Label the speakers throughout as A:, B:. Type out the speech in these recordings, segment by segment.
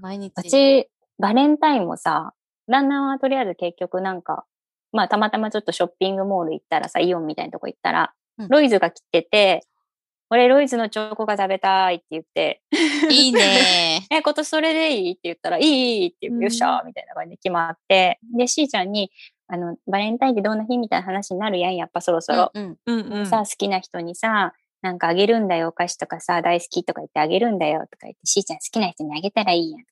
A: 毎日。
B: うち、バレンタインもさ、旦那はとりあえず結局なんか、まあたまたまちょっとショッピングモール行ったらさ、イオンみたいなとこ行ったら、
A: うん
B: ロイズが来てて、俺ロイズのチョコが食べたいって言って、
A: いいね。
B: え、今年それでいいって言ったら、いいいいって言う
A: うん
B: よっしゃーみたいな感じで決まって、で、しーちゃんに、あの、バレンタインってどんな日みたいな話になるやん、やっぱそろそろ。
A: うんうん。
C: うんうん。
B: さ、好きな人にさ、なんかあげるんだよ、お菓子とかさ、大好きとか言ってあげるんだよ、とか言って、しーちゃん好きな人にあげたらいいやん。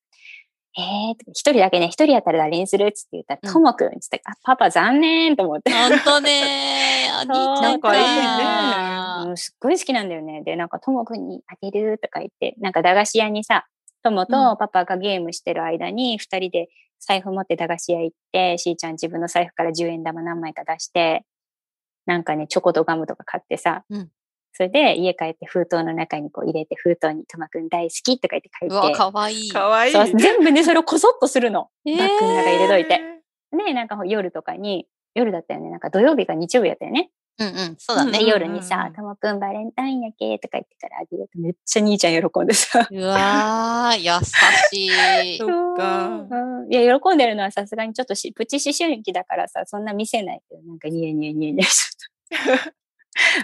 B: えーとか、一人だけね、一人やったら誰にするっつって言った
A: うん
B: ら、ともくんっつって、あ、パパ残念と思って。
A: ほんと ね。お兄ちゃんか。
C: かわいいね
B: うんすっごい好きなんだよね。で、なんか、ともくんにあげるとか言って、なんか駄菓子屋にさ、ともとパパがゲームしてる間に、二人で財布持って駄菓子屋行って、しーちゃん自分の財布から10円玉何枚か出して、なんかね、チョコとガムとか買ってさ、
A: うん
B: それで家帰って封筒の中にこう入れて、封筒にともくん大好きとか言って書いう
A: わ、
B: て、
A: かわいい。
C: かわいい。
B: そう全部ね、それをこそっとするの。
A: えー
B: バッグの中入れといて。
C: え
B: ね、なんか夜とかに、夜だったよね。なんか土曜日か日曜日だったよね。
A: うんうん。そうだ
C: うん
A: ね。
B: で、夜に
C: うんうんう
B: さ
C: ん、
B: ともくんバレンタインやけとか言ってからあげるとめっちゃ兄ちゃん喜んで さ。
A: うわー、優しい。
C: そっか。
B: うんいや、喜んでるのはさすがにちょっとしプチ思春期だからさ、そんな見せないけど、なんかニヤニヤニヤニヤしちゃった。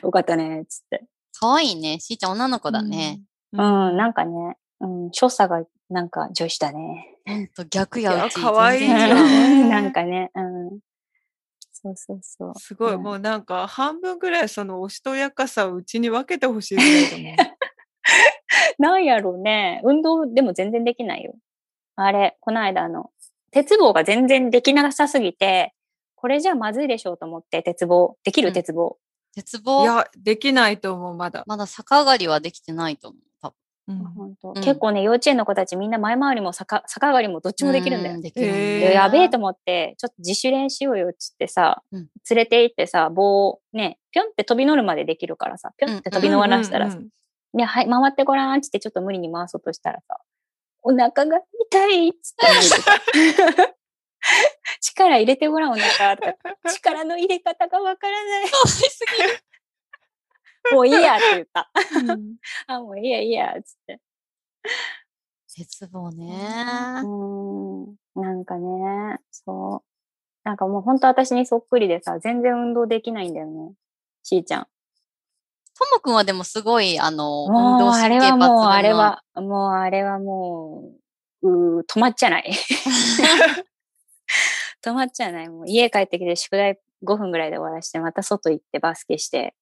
B: よかったね、つって。
A: かわいいね。しーちゃん女の子だね。
B: う、
C: うん
B: なんかね、うん、所作がなんか女子だね。
A: ほんと逆やうち。
C: いや かわいい
A: 全
C: じ
A: 然違
C: ゃん
A: うわ
C: ね
B: なんかね、うん。そうそうそう。
C: すごい、
B: うん
C: もうなんか半分ぐらいそのおしとやかさをうちに分けてほしいぐら いだもん。
B: なんやろうね。運動でも全然できないよ。あれ、この間あの、鉄棒が全然できなさすぎて、これじゃまずいでしょうと思って、鉄棒。でき
A: う
B: る
A: ん
B: 鉄棒。
A: 絶
C: い
A: 望。
C: や、できないと思う、まだ。
A: まだ逆上がりはできてないと思う。多分
C: うん
B: ほんと
A: うん
B: 結構ね、幼稚園の子たちみんな前回りも逆逆上がりもどっちもできるんだよ。
A: うできるんだよ
C: へ
B: い
C: ー
B: ややべえと思って、ちょっと自主練しようよっつってさ、
A: うん
B: 連れて行ってさ、棒をね、ぴょんって飛び乗るまでできるからさ、ぴょんって飛び乗らしたらさ、
C: うん
B: で、はい、回ってごらんっつってちょっと無理に回そうとしたらさ、お腹が痛いっつって泣いてた力入れてごらんお腹とか、力の入れ方がわからない。もういいやって言った。
C: うんうん
B: あ、もういいやいいやっつって。
A: 絶望ね。
B: うーん、なんかね、そう。なんかもうほんと私にそっくりでさ、全然運動できないんだよね。しーちゃん。
A: ともくんはでもすごい、あの、運
B: もう
A: 動
B: あ
A: 神
B: れ
A: 経抜
B: は
A: 群の
B: もう、あれ。は、もうあれはもう、うー止まっち ゃない。止まっちゃない。もう家帰ってきて宿題5分ぐらいで終わらして、また外行ってバスケして、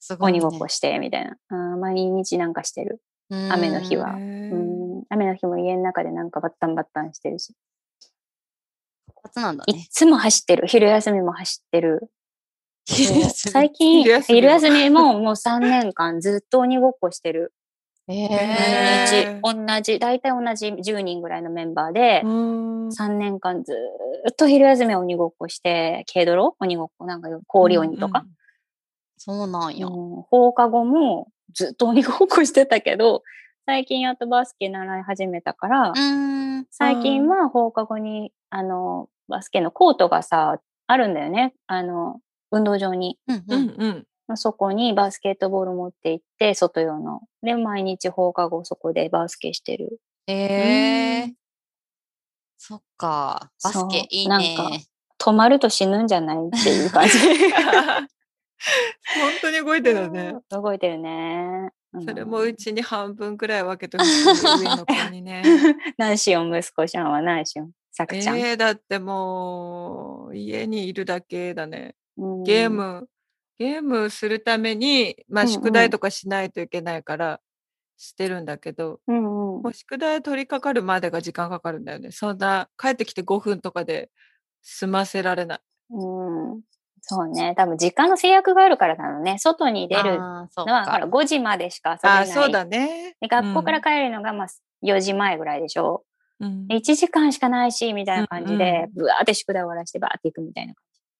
A: すごい、ね。
B: 鬼ごっこして、みたいな。あー毎日なんかしてる。
A: うん
B: 雨の日はう
C: へ
B: ん。雨の日も家の中でなんかバッタンバッタンしてるし。
A: 活発なんだ
B: い
A: ね。
B: つも走ってる。昼休みも走っ てる。もう最近、
C: 昼休みも
B: 昼休みももう3年間ずっと鬼ごっこしてる。 毎
A: えー、
B: 日、同じ、大体同じ10人ぐらいのメンバーで
C: ー、うん
B: 3年間ずーっと昼休みは鬼ごっこして、軽泥鬼ごっこ、なんか氷鬼とか。。
A: そうなんや。
B: うん放課後もずっと鬼ごっこしてたけど、最近やっとバスケ習い始めたから、
A: うん。
B: 最近は放課後に、あの、バスケのコートがさ、あるんだよね。あの、運動場に。
A: うん
C: う
A: うんん。
C: うん
B: そこにバスケットボール持って行って、外用の。で、毎日放課後そこでバスケしてる。
A: え
C: う
A: ー。そっか。バス
B: そう
A: ケいい
B: なん
A: ね。
B: か止まると死ぬんじゃないってい う感じ。
C: 本当に動いてたね。
B: 動いてるね。うん
C: それもうちに半分くらい分けてほしい、上の子にね。
B: 何しよん、息子ちゃんは何しよん。さくちゃん。
C: えー、だってもう家にいるだけだね。
B: うん
C: ゲーム、ゲームするために、ま
B: う
C: あ、
B: んうん
C: 宿題とかしないといけないからしてるんだけど、
B: うんうん
C: もう宿題取りかかるまでが時間かかるんだよね。そんな帰ってきて5分とかで済ませられない。
B: うん。そうね。多分時間の制約があるからなのね。外に出るの
A: あーそう
B: は、ほ
A: か。
B: ら、5時までしか遊べない。
C: ああー、そうだね。
B: で学校から
C: 帰
B: 帰るのが、まあ、4時前ぐらいでしょ。
C: る、うん
B: で1時間しかないし、みたいな感じ
C: うん
B: で、ぶわーって宿題終わらして、ばーっていくみたいな。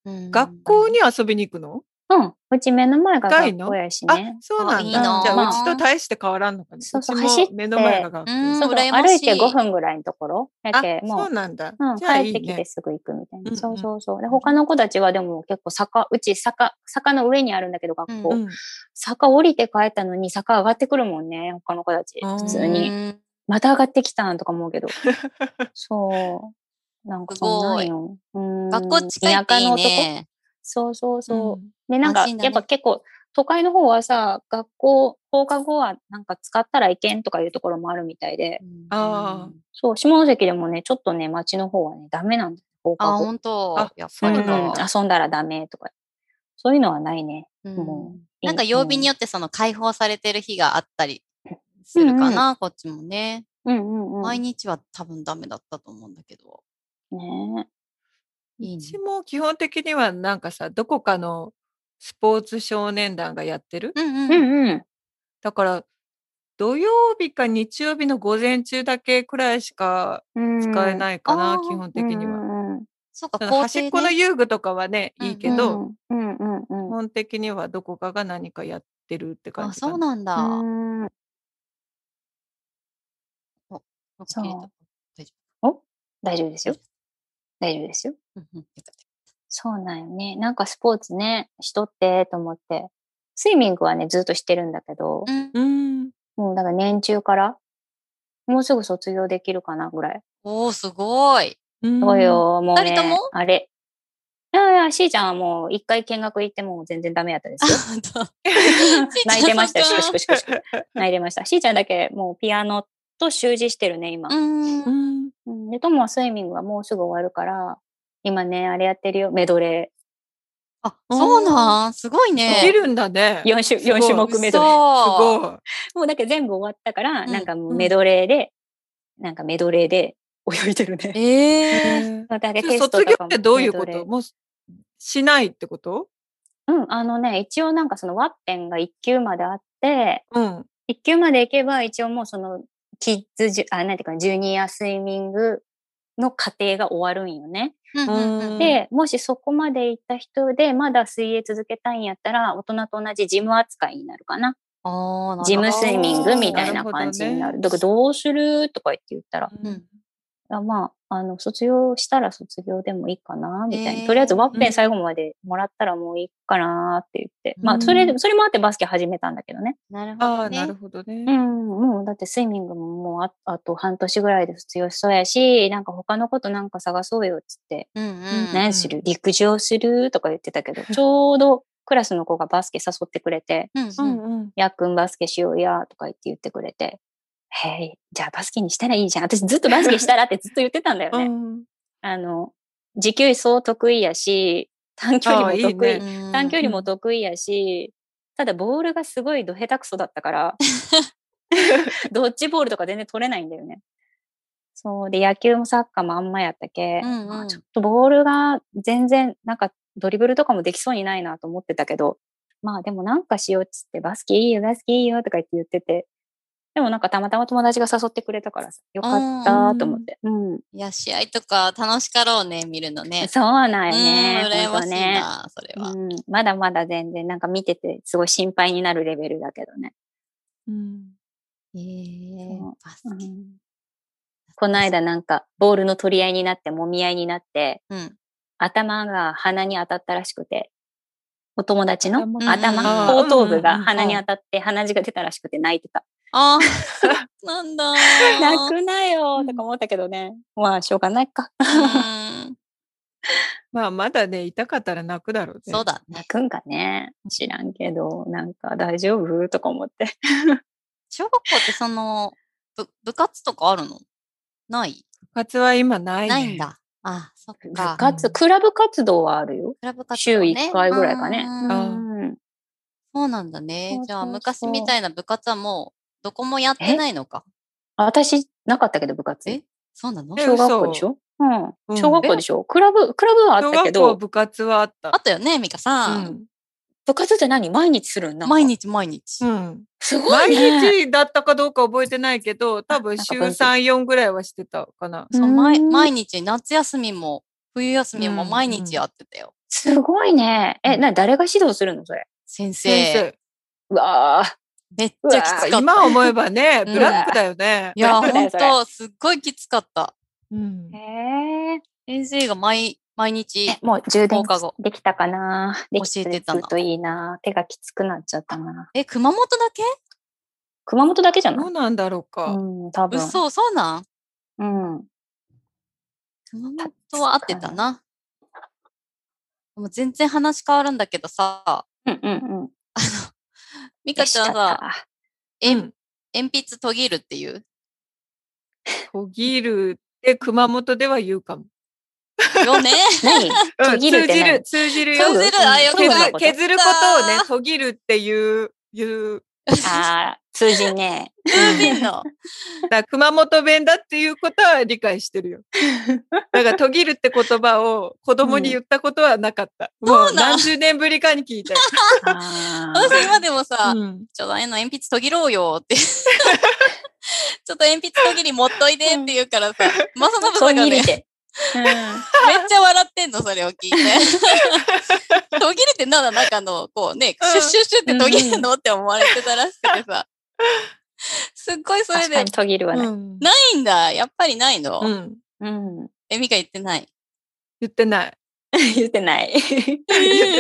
A: うん
C: 学校に遊びに行くの
B: うん。うち目の前が
C: 近い
B: 学
C: の
B: 校やし
C: あ
B: ね、。
C: そうなんだ。
A: あい
B: い
C: じ
B: な
C: ゃ
B: ま
C: あ、
B: あ
C: うちと大して変わらんのかね。
B: そうそう
C: ち
B: 走って
C: も目の前が学校。
A: うん
B: そうそう
A: 羨ま
B: 歩
A: しい
B: いて5分ぐらいのところやけ、
C: あ、
B: も
C: そうう。なんだ。
B: うん、
C: じ
B: 帰
C: ゃあい
B: っ
C: い
B: てきて
C: ね。
B: すぐ行くみたいな。
C: うんうん
B: そうそうそう。で、他の子たちはでも結構坂、うち坂、坂の上にあるんだけど学校。
C: うん
B: 坂降りて帰ったのに坂上がってくるもんね、他の子たち。
C: うん
B: 普通に。
A: うん
B: また上がってきたんとか思うけど。そう。なんかそんなんよ。うん
A: 学校近いっていいね。
B: そうそうそう。
C: ん
B: で、な
A: 安
B: んか、
A: 心だね
B: やっぱ結構、都会の方はさ、学校、放課後はなんか使ったらいけんとかいうところもあるみたいで、
C: あー
B: そう、下関でもね、ちょっとね、町の方はね、ダメなんだよ、放課
A: あ、
B: 後。
A: 本当
C: あ
A: やっ
B: う
A: ぱ
B: ん、
A: り
C: そう
A: な。
B: 遊んだらダメとか。そういうのはないね。
A: うん
B: もういい。
A: なんか曜日によ
B: っ
A: ってその解放されてる日があったりするかな、こっちもね。
B: て。うんうんうん。
A: 毎日は多分ダメだったと思うんだけど。
B: ね
A: いいうね
C: ちも基本的にはなんかさどこかのスポーツ少年団がやってる
A: うんうん。
B: えうんうん。
C: だから土曜日か日曜日の午前中だけくらいしか使え
B: い
C: ないかな、
A: あー
C: 基本的には。
B: は。
A: そうか、
C: その
A: 校
C: 端っ
A: 庭
C: この
A: ね
C: 遊具とかはね、
A: うん
C: いいけど、
B: うんうんう
C: 基
B: んうん。
C: 本的にはどこかが何かやってるって
A: あ、
C: 感じか
A: そう
C: な。
A: なんだ。なん
B: うん
A: か切れた
B: そう大丈夫ですよ。大丈夫ですよ。
A: うんうんよかっ
B: そうなんよね。なんかスポーツね、しとってと思って。スイミングはね、ずっとしてるんだけど
A: た、うん。
C: うん。
B: もうだから年中から、もうすぐ卒業できるかなぐらい。
A: おー、すご い。
C: うん
B: そう。よ、もう、ね。
A: 二人とも
B: あれ。いやいや、しーちゃんはもう一回見学行ってもう全然ダメやったですよ。
A: 本当
B: 泣いてましたよ、
A: しーちゃ
B: シクシ
A: ん
B: クシクシク。泣いてました。しーちゃんだけもうピアノと習字してるね、今。
A: うん。
C: うん。
B: うん、で、ともはスイミングがもうすぐ終わるから、今ね、あれやってるよ、メドレ
A: あ、そうなんすごいね。
C: できるんだね。
B: ー。4種、
C: すごい
B: 四種目メドレー。
C: す
A: そう。
C: ご
B: もうだけど全部終わったから、
A: うん
B: なんかもうメドレーで、なんかメドレーで泳いでるね。
C: い。
A: ええ。
C: へ
B: まあだけ
C: ー
B: ど
C: そ
B: テ
C: れ
B: スト
C: 卒
B: と
C: 業
B: かも
C: ってどういうこ
B: メドレ
C: と
B: ー
C: もうしないってこと
B: うん、あのね、一応なんかそのワッペンが1級まであって、
C: うん。
B: 1級まで行けば一応もうそのキッズジュ、あ、なんていうかな、ジュニアスイミングの過程が終わるんよね。
A: うんうんうん
C: うん
B: で、もしそこまで行った人で、まだ水泳続けたいんやったら、大人と同じジム扱いになるかな。
A: ああ、なるほど
B: ジムスイミングみたいな感じになる。
C: なるほどね
B: だからどうするとか言って言ったら、
A: うん
B: あまあ、あの、卒業したら卒業でもいいかな、みたいな。
A: えー
B: とりあえずワッペ
C: うん
B: ン最後までもらったらもういいかなって言って。ま
A: う
B: あ、
A: ん
B: それ、それもあってバスケ始めたんだけどね。
A: なるほ
C: あ
A: ど
C: あ、
A: ね。
C: なるほど
B: う
C: ね。
B: ん、もうだってスイミングももうああと半年ぐらいで卒業しそうやし、なんか他のことなんか探そうよっつって、
A: うんうん。
B: 何する陸上するとか言ってたけど、ちょうどクラスの子がバスケ誘ってくれて、
A: うんうん。
C: うん。
B: やっくんバスケしようや、とか言って言ってくれて、へい、じゃあバスケにしたらいいじゃん。私ずっとバスケしたらってずっと言ってたんだよ
C: う
B: ね。
C: ん。
B: あの、持久走得意やし、短距離
C: あ
B: も
C: あ
B: 得
C: い
B: 意
C: いね
A: うん
B: 短距離も得意やし、ただボールがすごいど下手くそだっ たから、ドッジボールとか全然取れないんだよね。そう。で、野球もサッカーもあんまやったけ、
A: うんうん
B: あちょっとボールが全然、なんかドリブルとかもできそうにないなと思ってたけど、まあでもなんかしようっつって、バスケいいよ、バスケいいよとか言って言ってて、でもなんかたまたま友達が誘ってくれたからさ、よかったと思って。うん。
A: いや、試合とか楽しかろうね、見るのね。
B: そうなんよね。
A: うん、羨
B: 本
A: ま
B: 当
A: しい
B: ね
A: な、それは。
B: うん、まだまだ全然なんか見ててすごい心配になるレベルだけどね。
C: うん。
A: ええ
B: そう
A: バス
B: う
A: ケ
B: ん、この間なんかボールの取り合いになって揉み合いになって
A: うん。
B: 頭が鼻に当たったらしくてお友達の
C: 頭
A: う
B: 頭
A: ん
B: 後頭部
C: うん
B: が鼻に当たって鼻血が出たらしくて泣いてた。
A: ああ、なんだ。
B: 泣くなよ
C: うん
B: とか思ったけどね。まあしょうがないか。
A: うん
C: まあ、まだね、痛かったら泣くだろうね。
A: そうだね
B: 泣。くんかね知らんけどなんか大丈夫とか思って。
A: 小学校ってその、部部活とかあるのない
C: 部活は今ない、ね。
A: ないん。だ。あ、そっ
B: 部
A: か。ク
B: 活、クラブ活動はあるよ。
A: ラブ活動
B: 週
A: ね
B: 1回ぐらいかね。
A: うん
C: あ
B: うん
A: そうなんだね
B: そ。う
A: じゃあ、
B: そうそう
A: 昔みたいな部活はもう、どこもやって
B: え
A: ないのか。
B: 私、なかったけど、部活。
A: えそうなの
C: え
B: 小学校でしょう。
C: うんん
B: 小学校でしょクラブ、クラブはあ
C: 小
B: ったけ
C: 学校
B: ど、
C: 部活はあった。
A: あったよね、ミカさん。
B: 部活って何毎日するんな
A: 毎。日毎日。
C: うん。うん。
B: すごい
C: 毎
B: ね。
C: 日だったかどうか覚えてないけど、多分
B: なんか
C: 週
B: 文
C: 3、
B: 化
C: 4ぐらいはしてたかな。
A: そう毎
B: うん
A: 毎日、夏休みも、冬休みも
C: うん
A: 毎日やってたよ。
B: すごいね。え、な、誰が指導するのそれ。
A: 先生
C: 先生。
B: うわぁ。
A: めっちゃきつかった。
C: 今思えばね、
A: うん
C: ブラックだよね
A: い。 や、
B: ブラ
A: 本
B: ックだよそれ
A: 当すっごいきつかった。
C: うん
B: へ。え。
A: 先生が毎毎日、
B: え、もう充電
A: 放課後
B: できたかなでき
A: 教えてたの
B: るといいな手がきつくなっちゃったな
A: え、熊本だけ
B: 熊本だけじゃ
C: ど
B: ないう
C: なんだろうか。
B: うん、多分。
A: 嘘、そうなん
B: うん。
A: 熊本は合ってたな。もう全然話変わるんだけどさ、
B: うんうんうん。
A: ミカちゃんさ、
B: か。
A: え
C: うん
A: 鉛筆途切るっていう。
C: 途切るって熊本では言うかも。
A: よね
B: 何
C: うん
B: 途切るっ
C: 通
B: て
C: じ
B: 何
C: る、通じるよ。
A: 通じる、あ、よ
B: 研
A: か
B: ぐ
A: っ
B: の
A: た
B: こと
C: 削削ることをね、途切るっていう、いう、
B: ああ、通じんね。
A: 通じんの。
C: だから熊本弁だっていうことは理解して るよ。だから途切るって言葉を子供に言ったことはなかった。もう
A: なん
C: 何十年ぶりかに聞いたよ。
B: あー
A: 私今でもさ、
C: うん
A: ちょうどあの鉛筆途切ろうよって。 ちょっと鉛筆途切り持っといてって言うからさ、まさのぶさ
B: 途
A: んがね、めっ
B: 切るっ
A: ち
B: て。うん
A: ゃ笑ってんの、それを 聞いて。途切れてなんだ、中の、こうね、
C: うん
A: シュッシュッシュって途切るのって思われてたらしくてさ。すっ ごいそれ
B: 確
A: で、な
B: かに途切るわ
C: う
B: ね。
C: ん
A: いんだ、やっぱりないの。
C: うん
B: うん。
A: え、ミカ言ってない。
C: 言ってない。
B: 言ってない。
C: 言っ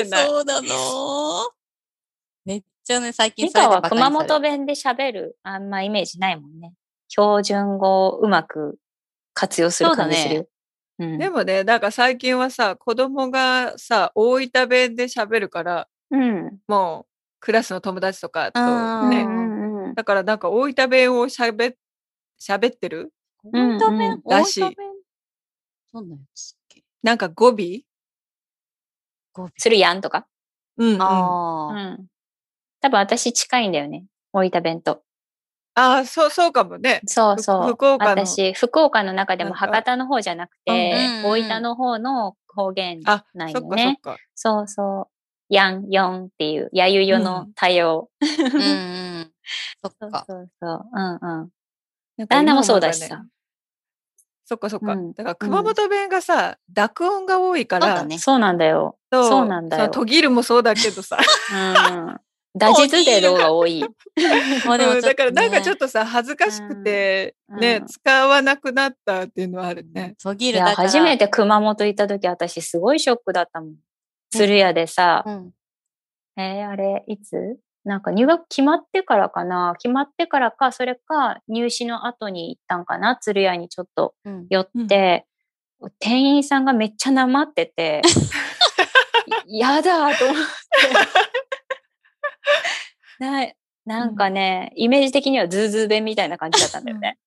C: てな い
A: そうなのめっちゃね、最近
B: ミ
A: それ
B: カ
A: で
B: は
A: バカにされ
B: 熊
A: る
B: 本弁で喋る、あんまイメージないもんね。標準語をうまく活用する感じするよ。うん
C: でもね、なんか最近はさ、子供がさ、大分弁で喋るから、
B: うん。
C: もうクラスの友達とかと
A: あー
C: ね
B: う、んうんうん
C: だからなんか大分弁を喋っ喋ってる
B: うん
A: 大分弁、
C: らしい
A: 大分弁どんなやつだっけ
C: なんか語尾
A: 語尾
B: するやんとか。
C: うん、うん。あ
A: あ
B: う
A: あ、
B: ん。多分私近いんだよね。大分弁と。
C: あー、そう、そうかもね。
B: そう
C: ふ
B: そう。
C: 福岡の
B: 私、福岡の中でも
C: なんか
B: 博多の方じゃなくて、
A: うんう
B: 大
A: ん
B: 分の方の方言
C: あ、
B: ない
C: そ
B: よ
C: っかそっ
B: ね。
C: か。
B: そうそう。やん、よんっていう、やゆよ
C: う
B: の
C: ん
B: 対応。
A: うんうん。そ
B: そ
A: っ
B: う
A: か。
B: そうそう。うんうん。
C: なんか
B: 旦那も
C: 今
B: そう
C: 思えば
B: だ
C: ね
B: しさ。
C: そっかそっか。
B: うん
C: だから熊本弁がさ、濁音が多いから、
A: そうだね。
B: そうなんだよ。
C: そう
B: そうなんだよ
C: その途切るもそうだけど さ。
B: うん。打実でろが多い。
A: まあでも
C: う
A: ちょ
C: ん
A: っとね
C: だからなんかちょっとさ、恥ずかしくて、
B: うん
C: ね、
B: うん
C: 使わなくなったっていうのはあるね。
A: 途切
B: い
A: るだ
B: や、
A: から。
B: 初め
A: て。
B: て熊本行った時、私すごいショックだったもん。鶴屋でさ、
A: うん。
B: えーあれ、いつなんか入学決まってからかな決まってからか、それか入試の後に行ったんかな鶴屋にちょっと
A: うん。
B: 寄って、店員さんがめっちゃなまって て、いやだと思って。 ななんかね、イメージ的にはズーズー弁みたいな感じだったんだよ ね。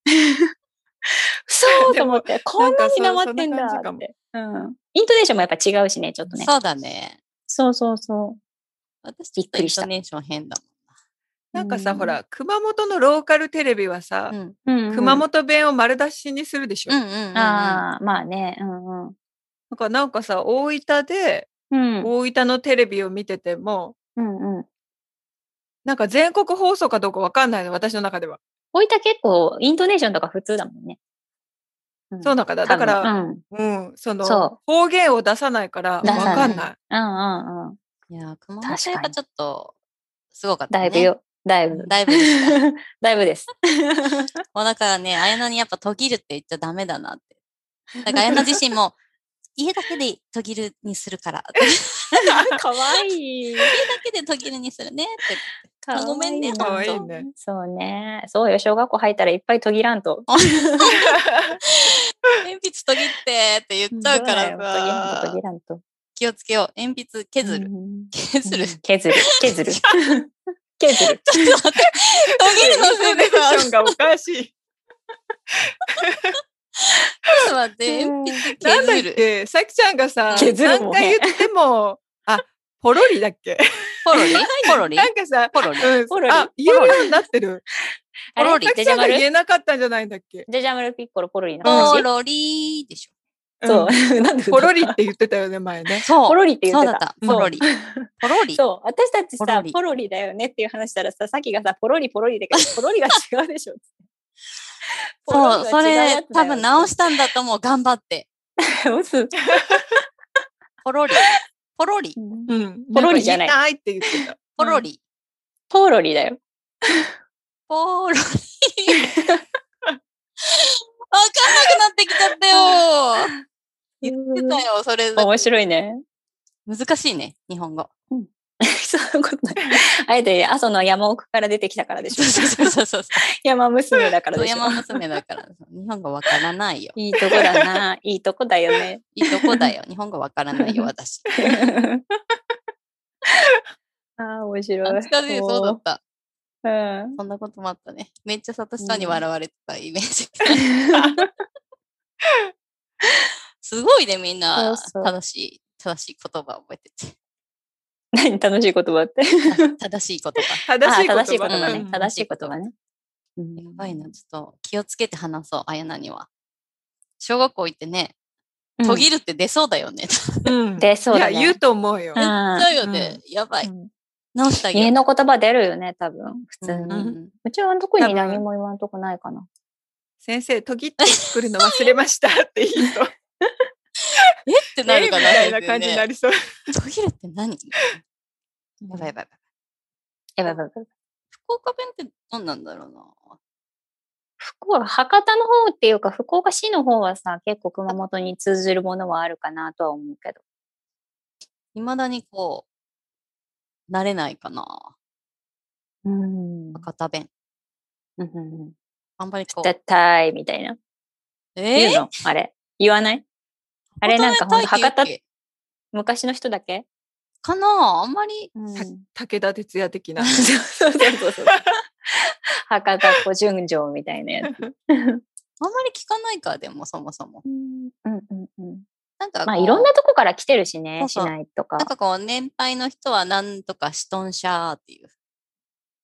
B: そうと思って、こんなになまってんだ
C: なんかそうそんな感じか
B: っ
C: も
B: て。うん。イントネーションもやっぱ違うしね、ちょっとね。
A: そうだね。
B: そうそうそう。
A: 私ちょっとイントネーション変だ
C: なんか
B: う
C: さ、
B: ん
C: ほら、熊本のローカルテレビはさ
A: もん。う、ん。
B: うんうん
C: 熊本弁を丸出しにするでしょ。
A: うんうんうんうん。
B: ああ、まあね。うんうん。
C: なんかなんかさ、大分で、
B: うん。
C: 大分のテレビを見てても、
B: うんうん。
C: なんか全国放送かどうかわかんないの、私の中では。
B: 大分結構、イントネーションとか普通だもんね。ん
C: そうなんかだ。だか、
B: 多
C: ら、
B: 分うん。
C: うん、その
B: そ
C: 方言を出さないから、わ
B: 出さない
C: かんない。
B: うんうんうん。
A: いやー、熊
B: 確か
A: 本
B: に
A: がちょっと、すごかった、
B: だ
A: ね。
B: いぶ。よ。だいぶ。
A: だいぶでした。
B: だいぶです。
A: もうだからね、綾乃にやっぱ途切るって言っちゃダメだなって。だから綾乃自身も、家だけで途切るにするから。家
B: かわ いい。
A: だけで途切るにするねって。
B: かわいい
A: ごめんね
C: かわいい
A: ほんと
C: ね。
B: そうね。そうよ。小学校入ったらいっぱい途切らんと。
A: 鉛筆途切ってって言っちゃうか
B: そうだよ
A: ら
B: 途
A: さ
B: 切。らんと、
A: 気をつけよう。鉛筆
B: 途切
A: 削
B: らんと。
A: る。
B: うん
A: 削る。
B: 削る。削る。削る。
A: 途切るのせいでさ、
C: ションがおかしい。
A: ちょっと 待って、鉛筆
C: なんだっ
A: 削る。
C: け、さきちゃんがさ、
B: 削る
C: 何
B: も
C: 回
B: ね
C: 言っても、あ、ポロリだっけ。
A: ポロリポロリ
C: なんかさ、
A: ポロリ。
C: うん
B: ポロリ
C: あ、言えるようになってる。
B: あ
A: ポロリ
B: れ
C: さ
B: ジャ
C: きち
B: ジ
C: ゃ
B: ャ
C: んが
B: マル
C: 言
B: ジ
C: えなかったんじゃないんだっけ。
B: ャジャマルピッコロポロリの話
A: ポ。ロリでしょ。
B: そう
C: うん。。
B: なんで
C: ポロリって言ってたよね、前ね。
A: そう。
B: ポロリって言
A: そ
B: っ
A: う
B: て
A: だったた。。ポロリ。 ポロリ。
B: そう。私たち
A: ポロ
B: さ、
A: リ
B: ポロリだよねっていう話したらさ、さっきがさ、ポロリポロリだけど、ポロリが違うでしょ。ポロ
A: そう、
B: リ
A: そ
B: は違うや
A: れ
B: つだ
A: 多
B: よ
A: 分直したんだと思う。頑張って。
B: 直す。
A: ポロリ。ポロリ。
C: うん。
B: ポロリじゃない
C: んか言いたいって言ってた。
A: ポロリ。
B: ポロリだよ。
A: ポロリ。わかんなくなってきちゃったよ。言ってたよ、それ。
B: 面白いね。
A: 難しいね、日本語。
B: そん なことない。あえて阿蘇の山奥から出てきたからでし
A: そ
B: ょ
A: う。そうそうそう。
B: 山娘だから
A: 富
B: でしょ。
A: 山娘だから、日本語わからないよ。
B: いいとこだ な。いいとこだよね。
A: いいとこだよ。日本語わからないよ、 私。
B: ああ、面白
A: 懐
B: い。
A: かしい、そうだった。
B: だ。うん。
A: そんなこともあったね。めっちゃサトシさんに笑われてたイメージ。 すごいね、みんな。
B: そうそう
A: 正しい、正しい言葉を覚えて て。
B: 何楽しい言葉って。
A: 正しい言葉。
C: 正しい
B: あ
C: 言葉
B: ー正しい言葉
A: う
B: ね
A: ん。
B: 正しい言葉ね。
A: やばいな、ちょっと気をつけて話そう、あやなには。小学校行ってね、
B: うん。
A: 途切るって出そうだよね。
C: うん
B: 出そうだね
C: いや、言うと思うよ。
B: うん
A: そうよね。やばい。
B: うん
A: 直してあげ
B: 家
A: よ
B: の言葉出るよね、多分。普
A: う。
B: 通
A: うん
B: に。
A: うん
B: うちは特
C: 多
B: に
C: 分
B: 何も今んとこないかな。
C: 先生、途切ってくるの忘れましたって言 うと、
A: えってな
C: え
A: る
C: み
A: かな。
C: たいな感じにな
A: る。
C: りそう。
A: 途切るって何やばいやばいやばい。
B: やばいやばいやばい。
A: 福岡弁って何なんだろうな。
B: 福岡、博多の方っていうか、福岡市の方はさ、結構熊本に通ずるものはあるかなとは思うけど。
A: いまだにこう、慣れないかな。
B: うん。
A: 博多弁。あんまりこう
B: 絶。対、みたいな。
A: え
B: 言うのあれ。言わないあれなんかほんと
A: 博多弁タイって言うっけ
B: 昔の人だけ
A: かなあんまり。
B: うん
C: た武田鉄矢的な。
B: そうそうそうそう。博多小純情みたいなやつ。
A: あんまり聞かないか、でもそもそも。
B: うんうんうん。
A: なんかこう、
B: まあいろんなとこから来てるしね、市
A: そうそう
B: 内とか
A: なん。かこう、年配の人はなんとかしとんしゃーっていう。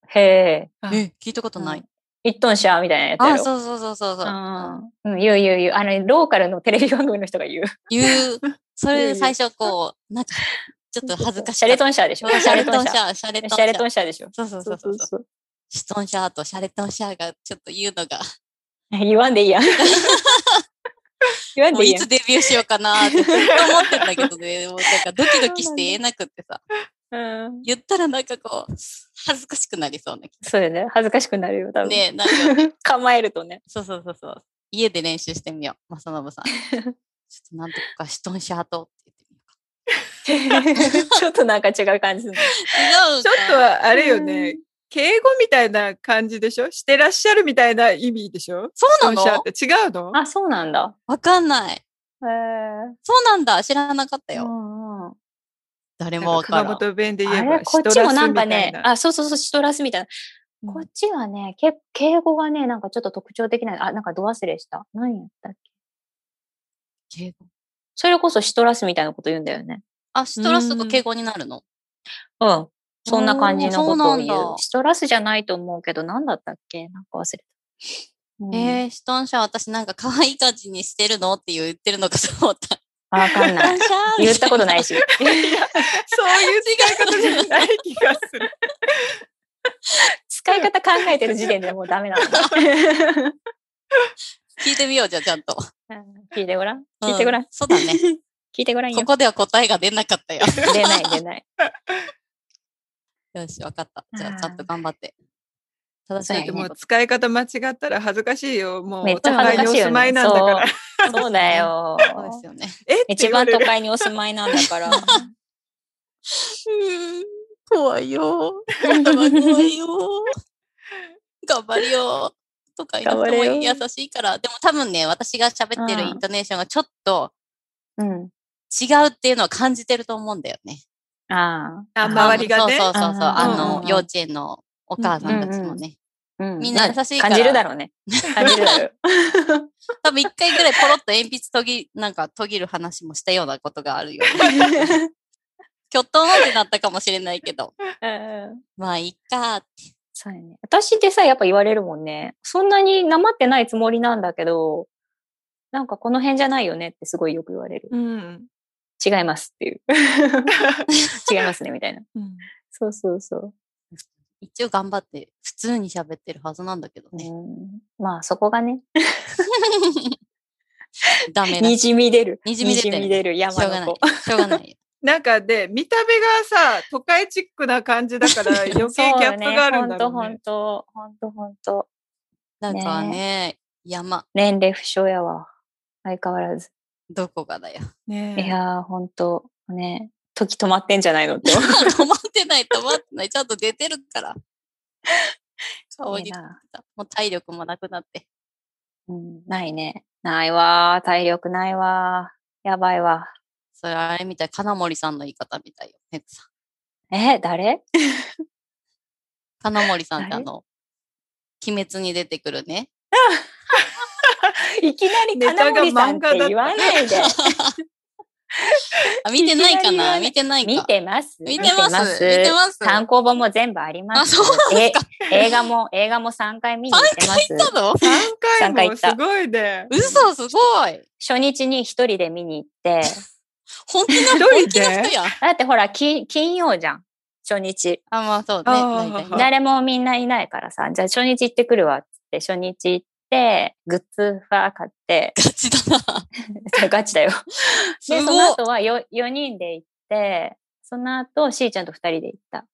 B: へえ。
C: あ
A: え、聞いたことない。
B: 一トン車みたいなやつやろ。
A: あ、そうそうそうそうそう。
B: あーうん、言う言う言う。あの、ローカルのテレビ番組の人が言う。
A: 言う。そ
C: いやい
A: れ
C: や
A: 最初こう、なんか、 ちょっと恥ずかしい。
B: シャレトン車でしょ
A: シャレトンシ
B: シ
A: ャー、シャレトンシャー。
B: ャレトン車でしょ
A: そうそうそうそうそう。シトンシャーとシャレトンシャーがちょっと言うの が、
B: 言わんで いいやん。言わん
A: もう
B: でいい
A: い
B: やん
A: つ。デビューしようかなってずっと思ってたけどね、もうなんかドキドキして言えなくってさ、
B: うん
A: 言ったらなんかこう、恥ずかしくなりそうな気
B: そうだよね。恥ずかしくなるよ、多
A: が。
B: 分。
A: ねえ、なんか、
B: 構えると ね。
A: そうそうそうそう。家で練習してみよう、正信 さん。ちょっとなんとかシトンシャーとって言ってみようか。
B: ちょっとなんか違う感じする。
A: 違う
C: ちょっと
A: っと、
C: はあれよね。敬語みたいな感じでしょしてらっしゃるみたいな意味でしょ
A: そう
C: ストンシャ
A: な
C: ー
A: の
C: って違うの
B: あ、そうなんだ。
A: わかんない。
B: へえ。
A: そうなんだ、知らなかった
B: う
A: よ。
B: んうん
A: 誰も
C: なん
A: わ
C: か熊
A: からん。
C: 本弁で言え
B: あ
C: ば
B: れ、こっ
C: シ
B: ち
C: トラ
B: も
C: ス
B: なんか
C: みたい
B: ね、 あ、そうそうそう、シトラスみたいな。
C: うん
B: こっちはね、け敬語がね、なんかちょっと特徴的な、あ、なんかド忘れした。何やったっけ
A: 敬語
B: それこそシトラスみたいなこと言うんだよね。
A: あ、シトラスと敬語になるの
B: うん。そんな感じのこ
A: お
B: とを
A: ーそう
B: 言
A: なん
B: う。
A: だ
B: シトラスじゃないと思うけど、何だったっけなんか忘れた。うん
A: えー、シトンシャー私なんか可愛い感じにしてるのって言ってるのかと思った。
B: わか
A: シ
B: ん
A: ト
B: な
A: ン
B: い。
A: シャー
B: 言ったことないし。
C: そういう使い方じゃない気がす る。
B: 使い方考えてる時点でもう ダメなの。
A: 聞いてみようじゃあちゃんと。
B: 聞いてごらん。聞いてごらん
A: う。そうだね。
B: 聞いてごらんよ
A: こ。こでは答えが出なかったよ。
B: 出ない出ない。
A: よし、わかった。じゃ
B: あ
A: あ
B: ー
A: ちゃんと頑張って。正し
B: そう
A: い
B: や
A: こ
B: ね
A: と
C: もう使い方間違ったら恥ずかしいよ。もう
B: めっ
C: お
B: ちゃ恥
C: 互い
B: ずか
C: にお
B: しい
C: 住
B: よ
C: ま
B: ね。
C: いなんだから。
B: そうそうだよ。
A: そうですよね。
C: えって
B: 一
C: 言わ
B: 番
C: れ
B: 都
C: る。
B: 会にお住まいなんだから。
A: 怖いよ。今度は 怖いよ。頑張るよ。とか言っても
B: 頑張れよ
A: 優しいから。でも多分ね、私が喋ってる
B: うん
A: イントネーションがちょっと
B: うん。
A: 違うっていうのは感じてると思うんだよね。
B: ああ。
C: あ周りがね
A: そうそうそうそう。
B: あ
A: あ
C: ーうんうん
A: の、
B: うん
A: 幼稚園のお母さんたちもね。
B: うん
A: みんな優しいから
B: 感じるだろうね。感じるだろう。
A: 多分一回ぐらいポロッと鉛筆とぎ、なんか途切る話もしたようなことがあるよ。 きょとんってなったかもしれないけど。
B: うん
A: まあ、いいかって。
B: そうやね。私ってさ、やっぱ言われるもんね。そんなになまってないつもりなんだけど、なんかこの辺じゃないよねってすごいよく言われる。
C: うん。
B: 違いますって いう。違いますね、みたいな。そうそうそう。
A: 一応頑張って、普通に喋ってるはずなんだけどね。
B: うんまあそこがね、
A: ダメだ。
B: に
A: し
B: じみ出る。
A: にじみ出てる
B: にじみ出る
A: ょ
B: 山
A: うが
B: の
A: ない
B: 子。。
A: しょうが ないよ。
C: なんかで、見た目がさ、都会チックな感じだから余計ギ
B: そう
C: ャッ
B: よ
C: プ
B: ね
C: があるんだろ
B: ほ
C: うんね。
B: と、ほんと、ほんと、ほんと。
A: なんかね、山、
B: 年齢不詳やわ。相変わらず。
A: どこがだよ。
C: ね
B: いやー、ほんと、ね。時止まってんじゃないのって思 う。
A: 止まってない、止まってない。ちゃんと出てるから。 顔に
B: い
A: 出
B: い
A: て
B: な
A: た。もう体力もなくなって。
B: うん、ないね。ないわー。体力ないわー。やばいわ。
A: それあれみたい。金森さんの言い方みたいよ。ネクさん。
B: え、誰
A: 金森さんって
B: あ
A: あ
B: れ
A: の、鬼滅に出てくるね。
B: いきなり
C: ネ
B: 金
C: タが
B: 森さんっ
C: 漫画だった
B: て言わないで。
A: あ、見てないか
B: いきなり言わな
A: ない見てないか。
B: 見てます。
A: 見てます。見てます。
B: 単行本も全部ありま
A: あ、
B: す。
A: そう
B: え 映画も、映画も3回見に行ってます。
A: なの
C: 3
B: 三回
C: 回
B: 行
C: も
B: っ
C: す
B: た
C: ごいね。
A: 嘘すごい。
B: 初日に一人で見 に行って。
A: 本気
C: 一
A: の、本
C: 人
A: 気の人
C: で
A: やん。
B: だってほら、金金曜じゃん。初日。
A: あ、まあそうね。
C: あー
A: 大体ね
C: はい
B: 誰もみんないないからさ、じゃあ初日行ってくるわっつって、初日行って、グッズは 買って、
A: ガチだな。
B: ガチだよ。
A: す
B: で、そ
A: ご
B: の
A: い
B: 後。は 4, 4人で行って、その後、しーちゃんと2人で行った。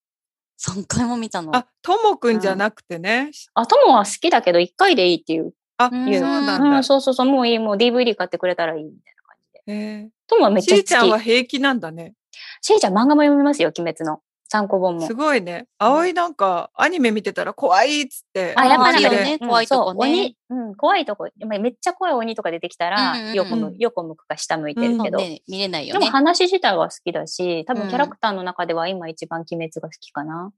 A: 3回も見たの。
C: あ、ともくんじゃなくてね。
B: あ、ともは好きだけど、1回でいいっていう。
C: あ、
A: うん
C: そう
B: う、
C: なんんだ。
B: そうそうそう、もういい、もう DVD 買ってくれたらいいみたいな感じで。
C: え
B: ともはめ
C: ー
B: っちゃ好
C: しー
B: き。
C: ちゃんは平気なんだね。
B: しーちゃん漫画も読みますよ、鬼滅の。参考本も
C: す。ごいね。葵なんかアニメ見てたら怖いっつって。
B: あ、やっぱなん
C: 周
B: か
C: りで
A: ね
B: ね、うん
A: 怖いとこね
B: そう鬼うん、怖いとこ、まあめっちゃ怖い鬼とか出てきたら、
A: うんうんうん
B: 横向横向くか下向いてる
C: うん
B: けど、
A: ね見れないよ
B: でも
A: ね。
B: 話自体は好きだし、多
A: う
B: 分
A: ん
B: キャラクターの中では今一番鬼滅が好きかな。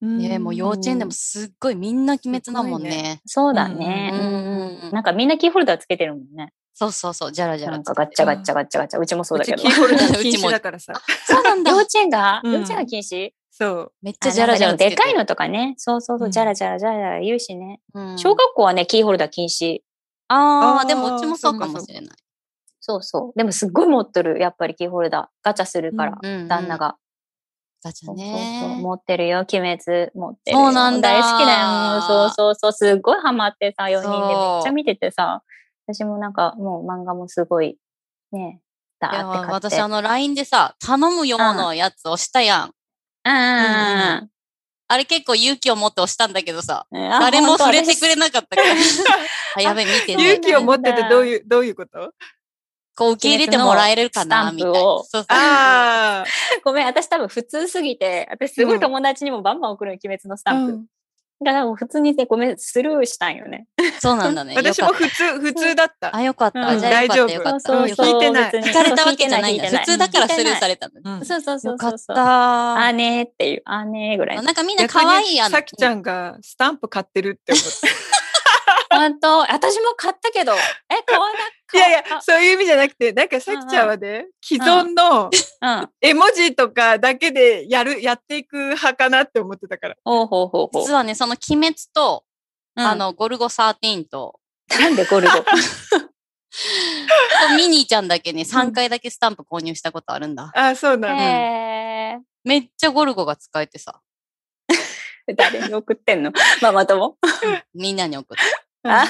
C: うん
A: ねもう幼稚園でもすっごいみんな鬼滅だもんね。
B: そうだね。
A: うんうんうん
B: なんかみんなキーホルダーつけてるもんね。
A: そうそうそう、じゃらじゃ
B: な
A: ら
B: ん
A: つ
B: か
A: け
B: ガッ
A: て
B: チャガッチャガッチャガチャ。うちもそう
C: う
B: だ
C: ち
B: けど
C: キ。ーホルダー
A: う
C: 禁
A: ちも
C: 止だからさ。
A: そうなんだ
B: 幼。稚園が、
C: うん
B: 幼稚園が禁止
C: そう。
A: めっちゃじゃらじゃら
B: あ
A: つけ
B: で
A: て
B: もで
A: る
B: かいのとかね。そうそうそうう。
C: ん
B: じゃらじゃらじゃらじゃら言うしね。
A: うん
B: 小学校はね、キーホルダー禁止。
A: あ
C: あ
A: あ、
C: ー
A: でもうちもそうか
C: そう
A: も
C: か
A: しれない。
B: そうそう。でもすっごい持ってる。やっぱりキーホルダー。ガチャするから。
A: うんうん
B: 旦那。が。
A: ガチ
B: そ
A: ャ
B: うそうそう
A: ね。
B: 持ってるよ、鬼滅持ってるよ。
A: そうなんだ
B: 大好きだよ。そうそうそう、すっごいハマってさ、4人でめっちゃ見ててさ、私もなんかもう漫画もすごい、ね、だ
A: いや、
B: ーって買って。
A: 私あの LINE でさ、頼むようなやつ押したやん。
B: あ
A: あれ結構勇気を持って押したんだけどさ、
B: うんうんうん。あ
A: 誰も触れてく
B: れ
A: れなかったから。あ、やべえ、見てね
C: 勇気を持っててどういう、どういうこと
A: こう受け入れてもらえるかな、み
B: 鬼
A: たい
B: 滅の
A: な。
B: ス
A: そうそう
C: あ
B: ごめん、私多分普通すぎて、私すご
C: う
B: い
C: ん
B: 友達にもバンバン送るの鬼滅のス
C: あ。
B: タンプ。
C: うん
B: だから普通にね、ごめん、スルーしたんよね。
A: そうなんだね。よかっ
C: 私
A: た
C: も普通、普通だった。
A: あ、よかった。
B: うん
A: じゃあよかった、
C: 大丈夫
A: よか
B: そう
A: った。
B: そ
A: よか
B: うそう。
A: っ
C: 聞いてない
B: 別に
A: た聞かれたわけじゃないんだ。
B: 聞て
A: 普通だからスルーさ
B: れ
A: れたの。
C: うん
B: そうそうそうそう。
A: よかった。
B: あ
A: な
B: ーねーっていう、あーねーぐらいの。
A: んかみんな可愛いやん。
C: さきちゃんがスタンプ買ってるって思っ
B: 本当私も買ったけど、え、買わな
C: て。いやいや、
B: か
C: そういう意味じゃなくて、なんかさきちゃんはね、既存
B: う
C: の
B: ん。
C: 絵文字とかだけでやる、やっていく派かなって思ってたから。
B: ほうほうほうほう。
A: 実はね、その鬼滅と、
B: うん
A: あ、の、ゴルゴ13と、
B: なんでゴルゴ
A: ミニーちゃんだけね、3回だけスタンプ購入したことあるんだ。
C: あ、そうなんだ。
B: へ
A: めっちゃゴルゴが使えてさ、
B: ー。誰に送ってんのママ友。
A: みんなに送って。
B: あ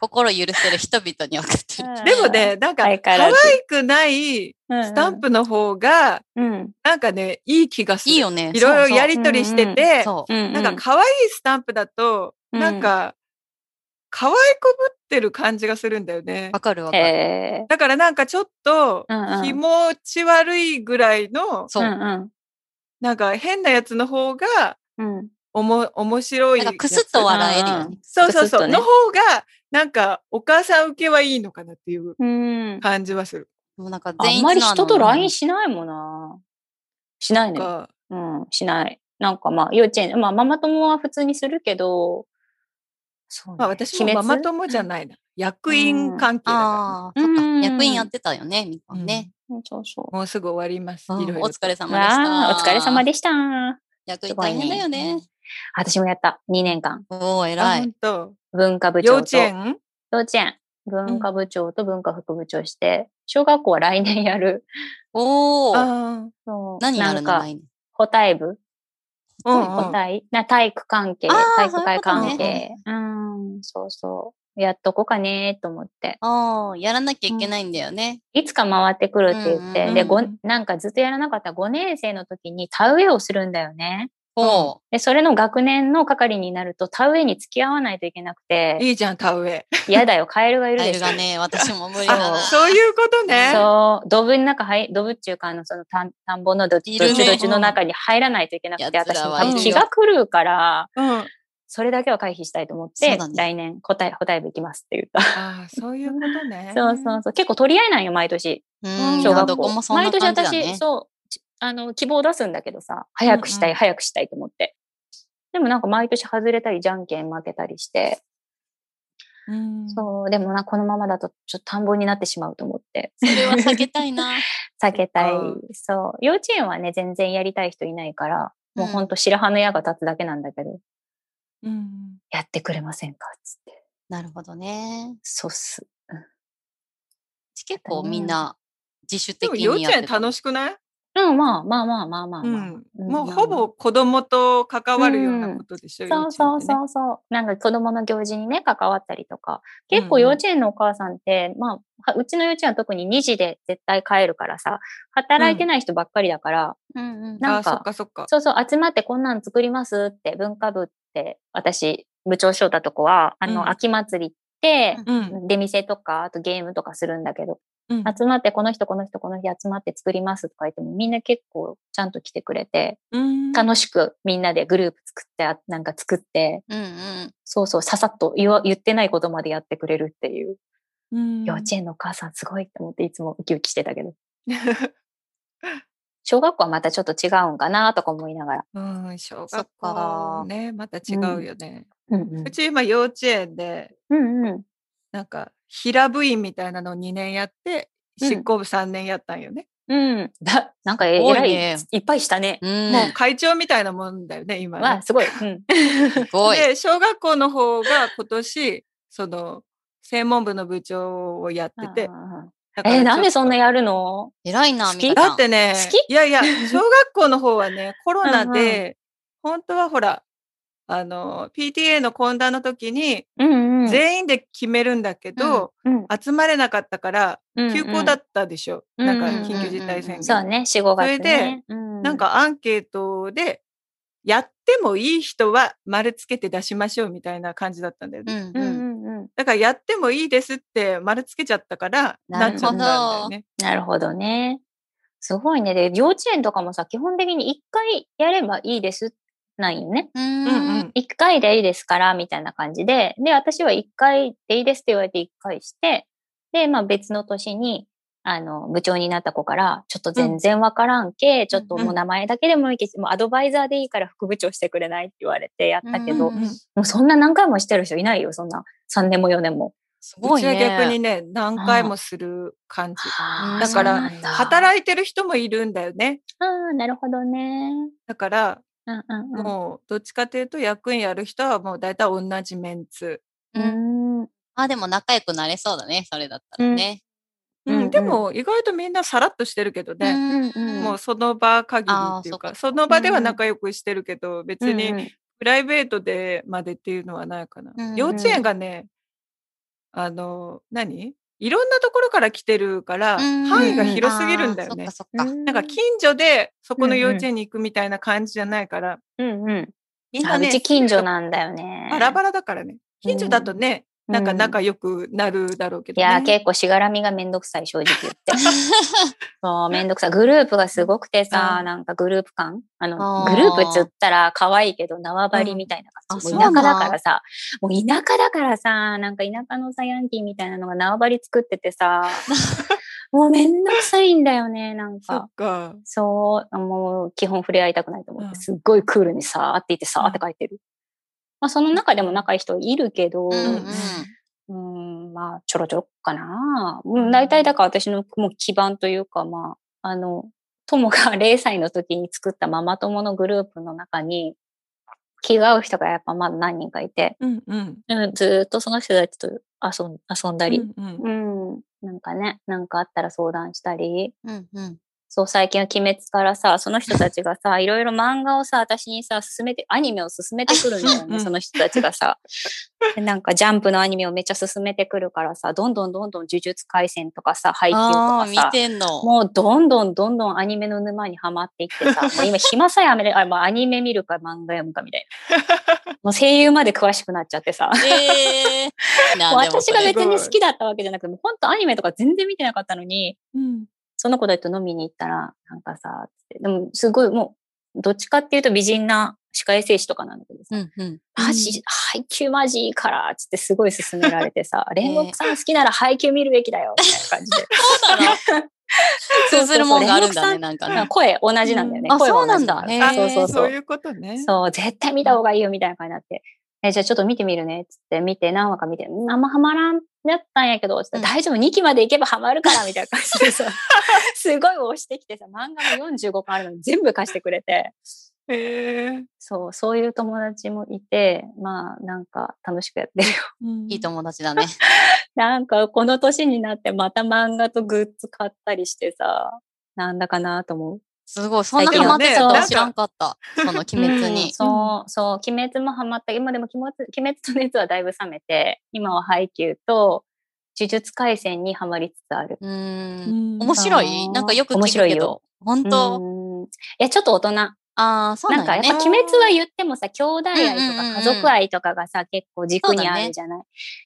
A: 心許せる人々に送ってる。
C: でも、ね、なんか、
B: 相
C: 可
B: 変わ
C: 愛
B: らず
C: くないス
B: ス
C: タン。プの方が、
B: うん。
C: なんかね、いい気がする。
A: いいよね。
C: いろいろや
A: り
C: りとりして
B: そう
C: て、
A: そう。
B: うん。
C: なんか可愛いスタンプだと、
B: うん
C: なんか、可愛くぶってる感じがするんだよね
A: わ。かるわかる。
B: へー。
C: だからなんかちょっと
B: うんうん
C: 気持ち悪いぐらいの、
A: そうう。
B: ん
C: なんか変なやつの方が、
B: うん。うん。
C: おも、面白い
A: なん
C: や
A: か
C: つ。
A: クスッと笑える
B: うん
A: よ
B: う
A: ね
B: ん。
C: そうそう
B: クスッ
C: そう。
B: とね
C: の方が、なんかお母さん受けはいいのかなっていう
B: うん。
C: 感じはする。
A: もうなんか
B: あ
A: 全
B: ん
A: 員
B: まり
A: のあ
B: 人
A: の
B: と LINE しないもんな。しないね
C: なん。か
B: うん、しない。なんかまあ、幼稚園、まあ、ママ友は普通にするけど、そう、ね。
C: まあ私も
B: 鬼
C: マ
B: 滅
C: マ友じゃないな。役員関係だか
A: ああ、そっか
B: うん。
A: 役員やってたよね、みん
C: ら
A: なね。
B: うんそうそう。
C: もうすぐ終わります。
A: うん
C: いろいろ
A: お疲れ様でした。
B: わあ、お疲れ様でした。
A: 役員大変だよね。
B: 私もやった。2年間。
A: おお、
C: あ
A: 偉い
C: 本。当
B: 文化部長
C: 幼
B: と。
C: 稚園
B: 幼稚園。文化部長と文化副部長して、小学校は来年やる。
A: おお、
C: あ
B: そう
A: 何やるの
B: なん
A: な
B: か、
A: いの
B: 補体部。
C: あ。うん
B: 補体、な体育関係、
A: あー
B: 体育会
A: そういう
C: ことね
B: 関係。うん、そうそう。やっとこうかねーと思って。
A: ああ、やらなきゃいけないんだよね。
B: いつか回ってくるって言って、
A: うんうんうん
B: で、ご、なんかずっとやらなかった5年生の時に田植えをするんだよね。
A: ほ。
B: で、それの学年の係になると、田植えに付き合わないといけなくて、
C: いいじゃん、田植え。
B: 嫌だよ、カエルがいうる
A: カエル
B: でしょ
A: が。 ね、私も無理だ
C: あ
A: な。
C: そういうことね。
B: そう、ドブの中入、ドブっていうか、あの、その田ん田んぼのどっち
A: い
B: ど
A: る
B: っ
A: ね
B: ちどっちの中に入らないといけなくて、
A: やつ
B: 私
A: ら
B: も
A: は
B: 多
C: いる
B: 分
C: よ
B: 気が狂うから、
C: うん。あ
B: それだけは回避したいと思っ
A: そう
B: て
A: だね、
B: 来年答え、答え部行きますって言った。。
C: あ、そういうことね
B: そうそうそう。結構取り合いなんよ、毎年。
A: うん、
B: 小学
A: どこ
B: 校
A: も。そんな
B: 毎年
A: 感じだ
B: 私、
A: ね。
B: そう、ちあの、希望出すんだけどさ、早くした
C: うん
B: い、早くしたいと思って。でもなんか毎年外れたり、じゃんけん負けたりして、
C: うん
B: そう、でもな、このままだとちょっと田んぼになってしまうと思って、
A: それは避けたいな。
B: 避けたい
C: そっか。
B: そう。幼稚園はね、全然やりたい人いないから、もうほんと白羽の矢が立つだけなんだけど、
C: うん。
B: やってくれませんかつって。
A: なるほどね。
B: そうっす。
A: 結構みんな自主
C: で
A: 的
C: も
A: に
C: 幼
A: やって
C: 稚園楽しくない
B: うん、まあまあまあまあまあ
C: う
B: まあ。
C: ん。
B: うん
C: もうほぼ子供と関わるようなことでしょ、幼
B: そうそう
C: 稚園ってね
B: そうそう。なんか子供の行事にね、関わったりとか。結
C: う
B: 構
C: んうん
B: 幼稚園のお母さんって、まあは、うちの幼稚園は特に2時で絶対帰るからさ、働いてない人ばっかりだから、
A: うんうん。
B: な
C: あ
B: ん
C: そ
B: か
C: っかそっか。
B: そうそう、集まってこんなん作りますって、文化部って、私、部長翔太とこは、あ
C: うん
B: の、秋祭りって、
C: うん。
B: 出店とか、あとゲームとかするんだけど、
C: うん
B: 集まってこの人、この人、この日集まって作りますとか言っても、みんな結構ちゃんと来てくれて、
C: うん
B: 楽しくみんなでグループ作って、あなんか作って、
A: うんうん。
B: そうそう、ささっと言わ言ってないことまでやってくれるっていう、
C: うん
B: 幼稚園のお母さんすごいって思っていつもウキウキしてたけど、
C: う
B: 小学校はまたちょっと違うんかなとか思いながら。
C: ん、小
A: そっ
C: 学
A: か
C: 校ね、また違うよね。
B: うん
C: うち今幼稚園で、
B: うん。うんうん。
C: なんか平部員みたいなのを2年やって、
B: うん
C: 執行部3年やったんよね。
B: うん。だ、なんかえ
A: すごい
B: らい、
A: ね
B: いっぱいしたね。
A: うん。
C: もう会長みたいなもんだよね、今
B: わ
C: ね
B: あ、。すごい。うん。
A: すごい。
C: で、小学校の方が今年、その、専門部の部長をやってて。だから
B: えーなんでそんな
C: ちょっ
B: やるの
A: 偉いな、
B: 好
A: み
B: き
A: たい
C: と
A: な。
C: だってね
B: 好き、
C: いやい や、小学校の方はね、コロナで、本当はほら、あの、PTA の懇談の時に、
B: うんうん。
C: 全員で決めるんだけど、
B: うん
C: 集まれなかったから
B: うんうん
C: 休校だったでしょ、
B: うんうん
C: なんか緊急事態宣言、
B: そうね、4、5月、ね。
C: それで、
B: うん、
C: なん、かアンケートでやってもいい人は丸つけて出しましょうみたいな感じだったんだよ
A: う
C: ね、
A: ん
B: う
A: うん。
B: うんんうん。
C: だからやってもいいですって丸つけちゃったからな
B: な
C: っ
B: る
C: ちゃった
B: ほ
C: ん
B: ど
C: だよね
B: なるほどね。すごいね。で、幼稚園とかもさ、基本的に1回やればいいです、なんよね。
A: う
C: う
A: ん
C: ん
A: う
C: う
A: ん。
C: ん
B: 1回でいいですから、みたいな感じで。で、私は1回でいいですって言われて1回して、で、まあ別の年に、あの、部長になった子から、ちょっと全然わからんけ、ちょっともう名前だけでもいいけど、もうアドバイザーでいいから副部長してくれないって言われてやったけど、
A: うん
C: うん
B: もうそんな何回もしてる人いないよ、そんな。3年も4年も。
A: す
C: う
A: ごい
C: ちは
A: ね。
C: 逆にね何回もする感じ
A: ー
C: だから
B: い
C: 働いてる人もいるんだよね
B: あーなるほどね。
C: だから
B: うんうんうん。
C: もうどっちかというと役員やる人はもう大体同じメンツ、
B: うーん
A: まあでも仲良くなれそうだね、それだったらね。
C: うん
B: うんうん
C: でも意外とみんなさらっとしてるけどね、
B: んうん
C: もうその場限り
A: あー
C: っていうか
A: そっか
C: その場では仲良くしてるけど、別に
B: うんうん
C: プライベートでまでっていうのはないかな、
A: うんうん
C: 幼稚園がねあの何いろんなところから来てるから
A: うん
C: 範囲が広すぎるんだよね、
A: あーそっかそっか。
C: なんか近所でそこの幼
B: うん
C: 稚園に行くみたいな感じじゃないから、
B: うんうん。
C: みん
B: あ
C: なね
B: うち近所なんだよね。
C: バラバラだからね近所だとね、なんか仲良くなるだろうけ
B: い
C: ど、ね
B: やー、結構しがらみがめんどくさい、正直 言って。そう、めんどくさい。グループがすごくてさ、
C: うん
B: なんかグループ感あ
A: あ
B: の、
A: ー
B: グループっつったら可愛いけど縄張りみたいな感じ。
A: うん
B: もう
A: あ
B: 田
A: そ
B: 舎
A: うな
B: だ
A: ん
B: からさ、もう田舎だからさ、なんか田舎のさ、ヤンキーみたいなのが縄張り作っててさ、もうめんどくさいんだよね、なん
C: そ
B: か
C: っ。か
B: そう、もう基本触れ合いたくないと思っ
C: うん
B: て、すっごいクールにさーって言ってさーって
C: う
B: 書いてる。まあその中でも仲いい人いるけ
A: う
B: ど、
A: んうん。
B: うーん、まあ、ちょろちょろかな。うん、大体だから私のもう基盤というか、まあ、あの、友が 0歳の時に作ったママ友のグループの中に、気が合う人がやっぱまだ何人かいて、
C: うんうん
B: うん、ずーっとその人たちと遊ん遊んだり、
C: うんうん
B: うん、なんかね、なんかあったら相談したり、
A: うんうん。
B: そう、最近は鬼滅からさ、その人たちが さ、いろいろ漫画をさ、私にさ、勧めて、アニメを勧めてくるんだよ
C: う
B: ね、
C: ん
B: その人たちが さ。でなんか、ジャンプのアニメをめっちゃ勧めてくるからさ、どんどんどんどん呪術廻戦とかさ、配給と
A: ああ
B: か
A: ー、見
B: さ、
A: てんの。
B: もうどんどんどんどんアニメの沼にはまっていって さ、もう今暇さえあめれあまあアニメ見るか漫画読むかみたいな。もう声優まで詳しくなっちゃって さ。
A: ええー。
B: もう私が
C: め
B: 別に好きだったわけじゃなくて、もう本当アニメとか全然見てなかったのに、その子だと飲みに行ったら、なんかさ、つってでもすごいもう、どっちかっていうと美人な歯科衛生士とかなんだけどさ、
A: うんうん。
B: マジ、配給マジいいから、つってすごい勧められ てさ、煉獄さん好きなら配給見るべきだよ、みたいな感じで。
A: そう なの
B: そうそ
A: 通
B: うそう
A: ずるもんがあるんだね、
B: 煉獄
A: なんか
B: さんなん
A: ね
B: か。声同じなんだよ
A: う
B: ね。
A: んあ
B: 声は
A: そうなんだ
B: 同じから
A: へ
B: そう
A: ー
B: そう
C: そ
B: そうう。
C: いうことね。
B: そう、絶対見た方がいいよみたいな感じになって。え、じゃあちょっと見てみるね、つって見て、何話か見て、うんあんまハマらんだったんやけど、つって
A: うん
B: 大丈夫、2期まで行けばハマるから、みたいな感じ でさ、すごい押してきてさ、漫画も45巻あるのに全部貸してくれて、
C: へー
B: そう、そういう友達もいて、まあ、なんか楽しくやってるよ。
C: うん
A: いい友達だね。
B: なんかこの年になってまた漫画とグッズ買ったりしてさ、なんだかなと思う。
A: すごい。そんなハマってたとは知らんかった。その鬼滅
B: うん
A: に。
B: そう、そう、鬼滅もハマった。今でも鬼滅鬼滅の熱はだいぶ冷めて、今は配給と呪術廻戦にハマりつつある。
A: うー。
C: うんん
A: 面白い
B: あー
A: なんかよく
B: 面
A: 聞
B: 白
A: く
B: い
A: け
B: よ
A: ど。本当
B: うんいや、ちょっと大人。な
A: ああ、そうなん
B: ん
A: よ
B: か、やっ
A: ね
B: ぱ。鬼滅は言ってもさ、兄弟愛と
A: うんうんうんうん
B: か家族愛とかがさ、結構軸にあるじゃない、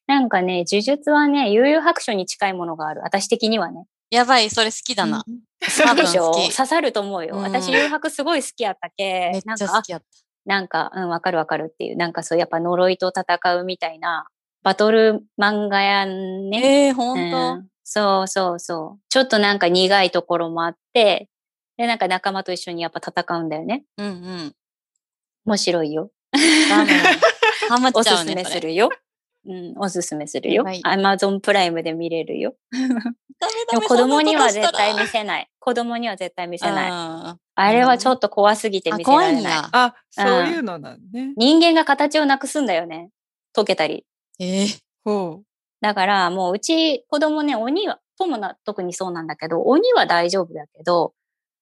B: なんかね、呪術はね、悠々白書に近いものがある。私的にはね。
A: やばい、それ好きだな。。
C: うん
A: 多
B: 好
A: 分
B: きでしょ
A: 好
B: 刺
A: き。
B: さると思うよ。
A: うん
B: 私、誘白すごい好きやったけ。
A: めっ
B: なん
A: ちゃ
B: か、
A: 好きやった。
B: なんか、うん、わかるわかるっていう、なんかそう、やっぱ呪いと戦うみたいな、バトル漫画やんね。
A: ええー、ほん
B: う
A: と
B: んそうそうそう。ちょっとなんか苦いところもあって、で、なんか仲間と一緒にやっぱ戦うんだよね。
A: うんうん。
B: 面白いよ。
A: ダメ。ハマっ
B: お
A: ち
B: す
A: ゃう
B: す
A: ね、
B: め
A: そ
B: す
A: れ。
B: るよ。うん、おすすめするよ
A: はい。
B: アマゾンプライムで見れるよ。
A: ダメ
B: で
A: ダ
B: も
A: メ。
B: 子供には絶対
A: 見
B: 見せない。子供には絶対見せない。あ
A: あ
B: れはちょっと怖すぎて見せら
A: 怖
B: れ
A: い
B: ない。
A: んや。
C: あ、そういうのなんね。
B: 人間が形をなくすんだよね。溶けたり。
A: ええ。
C: ほ
B: だからもううち子供ね、鬼は、ともな、特にそうなんだけど、鬼は大丈夫だけど、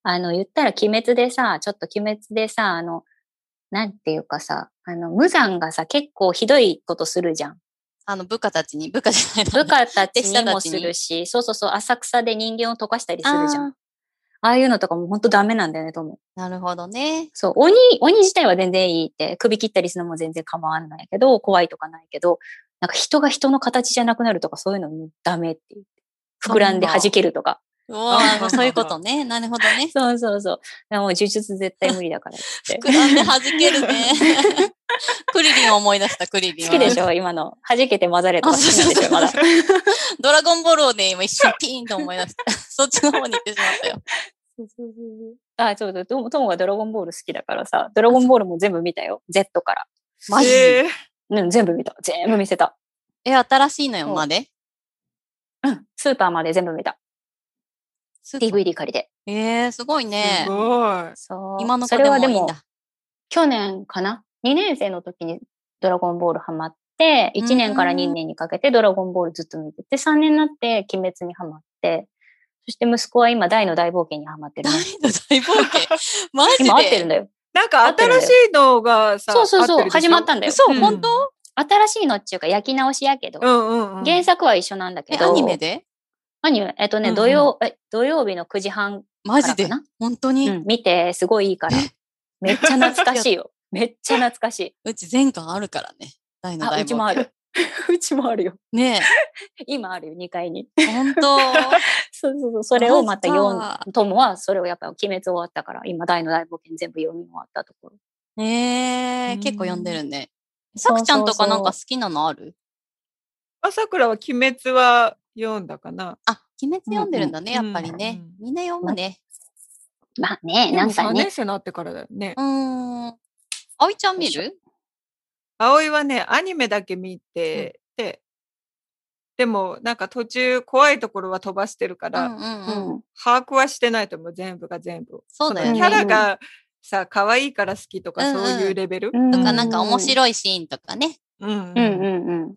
B: あの、言ったら鬼滅でさ、ちょっと鬼滅でさ、あの、なんていうかさ、あの、無惨がさ、結構ひどいことするじゃん。
A: あの、部下たちに、部下じゃないな
B: 部下たち
A: 手下
B: に
A: たちに
B: もするし、そうそうそう、浅草で人間を溶かしたりするじゃん。
A: あ
B: ああいうのとかも本当ダメなんだよね、とも。
A: ーなるほどね。
B: そう、鬼、鬼自体は全然いいって、首切ったりするのも全然構わないけど、怖いとかないけど、なんか人が人の形じゃなくなるとかそういうのもダメっていう。膨らんで弾けるとか。
A: うわーそういうことね。なるほどね。
B: そうそうそう。もう呪術絶対無理だからっつ って。
A: 膨らんで弾ける ね。クリリンを思い出した、クリリン
B: 好
A: は。
B: きでしょ今の。弾けて混ざれとか好きなんでしょまだ。
A: ドラゴンボールをね、今一瞬ピーンと思い出 した。そっちの方に行ってしまったよ。
B: あ、そうそう。トモトモがドラゴンボール好きだからさ、ドラゴンボールも全部見たよ。Z から。
C: う。
A: マジ
C: へ
A: え、
C: ー
B: うん、全部見た。全部見せた。
A: 新しいのよ、
B: そう
A: まで。
B: うん。スーパーまで全部見た。DVD 借りて。
A: えー、すごいね
C: す。ごい。
B: そう。
A: 今の子
B: そ
A: で
B: れ
A: も
B: はい
A: い
B: で
A: いん
B: も
A: だ。
B: 去年かな ?2 年生の時にドラゴンボールハマって、1年から2年にかけてドラゴンボールずっと見てて、3年になって鬼滅にハマって、そして息子は今大の大冒険にハマってる
A: 大
B: ね。
A: の大冒険。マジで。
B: 今合ってるんだよ。
C: なんか新しいのがさ、
B: そうそう
C: 合
B: そ
C: って
B: う、
C: るでし
B: 始
C: ょ
B: まったんだよ。
A: 嘘、
C: うん
A: 本当
B: 新しいのっていうか焼き直しやけど、
C: うんうんうん。
B: 原作は一緒なんだけ
A: え、
B: ど、
A: アニメで
B: アニメえっとね、
C: うんうん
B: 土曜、え、土曜日の9時半
A: マ
B: から
A: ジで
B: かな。
A: 本当
B: う、
A: に、うん
B: 見て、すごいいいから。 めっちゃ懐かしいよ。めっちゃ懐かしい。
A: ち全巻あるからね。大の大冒
B: あ、
A: 険。
B: うちも ある。うちもあるよ。
A: ね
B: 今あるよ、2階に。
A: え、本 当
B: そうそうそう、それをまた読
A: マジ
B: ん、友はそれをやっぱり鬼滅終わったから、今大の大冒険全部読み終わったところ。
A: え
C: う
A: ー、
C: ん
A: 結構読んでるね。さ
B: そう
A: くちゃんと
B: そうそ
A: か
B: う
A: なんか好きなのある
C: あさくらは鬼滅は読んだかな。
A: あ、鬼滅読んでるんだね、
C: うんうん
A: やっぱりね。
C: うん
A: みんな読むね。
B: まあね、なんか
C: 3
B: ね
C: 年。生になってからだよね
A: う。ーん。葵ちゃん見
B: よい
A: る
C: 葵はね、アニメだけ見てて、でもなんか途中怖いところは飛ばしてるか
A: う
C: ら、
A: んうん
B: う
A: うん。
B: ん。
C: 把握はしてないと思う、全部が全部。
A: そうだよね
C: のキャラがさ、可愛いから好きとか、
A: うんうん
C: そういうレベル、
B: うん
A: と
B: と
A: か、なんか面白いシーンとかね。
C: うん
B: うんうんうん。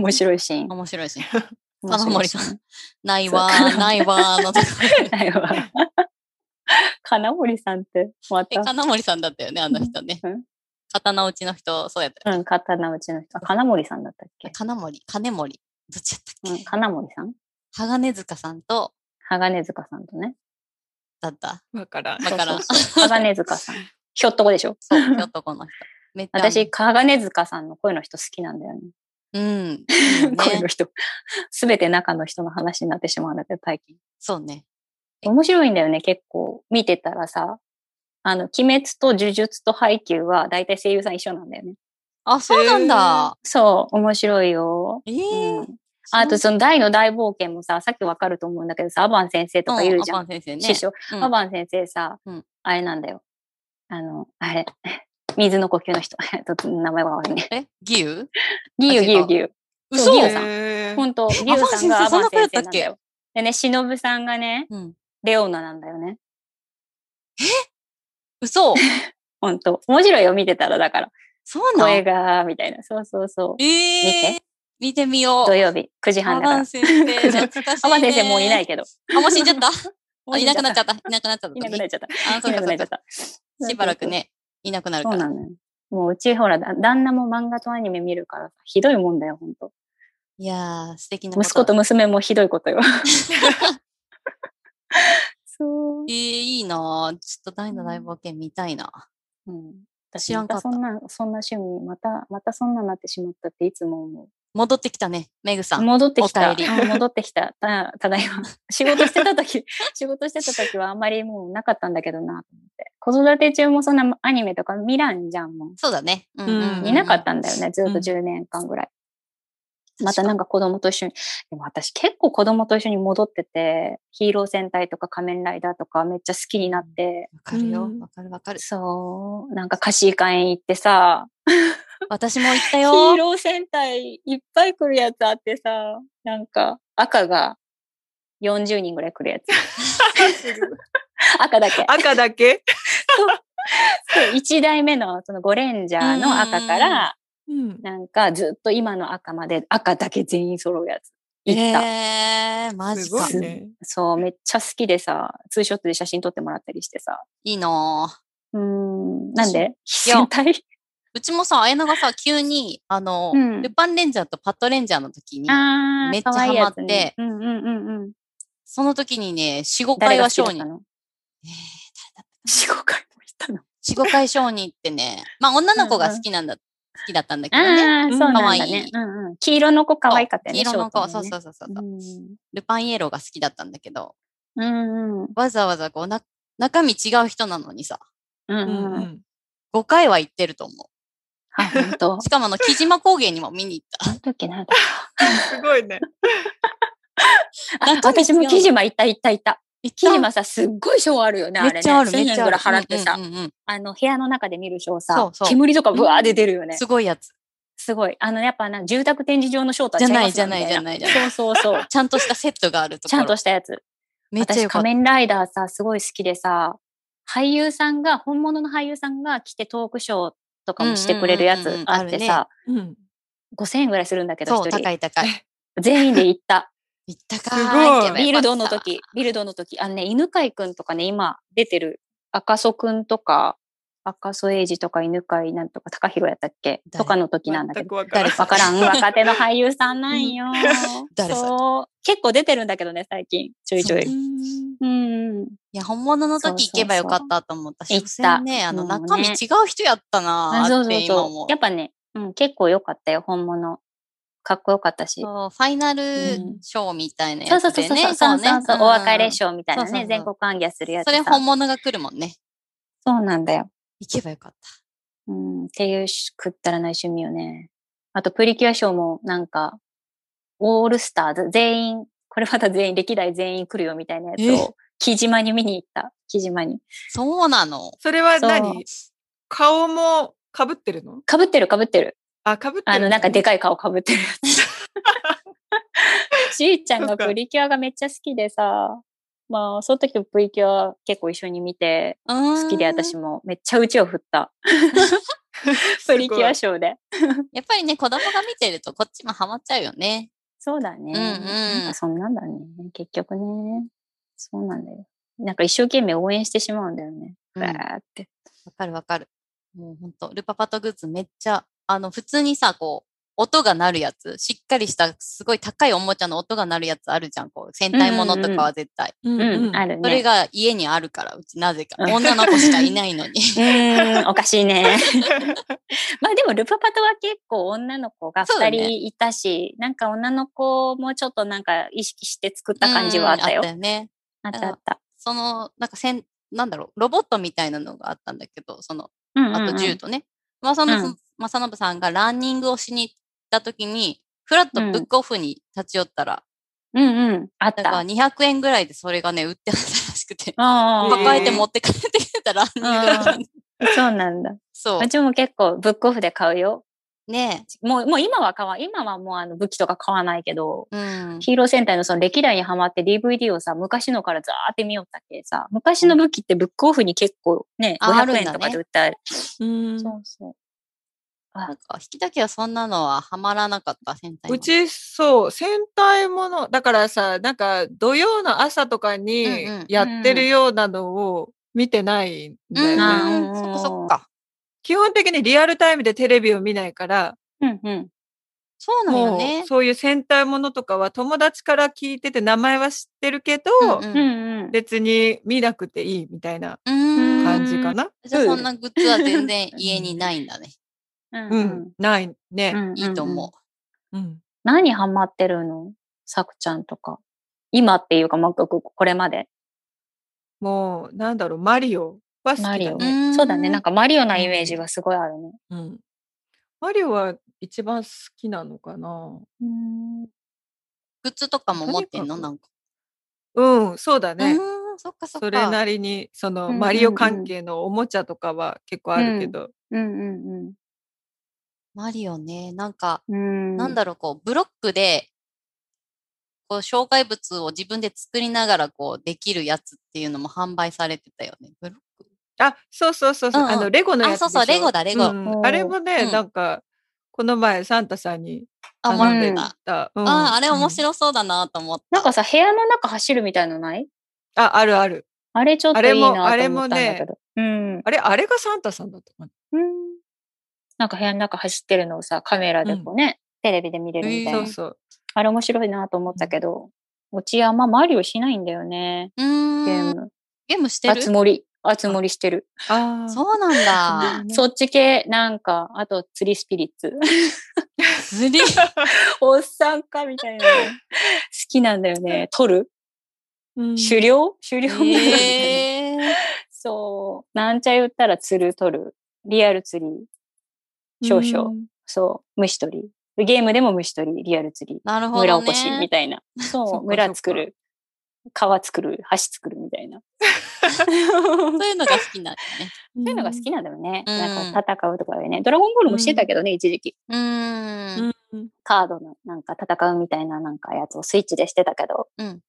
B: 面白いシーン。
A: 面白いシ ーン。
B: 面白い
A: 金
B: シーン
A: 森さんないわー、
B: そう
A: ないわーのとこ
B: ないわ金森さんって、ま
A: え
B: た。
A: 金森さんだったよね、あの人ね
B: うん。
A: 刀打ちの人、そうやったよ。
B: うん、刀打ちの人。あ金森さんだったっけ、
A: 金森、金森。どっちやった
B: う
A: っ
B: ん、
A: け
B: 金森さん
A: 鋼塚さんと、
B: 鋼塚さんとね。
A: だった。
C: わからん。
A: わからん。
B: そうそうそう鋼塚さん。ひょっとこでしょ
A: そう、 京都この人。めっちゃ。
B: 私、、鋼塚さんの声の人好きなんだよね。
A: うん。
B: 声
A: ね
B: の、人。すべて中の人の話になってしまうんだけど、最近。
A: そうね。
B: 面白いんだよね、結構。見てたらさ、あの、鬼滅と呪術と配給は、だいたい声優さん一緒なんだよね。
A: あ、そうなんだ。
B: そう、面白いよ。
A: えー
B: うん。あと、その大の大冒険もさ、さっきわかると思うんだけどさ、アバン先生とか言うじゃ。
A: うんアパン先生ね。
B: 師匠。
A: うん
B: アバン先生さ
A: うん、
B: あれなんだよ。あの、あれ。水の呼吸の人。 えっと名前はわかんない。
A: え義勇
B: ギュ
A: あ違
B: ウ
A: う
B: ギュウギュウ。
A: 嘘
B: 義勇さん
C: へ ー
B: ほんと、ギュウさんがアバン先生なんだよ。でね、しのぶさんがね、
A: うん。
B: レオナなんだよね。
A: 嘘
B: ほんと。面白いよ、見てたら、だから。
A: そうな
B: 声
A: の
B: が、みたいな。そうそうそう。
A: えー見てみよう
B: 土。曜日、9時半
A: ア
B: だか
A: バ
B: ら
A: ン。先生、 懐かしい、ね。
B: アバン先生もういない。けど。
A: あ、もう死んじゃ ったあいなくなっち
B: ゃっ
A: ゃった。いなくなっちゃった。
B: いなくなっちゃった。
A: あ、そう
B: い
A: か
B: なくな
A: そ
B: っ
A: う
B: ちゃっ
A: か。
B: た。
A: しばらくね、いなくなる
B: そ
A: か
B: うな
A: ら。
B: のよ。もううちほら、だ旦那も漫画とアニメ見るから、ひどいもんだよ、ほんと。
A: いやー、素敵なこと。
B: 息 子と。娘もひどいことよ。 そう
A: えー、いいなーちょっと大の大冒険見たいな。
B: うん。
A: 知
B: 私
A: ら
B: ま
A: んか
B: た
A: った
B: そんな、そんな趣味、また、またそんななってしまったっていつも思う。
A: 戻ってきたね、メグさん。
B: 戻ってきた。
A: お便り
B: うん戻ってきた。たただいま。仕事してた時、仕事してた時はあんまりもうなかったんだけどなと思って。子育て中もそんなアニメとか見らんじゃんもう。
A: そうだね。うんうんうん
C: うん
B: いなかったんだよね、ずっ
A: うん
B: と10年間ぐらい。またなんか子供と一緒に、でも私結構子供と一緒に戻ってて、ヒーロー戦隊とか仮面ライダーとかめっちゃ好きになって、
A: わかるよ
C: う。ん
A: わかるわかる。
B: そう、なんか貸し館へ行ってさ、
A: 私も行った
B: ヒ
A: よ。
B: ーロー戦隊いっぱい来るやつあってさ、なんか赤が40人ぐらい 来るやつ。赤だけ。
C: 赤だけ
B: 1代目のそのゴレンジャーの赤から、
C: うん。
B: なんかずっと今の赤まで赤だけ全員揃うやつ。行った。
A: えー、マジ
C: すご
A: か
C: い。ね。
B: そう、めっちゃ好きでさ、ツーショットで写真撮ってもらったりしてさ。
A: いいなー
B: うーん、なんで
A: いや
B: 戦隊
A: うちもさ、綾菜がさ、急に、あの、
B: うん
A: ルパンレンジャーとパッドレンジャーの時に、
B: あー
A: めっちゃ
B: 可愛いや
A: ハ
B: つ
A: マって
B: ねうんうんうんうん。
A: その時にね、4、5
B: 誰
A: 回
B: が
A: は
B: 好きだっ
A: 商
B: た
A: 人。
B: の
A: えー
B: 四五回もいたの。
A: 四五回商人ってね、まあ女の子が好きなんだ、好きだったんだけどね。
B: ああー、そうなんだね。
A: う
B: うんうん黄色の子可愛かったよね。
A: 黄色の子、そう
B: う
A: そうそうそう、
B: ん。
A: ルパンイエローが好きだったんだけど、
B: うんうん。
A: わざわざこうな、中身違う人なのにさ、
B: う
C: うん
B: ん
C: う
B: うん。
C: ん
A: 5回は行ってると思
B: あ、本当
A: う。。しかもあの、木島高原にも見に行っ
B: あの時なんだ。
C: すごいね。
A: 中身違う
B: あ 私も木島いたいたいた。木
A: た。
B: 島さ、すっごい賞あるよね、あれね。
A: めっちゃある、めっ
B: 1000円
A: ちゃ
B: ぐらい
A: ある。
B: 払ってさ
A: うん、うんうん
B: あの、部屋の中で見る
A: そ
B: 賞さ
A: う、そう
B: 煙とかブワーで出るよ
A: う
B: ね
A: ん。すごいやつ。
B: すごい。あの、やっぱな、住宅展示場のショートは違ます
A: じゃないじゃない
B: みたなそう そうそう。
A: ちゃんとしたセットがあるところ。
B: ちゃんとしたやつ。
A: めっちゃ
B: 私、
A: よかった。
B: 仮面ライダーさ、すごい好きでさ、俳優さんが、本物の俳優さんが来てトークショーとかもしてくれるや
A: うんうんうん
B: つ
A: うん
B: あって
A: あ
B: さ、
C: うん。
B: 5000円ぐらいするんだけど、
A: そう、
B: 一
A: 高
B: 人。
A: い高い。
B: 全員で行 った。
A: 行ったか
C: すごい
A: 行けばよかった
B: ビルドの。時、ビルドの時、あのね、犬飼くんとかね、今出てる赤楚くんとか、赤楚衛二とか犬飼なんとか、高弘やったっけ
A: 誰
B: とかの時なんだけど
C: 全くわからん。
B: わか らん、若手の俳優さんなんよ。
A: 誰それ
B: そう。結構出てるんだけどね、最近。ちょいちょ
A: そ
B: い。うん。
A: いや、本物の時行けばよかったと思ったし、
B: そうそうそう
A: 所詮ね、あの、
B: 行ったも
A: 中
B: うね
A: 身違う人やったな
B: あ
A: ー
B: そう
A: っ
B: そ
A: て
B: う
A: 今思
B: そうう。。やっぱね、うん、結構良かったよ、本物。かっこよかったし。
A: そうファイナル
B: うん
A: ショーみたいな
B: そう
A: や
B: そう
A: つ
B: そ
A: で
B: うそう
A: ね。
B: そうそう
A: ね
B: そう、お別れ
A: ョー
B: ショーみたいな
A: そうそうそ
B: ね、
A: う
B: 全国歓迎するや
A: そ
B: つさ。
A: れ本物が来るもんね。
B: そうなんだよ。
A: 行けばよかっ
B: うん、っていうしくったらない趣味よね。あと、プリキュアショーもなんか、オールスターズ、全員、これまた全員、歴代全員来るよみたいなやつ
A: え
B: を、木島に見に行った。木島に。
A: た。そうなの。
C: それは
B: そう
C: 何顔もかぶってるの
B: かぶってるかぶってる。
C: あ、かぶってる。
B: あの、なんかで かい顔かぶってるやつ。しーちゃん
C: そ
B: が
C: っか
B: プリキュアがめっちゃ好きでさ、まあ、その時プリキュア結構一緒に見て、好
A: 好
B: きで私もめっちゃうちを振った。プリキュアショーで。
A: やっぱりね、子供が見てるとこっちもハマっちゃうよね。
B: そうだね。
A: うんうん
B: なんかそんなんだね。結局ね。そうなんだよ。なんか一生懸命応援してしまうんだよね。
A: うん
B: わーって。
A: わかるわかる。もうほんと、ルパパトグッズめっちゃ、あの、普通にさ、こう、音が鳴るやつ、しっかりした、すごい高いおもちゃの音が鳴るやつあるじゃん、こう、戦隊ものとかは絶対。
C: うん
B: うん、あるね。
A: それが家にあるから、うちなぜか。女の子しかいないのに。
B: うーん、おかしい ね。まあでも、ルパパとは結構女の子が
A: そうだ
B: 2
A: ね
B: 人いたし、なんか女の子もちょっとなんか意識して作った感じはあったよ
A: うん。あったよね。
B: あったあった。
A: その、なんかせん、なんだろう、ロボットみたいなのがあったんだけど、その、
B: うんうんうん
A: あと銃とね。まさのぶ
B: うん
A: まさのぶさんがランニングをしに行った時に、フラッとブックオフに立ち寄ったら、
B: うんうん。あっ
A: だから
B: た。
A: 200円ぐらいでそれがね、売ってあったらしくて。
B: あー
A: 抱えて持って帰ってきてたら、
B: うんそうなんだ。
A: そう
B: う。ちも結構ブックオフで買うよ。
A: ね
B: もう、もう今は買わん。今はもうあの武器とか買わないけど、
A: え。うん。
B: ヒーロー戦隊のその歴代にハマって DVD をさ、昔のからザーって見よったけさ、昔の武器ってブックオフに結構ね、
A: ああるんだ
B: 500円
A: ね
B: とかで売ってある。
C: うん
B: そうそう。
A: なんか、引きだけはそんなのはハマらなかった、戦隊も
C: う、ちそう戦隊ものだからさなんか土曜の朝とかに
A: うんうん
C: やってるようなのを見てないんだよね、
A: うん、
B: あ
A: う、
B: うんん
A: そこそっか。
C: 基本的にリアルタイムでテレビを見ないから
B: うんうん。
A: そうなんよ
C: も
A: ね
C: う。そういう戦隊ものとかは友達から聞いてて名前は知ってるけど、
A: うん
B: う
A: うん
B: んうん。
C: 別に見なくていいみたいな
A: うーん
C: 感じかな。
A: じゃあそんなグッズは全然家にないんだね。
B: うん
C: う、
B: うんん
C: ないね。
B: うん
A: いいと思
C: うん
B: 何ハマってるのさくちゃんとか。今っていうか、まあ、ここれまで。
C: もうなんだろうマリオは好きだ
B: マリオ
C: ね。
A: う。ん
B: そうだね。なんかマリオなイメージがすごいあるね。
C: うんマリオは一番好きなのかな。
B: うん。
A: グッズとかも持ってんの
C: とにかく
A: なんか。
C: うん、そうだね。
A: うーん、そっかそっか。
C: それなりにそ
B: うん
C: の
B: うんうん
C: マリオ関係のおもちゃとかは結構あるけど、
B: うんうん
A: マリオね。なんか、
B: うん。うん。
A: なんだろう、こう、ブロックで、こう、障害物を自分で作りながら、こう、できるやつっていうのも販売されてたよね。ブロック
C: あ、そうそうそうそう、
A: うんうん
C: あのレゴのやつでしょ。
A: あそうそうレゴだレゴ
C: うんあれもね、
A: うん
C: なんかこの前サンタさんに
A: あ、
B: 頼
A: もら
B: ん
A: って
C: 頼んで
A: た。
C: た。うん
A: ああ、あれ面
C: うん
A: 白そうだなと思った。
B: なんかさ、部屋の中走るみたいのない
C: あ、あるある。
B: あれちょっと
C: あ
B: い
C: れ
B: いなと
C: も
B: 思ったんだけど。うん。
C: あれ、あれがサンタさんだったかな。
B: うん。なんか部屋の中走ってるのをさ、カメラでこうね、テレビで見れるみたいな。
A: えー
C: そうそう。
B: あれ面白いなと思ったけど、うちはあんまマリオしないんだよね。
A: う
B: ゲ
A: ー
B: ー
A: ん。
B: ム。
A: ゲームして
B: あつ
A: る
B: 森。あつ森してる。
C: ああ。
A: そうなん だ。
C: ね
B: そっち系、なんか、あと釣りスピリッツ。
A: 釣 り。
B: おっさんかみた いな。好きなんだよね。取る
C: うん
B: 狩猟狩猟みたいな。
A: えー、
B: そう。なんちゃ言ったら釣る取る。リアル釣り。少々
C: うん
B: そう。虫取り。ゲームでも虫取り、リアル釣り。
A: なるほど、ね。
B: 村おこしみたいな。
C: そ
B: そ
C: っ
B: う。
C: かそっ
B: 村
C: か
B: 作る。川作る。橋作るみたいな。
A: そういうのが好きなんだね。
B: そういうのが好きなんだよね。
A: うん
B: なんか戦うとかでね。ドラゴンボールもしてたけどね、一時期。
A: うーん。
C: うん
B: カードのなんか戦うみたいななんかやつをスイッチでしてたけど。
A: うん。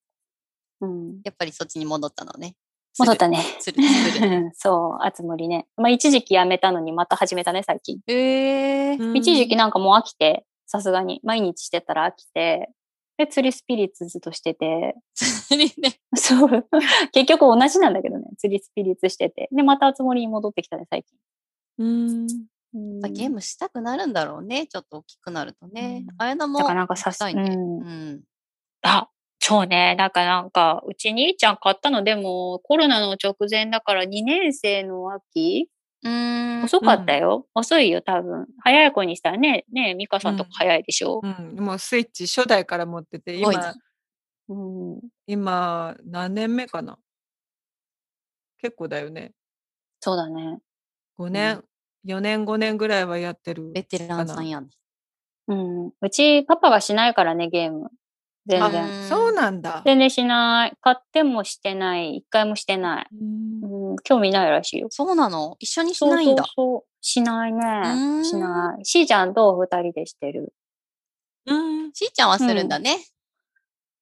B: うん。
A: やっぱりそっちに戻ったのね。
B: 戻ったね。
A: 釣る。釣る。 釣る
B: そう、あつ森ね。まあ一時期やめたのにまた始めたね、最近。
A: え ー。
C: うん
B: 一時期なんかもう飽きて、さすがに。毎日してたら飽きて。で、釣りスピリッツずっとしてて。
A: 釣りね。
B: そう。結局同じなんだけどね。釣りスピリッツしてて。で、またあつ森に戻ってきたね、最近。
C: うん
B: うん
A: ゲームしたくなるんだろうね。ちょっと大きくなるとね
C: う。ん
A: あやなも。
B: だからなんかさ
A: し、たいね。
B: うん
A: う。ん。
B: あ、そうね。だからなんか、うち兄ちゃん買ったのでも、コロナの直前だから2年生の秋
A: うーん。
B: 遅かったよ。遅いよ、多分。早い子にしたらね、ねえ、ミカさんとか
C: うん
B: 早いでしょ
C: う。ん、もうスイッチ初代から持ってて
A: すごい
C: 今
A: な
B: うん。
C: 今何年目かな結構だよね
B: そうだね。
C: 5年、4年5年ぐらいはやってる
A: ベテランさんやね。
B: うん。うち、パパがしないからね、ゲーム。全
C: あ
B: 然。
C: そうなんだ、
B: 全然しない。買ってもしてない。一回もしてない。
C: うん
B: うん、興味ないらしいよ。
A: そうなの一緒にしないんだ。
B: そうそうそう。しない
A: ーん
B: ね。しない。しーちゃんと二人でしてる。
C: うん
A: しーちゃんはするんだね。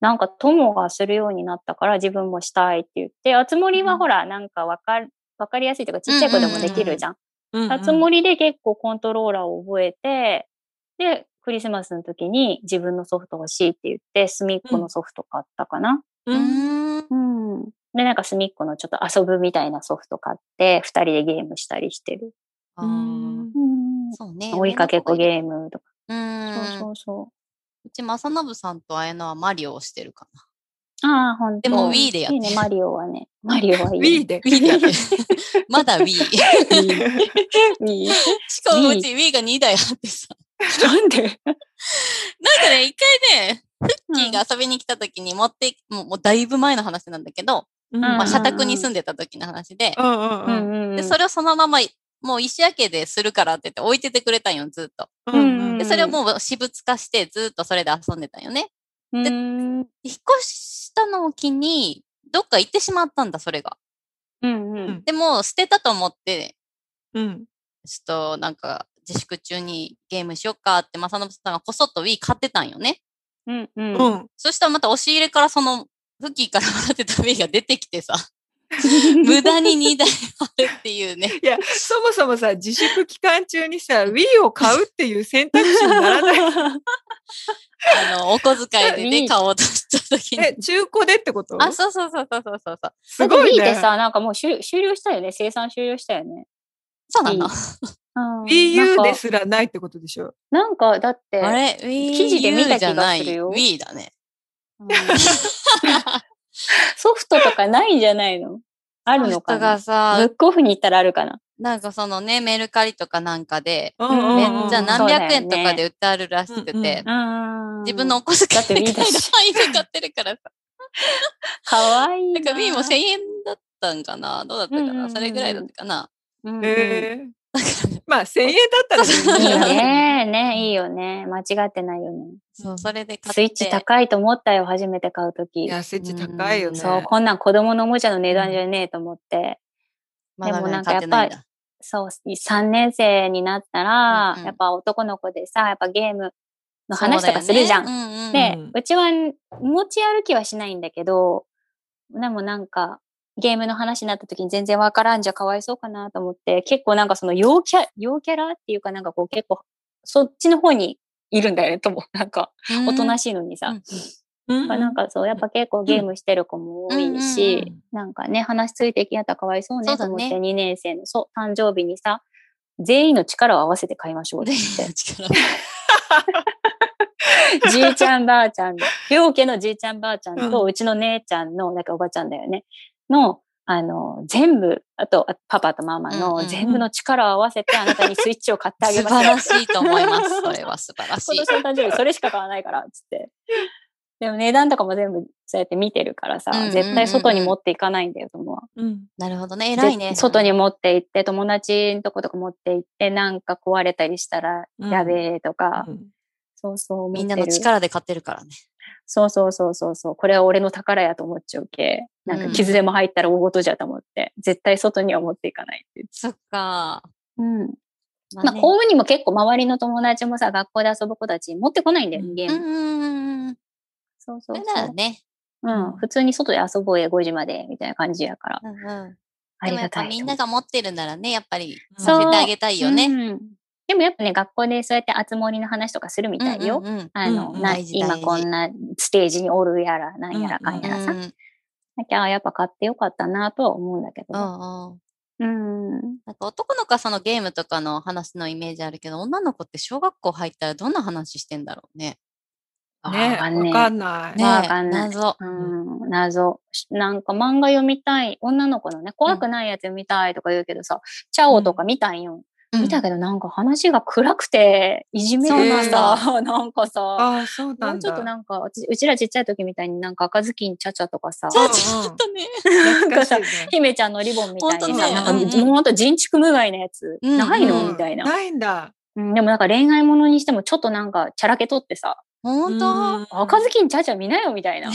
B: なんか友がするようになったから自分もしたいって言って、あつ森
C: う
B: は
C: ん
B: ほら、なんかわかる、わかりやすいというか、ちっちゃい子でもできるじゃん。
C: うんうん
B: あつ森で結構コントローラーを覚えて、で、クリスマスの時に自分のソフト欲しいって言って、隅っこのソフト買ったかな。
A: う
C: うん
A: ーん。
B: うん。で、なんか隅っこのちょっと遊ぶみたいなソフト買って、二人でゲームしたりしてる。
A: あーそうね。
B: 追いかけっこ
A: ー
B: ゲームとか。
A: ム
B: そう
A: う
B: そ
A: ん。
B: うそう
A: ち、正信さんと綾菜はマリオをしてるかな。
B: う。ああ、ほん
A: で
B: と。
A: も Wii でやって
B: いいね、マリオはね。マリオはいい。
C: Wii で。
A: Wii でやってる まだ Wii。
B: Wii
A: しかもうち Wii が2台あってさ。
B: なんで
A: なんかね、一回ね、
B: う
A: キーが遊びに来た時に持って、もうもうだいぶ前の話なんだけど、
C: うん
A: ま
B: う
A: あ、
B: ん
A: 社宅に住んでた時の話で、
C: うんうんうんん
B: うんうん
A: で、それをそのまま、もう石焼けでするからって言って置いててくれたんよ、ずっと。
C: うんうん
B: うん
A: で、それをもう私物化して、ずっとそれで遊んでたんよね。
B: うーん
A: 引っ越したのを機に、どっか行ってしまったんだ、それが。
B: うんうんん。
A: でも、捨てたと思って、
C: うん
A: ちょっとなんか、自粛中にゲームしよっかって、正信さんがこそっと Wii 買ってたんよね。
B: うんう。
C: うんん
A: そしたらまた押し入れからその、フッキーからもらってた Wii が出てき てさ、無駄に2台あるっていうね。
C: いやそもそもさ自粛期間中にさ Wii を買うっていう選択肢にな らない
A: あの、お小遣いでね、
B: Wii
A: 買おうとした時に。
C: え中古でってこと
A: あ、そうそうそうそうそうそうそう。
C: すごい
B: だって Wii
C: ね
B: でさ、なんかもう終終了したよね。生産終了したよね。
A: そうなの。
B: うんなん
C: EU
B: か
C: ですらないってことでしょ
B: なんか、だって、
A: あれ ?Wii
B: 記事で見た気がするよ
A: U じゃない Wii だね。
B: うん ソフトとかないんじゃないのあるのか
A: 人が
B: なブ
A: さ
B: ッ、クオフに行ったらあるかな
A: なんかそのね、メルカリとかなんかで、
C: め
B: うん
A: めっ
B: うん
A: ちゃ何百円と
B: そう
A: か
B: だよね
A: で売ってあるらしく
C: うんうん
A: て、
B: うん
A: 自分のお小遣いで
B: だって Wii だ
A: 買い
B: し
A: 買ってるからさ。
B: かわいい
A: な
B: な。
A: んか Wii も1000円だったんかなどうだったか
B: うんうんうんう
A: なんそれぐらいだったかな
B: うんうん
C: えーまあ1000円だったら
B: いいよ
C: 全然
B: ね。ね、いいよね。間違ってないよね。
A: そう、それで買って。
B: スイッチ高いと思ったよ、初めて買うと
C: い
B: き。
C: や設置高いよね
B: そう、こんなん子供のおもちゃの値段じゃねえと思って。
A: まだ
B: でもなんか
A: 買ってないんだ。
B: そう、3年生になったら、
A: うんうん
B: やっぱ男の子でさ、やっぱゲームの話とかするじゃん。
A: ん
B: で、
C: う
B: うんちは持ち歩きはしないんだけど、でもなんか、ゲームの話になった時に全然わからんじゃかわいそうかなと思って、結構なんかその陽キャ、陽キャラっていうかなんかこう結構、そっちの方にいるんだよね、とも。なんか、おとな
A: し
B: しいのにさ。
A: うん
C: うん
B: まあなんかそう、やっぱ結構ゲームしてる子も多い
A: うんうん
B: し、なんかね、話ついていけなかったらかわいそう
A: そう
B: ねと
A: だね
B: 思って、2年生の、そう、誕生日にさ、全員の力を合わせて買いましょう って
A: で、
B: 言っ
A: 力
B: て、じいちゃんばあちゃんの、両家のじいちゃんばあちゃんと、
C: う
B: うちの姉ちゃんの、なんかおばちゃんだよね、の、あの、全部、あと、あパパとママ
A: うんうんう
B: の
A: ん
B: 全部の力を合わせて、あなたにスイッチを買ってあげ
A: 素晴
B: ます。
A: らしいと思います。それは素晴らし
B: 今
A: い
B: 年。の誕生日それしか買わないから、つって。でも値段とかも全部そうやって見てるからさ
A: うんうんうんう、ん
B: 絶対外に持っていかないんだよ、友は。
C: うん
A: なるほどね。偉いね。
B: で外に持って行って、友達のとことか持って行って、なんか壊れたりしたら、
C: うん
B: やべえとか、
C: うん
B: そうそう思って
A: み
B: る
A: んなの。力で買ってるからね。
B: そうそうそうそうそう、これは俺の宝やと思っちゃうけ。なん
A: う
B: か
A: ん
B: 傷でも入ったら大事じゃと思って、絶対外には持っていかないっていう。
A: そっか。
B: うん。
A: ま
B: まあ、
A: ね
B: 公務にも結構周りの友達もさ、学校で遊ぶ子たち持ってこないんだよね、ゲー
A: う
B: ム。
A: んうんうんうん。
B: そう
A: そ
B: そ
A: うれ
B: そう
A: ならね。
B: うん。普通に外で遊ぼうや、5時まで、みたいな感じやから。
A: うんうん
B: あ
A: で
B: り
A: もや
B: が
A: ったぱ
B: い。
A: みんなが持ってるならね、やっぱり
C: うん
A: させてあげたいよね。
B: うんでもやっぱね、学校でそうやって熱盛の話とかするみたいよ。
A: うんうんうん
B: あの、
C: うんうん
B: な
A: 大事
B: 今
A: 大事
B: こんなステージにおるやら、なんやらかんやらさ。
A: うんうん
B: だけど、あやっぱ買ってよかったなとは思うんだけ
A: う
B: ど。
A: んうん
B: うん。
A: なんか男の子はそのゲームとかの話のイメージあるけど、女の子って小学校入ったらどんな話してんだろうね。
C: ね
B: わかんねえ
C: わかんない
A: ね
B: わかんない
A: 謎。
B: うん、謎。しなんか漫画読みたい、女の子のね、怖くないやつ読みたいとか言うけどさ、チャオとか見たんよ。
A: うん
B: 見たけどなんか話が暗くて、いじめるのさ、 なんかさ、
C: ああそう
B: も
C: な
B: うんちょっと
C: だ
B: なんか、私うちらちっちゃい時みたいになんか赤ずきんちゃちゃとかさ、
A: じゃあ
C: ん
A: ちょっとね。
C: 懐かしいね
B: 姫ちゃんのリボンみたいに
C: ほんと
B: さ、
C: ね
B: なんか
A: うんうん
B: もうほんと人畜無害なやつ、
A: うん
B: ないの
A: うん
B: みたいな。
C: ないんだ
B: うん、でもなんか恋愛ものにしてもちょっとなんかチャラけとってさ、
A: 本当
C: うん
B: 赤ずきんちゃちゃ見なよみた いな。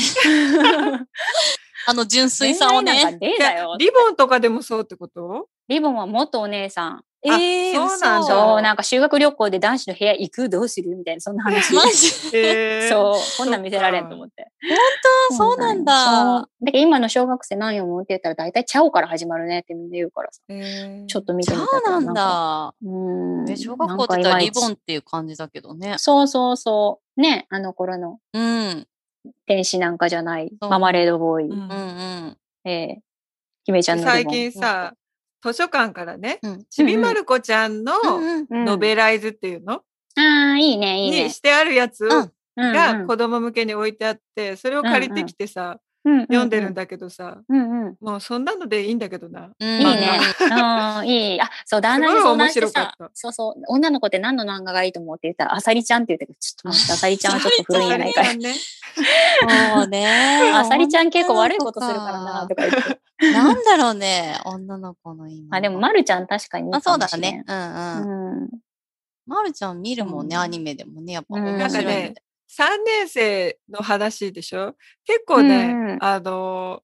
A: あの純粋さを
B: 恋愛な
A: ね。
B: んかねえ
C: いや
B: だ よ。
C: リボンとかでもそうってこと
B: リボンは元お姉さん。
C: あ
A: ええ
C: そうなんだ
A: 嘘
B: そう、なんか修学旅行で男子の部屋行くどうするみたいな、そんな話。
A: マジ
C: えー
B: そう、こんなん見せられんと思って。
A: あそうなんだ。
B: そう。だけど今の小学生何を持って言ったら大体チャオから始まるねってみんな言うからさ、
C: えー
B: ちょっと見て
A: じ
B: み
A: ゃ
B: たけ
A: あ
B: ど
A: なん。だ。
B: うん。
A: え小学校って
B: な
A: 言った
B: んか
A: ら
B: いま
A: リ
B: いち
A: ボンっていう感じだけどね。
B: そうそうそう。ね、あの頃の
A: うん。
B: 天使なんかじゃない、
A: そう
B: ママレードボーイ。
C: うん
A: うんうん。
B: えー、姫ちゃんのリ
C: 最
B: ボン
C: 近さ、図書館からね、
A: うん
C: ちびまる子ちゃんの
A: うん
B: うん
C: ノベライズっていうの、
B: ああ、いいね、いいね
C: に。してあるや
A: う
C: つ
A: ん
C: が子供向けに置いてあって、それを借りてきてさ、読んでるん
B: だ。
C: だけどさ、
B: うんうん。
C: もうそんなのでいいんだけどな。
A: うん
B: いいね。うん、いい。あ、そう、旦那に
C: すごい
B: 相談して
C: 面白か
B: さ
C: った、
B: そうそう、女の子って何の漫画がいいと思うって言ったら、あさりちゃんって言ってたけど、ちょっと待 って、あさりちゃんはちょっと古いんじゃないか
C: あ
B: い
C: さ。りちゃんね
A: そうね。
B: あさりちゃん結構悪いことするからな、とか言 って。
A: なんだろうね、女の子の今。
B: あ、でも、まるちゃん確かにいい
A: あ、
B: か
A: そう
B: も
A: だ
B: しれん
A: ね。。うん
B: う
A: うん。
B: ん。
A: まるちゃん見るもんね、
B: うん
A: アニメでもね。やっぱ
B: うん
A: 面白いみたい。
C: 3年生の話でしょ結構
B: う
C: ね、
B: んうん
C: あの、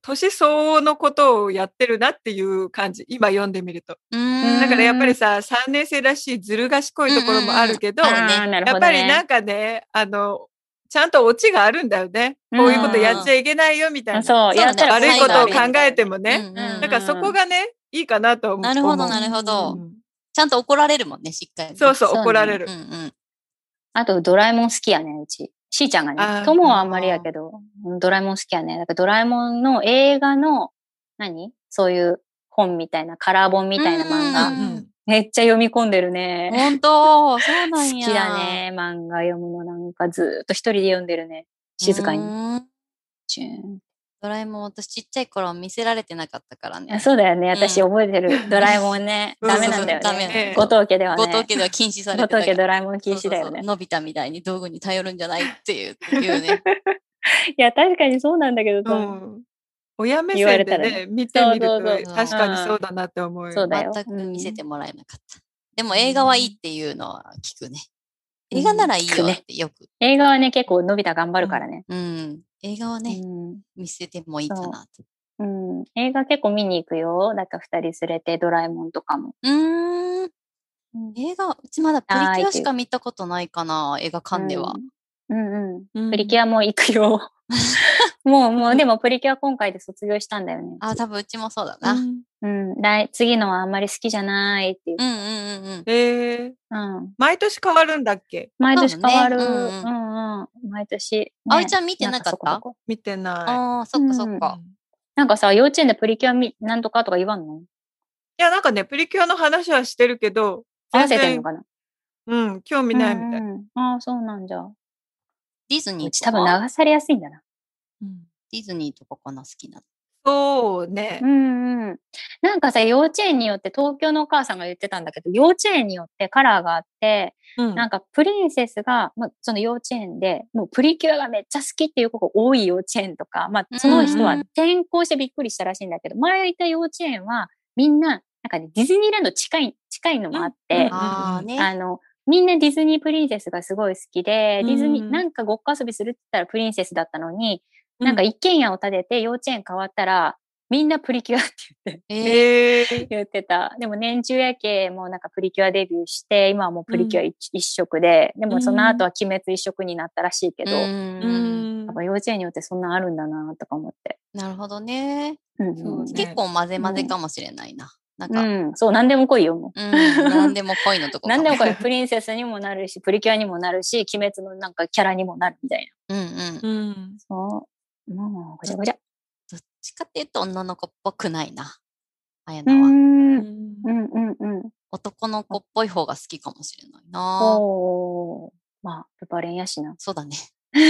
C: 年相応のことをやってるなっていう感じ、今読んでみると。
A: う
B: うん
A: ん。
C: だからやっぱりさ、3年生らしいずる賢いところもあるけど、
A: うんうんうん
B: あーなる
C: や
B: ほど
C: っぱ
B: ね
C: りなんかね、あの、ちゃんとオチがあるんだよね。こういうことやっちゃいけないよみたい
B: あ
C: な。
B: そう、
A: そうだ
B: やっ
A: ね
B: たら
C: 悪いことを考えて
B: も。
C: も
A: うん
C: ね。
A: うん
B: うん
C: だからそこがね、いいかなと思う。
A: なるほど、
C: 思う
A: なるほど。
C: うん
A: ちゃんと怒られるもんね、しっかりね。
C: そうそう、
B: そうね
C: 怒られる
A: う。んうん。
B: あと、ドラえもん好きやね、うち。しーちゃんが
C: あ
B: ね
C: ー。
B: 友はあんまりやけど、ドラえもん好きやね。だからドラえもんの映画の、何そういう本みたいな、カラー本みたいな漫
A: う
B: 画。
A: ん
B: めっちゃ読み込んでるね。
A: 本当そう
B: 好
A: なんや。
B: きだ。ね。漫画読むのなんかずーっと一人で読んでるね。静かに。
A: に。
B: チューン
A: ドラえもん、私ちっちゃい頃は見せられてなかったからね。
B: あそうだよね。
A: ん
B: 私覚えてる。ドラえもん ね。
C: うん
B: ダメなんだよ
A: そうそうそうダ
B: ね
C: メ。
B: ご当家ではね。
A: 後藤家では禁止されて
B: ご
A: た
B: 当
A: から
B: 家ドラえもん禁止だよ
A: そうそうそう
B: ね。
A: のび太みたいに道具に頼るんじゃないっていうっていう ね。
B: いや、確かにそうなんだけど
C: う
B: さ。
C: ん。親目
B: 言わ
C: 線
B: れた
C: で
B: らね、
C: ね見てみる
B: そ
C: と
B: うそうそう
C: 確かにそうだなって思うよ。
B: そうだよ
A: 全く
B: うん
A: 見せてもらえなかった。でも映画はいいっていうのは聞くね。映画ならいいよってよく。
B: 映画はね、結構のび太頑張るからね。
A: うん。映画はね、
B: うん
A: 見せてもいいかなと。
B: うん、映画結構見に行くよ。だから二人連れてドラえもんとかも。
A: うーん。映画、うちまだプリキュ
B: あーい
A: ア
B: いけど
A: しか見たことないかな、映画館では。
B: うん。うんうん。
C: うん
B: プリキュアも行くよ。 もうもう、でもプリキュア今回で卒業したんだよね。
A: あ、多分うちもそうだ
C: う
A: な。
C: ん
B: うん。来、次のはあんまり好きじゃないっていう
A: う。んうんうんうん。
C: えー
B: うん。
C: 毎年変わるんだっけ
B: 毎年変わる。
A: そううだね
B: ん
A: う
B: うん。毎年、ね。
A: 葵ちゃん見てなかった
B: んそこそこ
C: 見てな
A: ああ、そっかそっ
C: い。
A: か
C: う。ん
B: なんかさ、幼稚園でプリキュアみなんとかとか言わんの
C: いや、なんかね、プリキュアの話はしてるけど、
B: 合わ
C: 全
B: せてんの
C: 然、
B: かな
C: うん、興味ないみたい。
B: うんうんああ、そうなんじゃ。
A: ディズニー
B: うち
A: と
B: 多分
A: か。
B: 流されやすいんだな。
C: うん
A: ディズニーとかかな、好きなの。
C: そうね
B: う。んうん。なんかさ、幼稚園によって、東京のお母さんが言ってたんだけど、幼稚園によってカラーがあって、
C: うん
B: なんかプリンセスが、まあ、その幼稚園で、もうプリキュアがめっちゃ好きっていう子が多い幼稚園とか、まあ、その人
C: う
B: は
C: んうん
B: 転校してびっくりしたらしいんだけど、前いた幼稚園は、みんな、なんかね、ディズニーランド近い、近いのもあって、
A: ああ
B: あ
A: ね。
B: の、みんなディズニープリンセスがすごい好きで、ディズニ
C: う
B: ー、
C: ん
B: なんかごっこ遊びするって言ったらプリンセスだったのに、
C: うん
B: なんか一軒家を建てて幼稚園変わったら、みんなプリキュアって言って
A: えー
C: えー
B: 言ってた。でも年中やけ、もうなんかプリキュアデビューして、今はもうプリキュア一,、色で、でもその後は鬼滅一色になったらしいけ
A: う
B: ど、や
A: ー。
C: うんん
B: っぱ幼稚園によってそんなあるんだなとか思って。
A: なるほどね。
B: うんうん、
C: そうね
A: 結構混ぜ混ぜかもしれないな。なん
B: う
A: か、
B: ん、そう、なんでも来いよ、もう。
A: うん、なんでも恋のとこか
B: なんでも来
A: い。
B: い。プリンセスにもなるし、プリキュアにもなるし、鬼滅のなんかキャラにもなるみたいな。
A: うんうん。どっ
C: うん
B: そう。もう、ごちゃごちゃ。
A: ちかっていうと女の子っぽくないな。あや
B: う
A: なは。
B: ん。
C: う
B: うん
C: ん
B: うんうん。
A: 男の子っぽい方が好きかもしれないな。
B: おー。まあ、ルパレンや しな。
A: そうだね。ま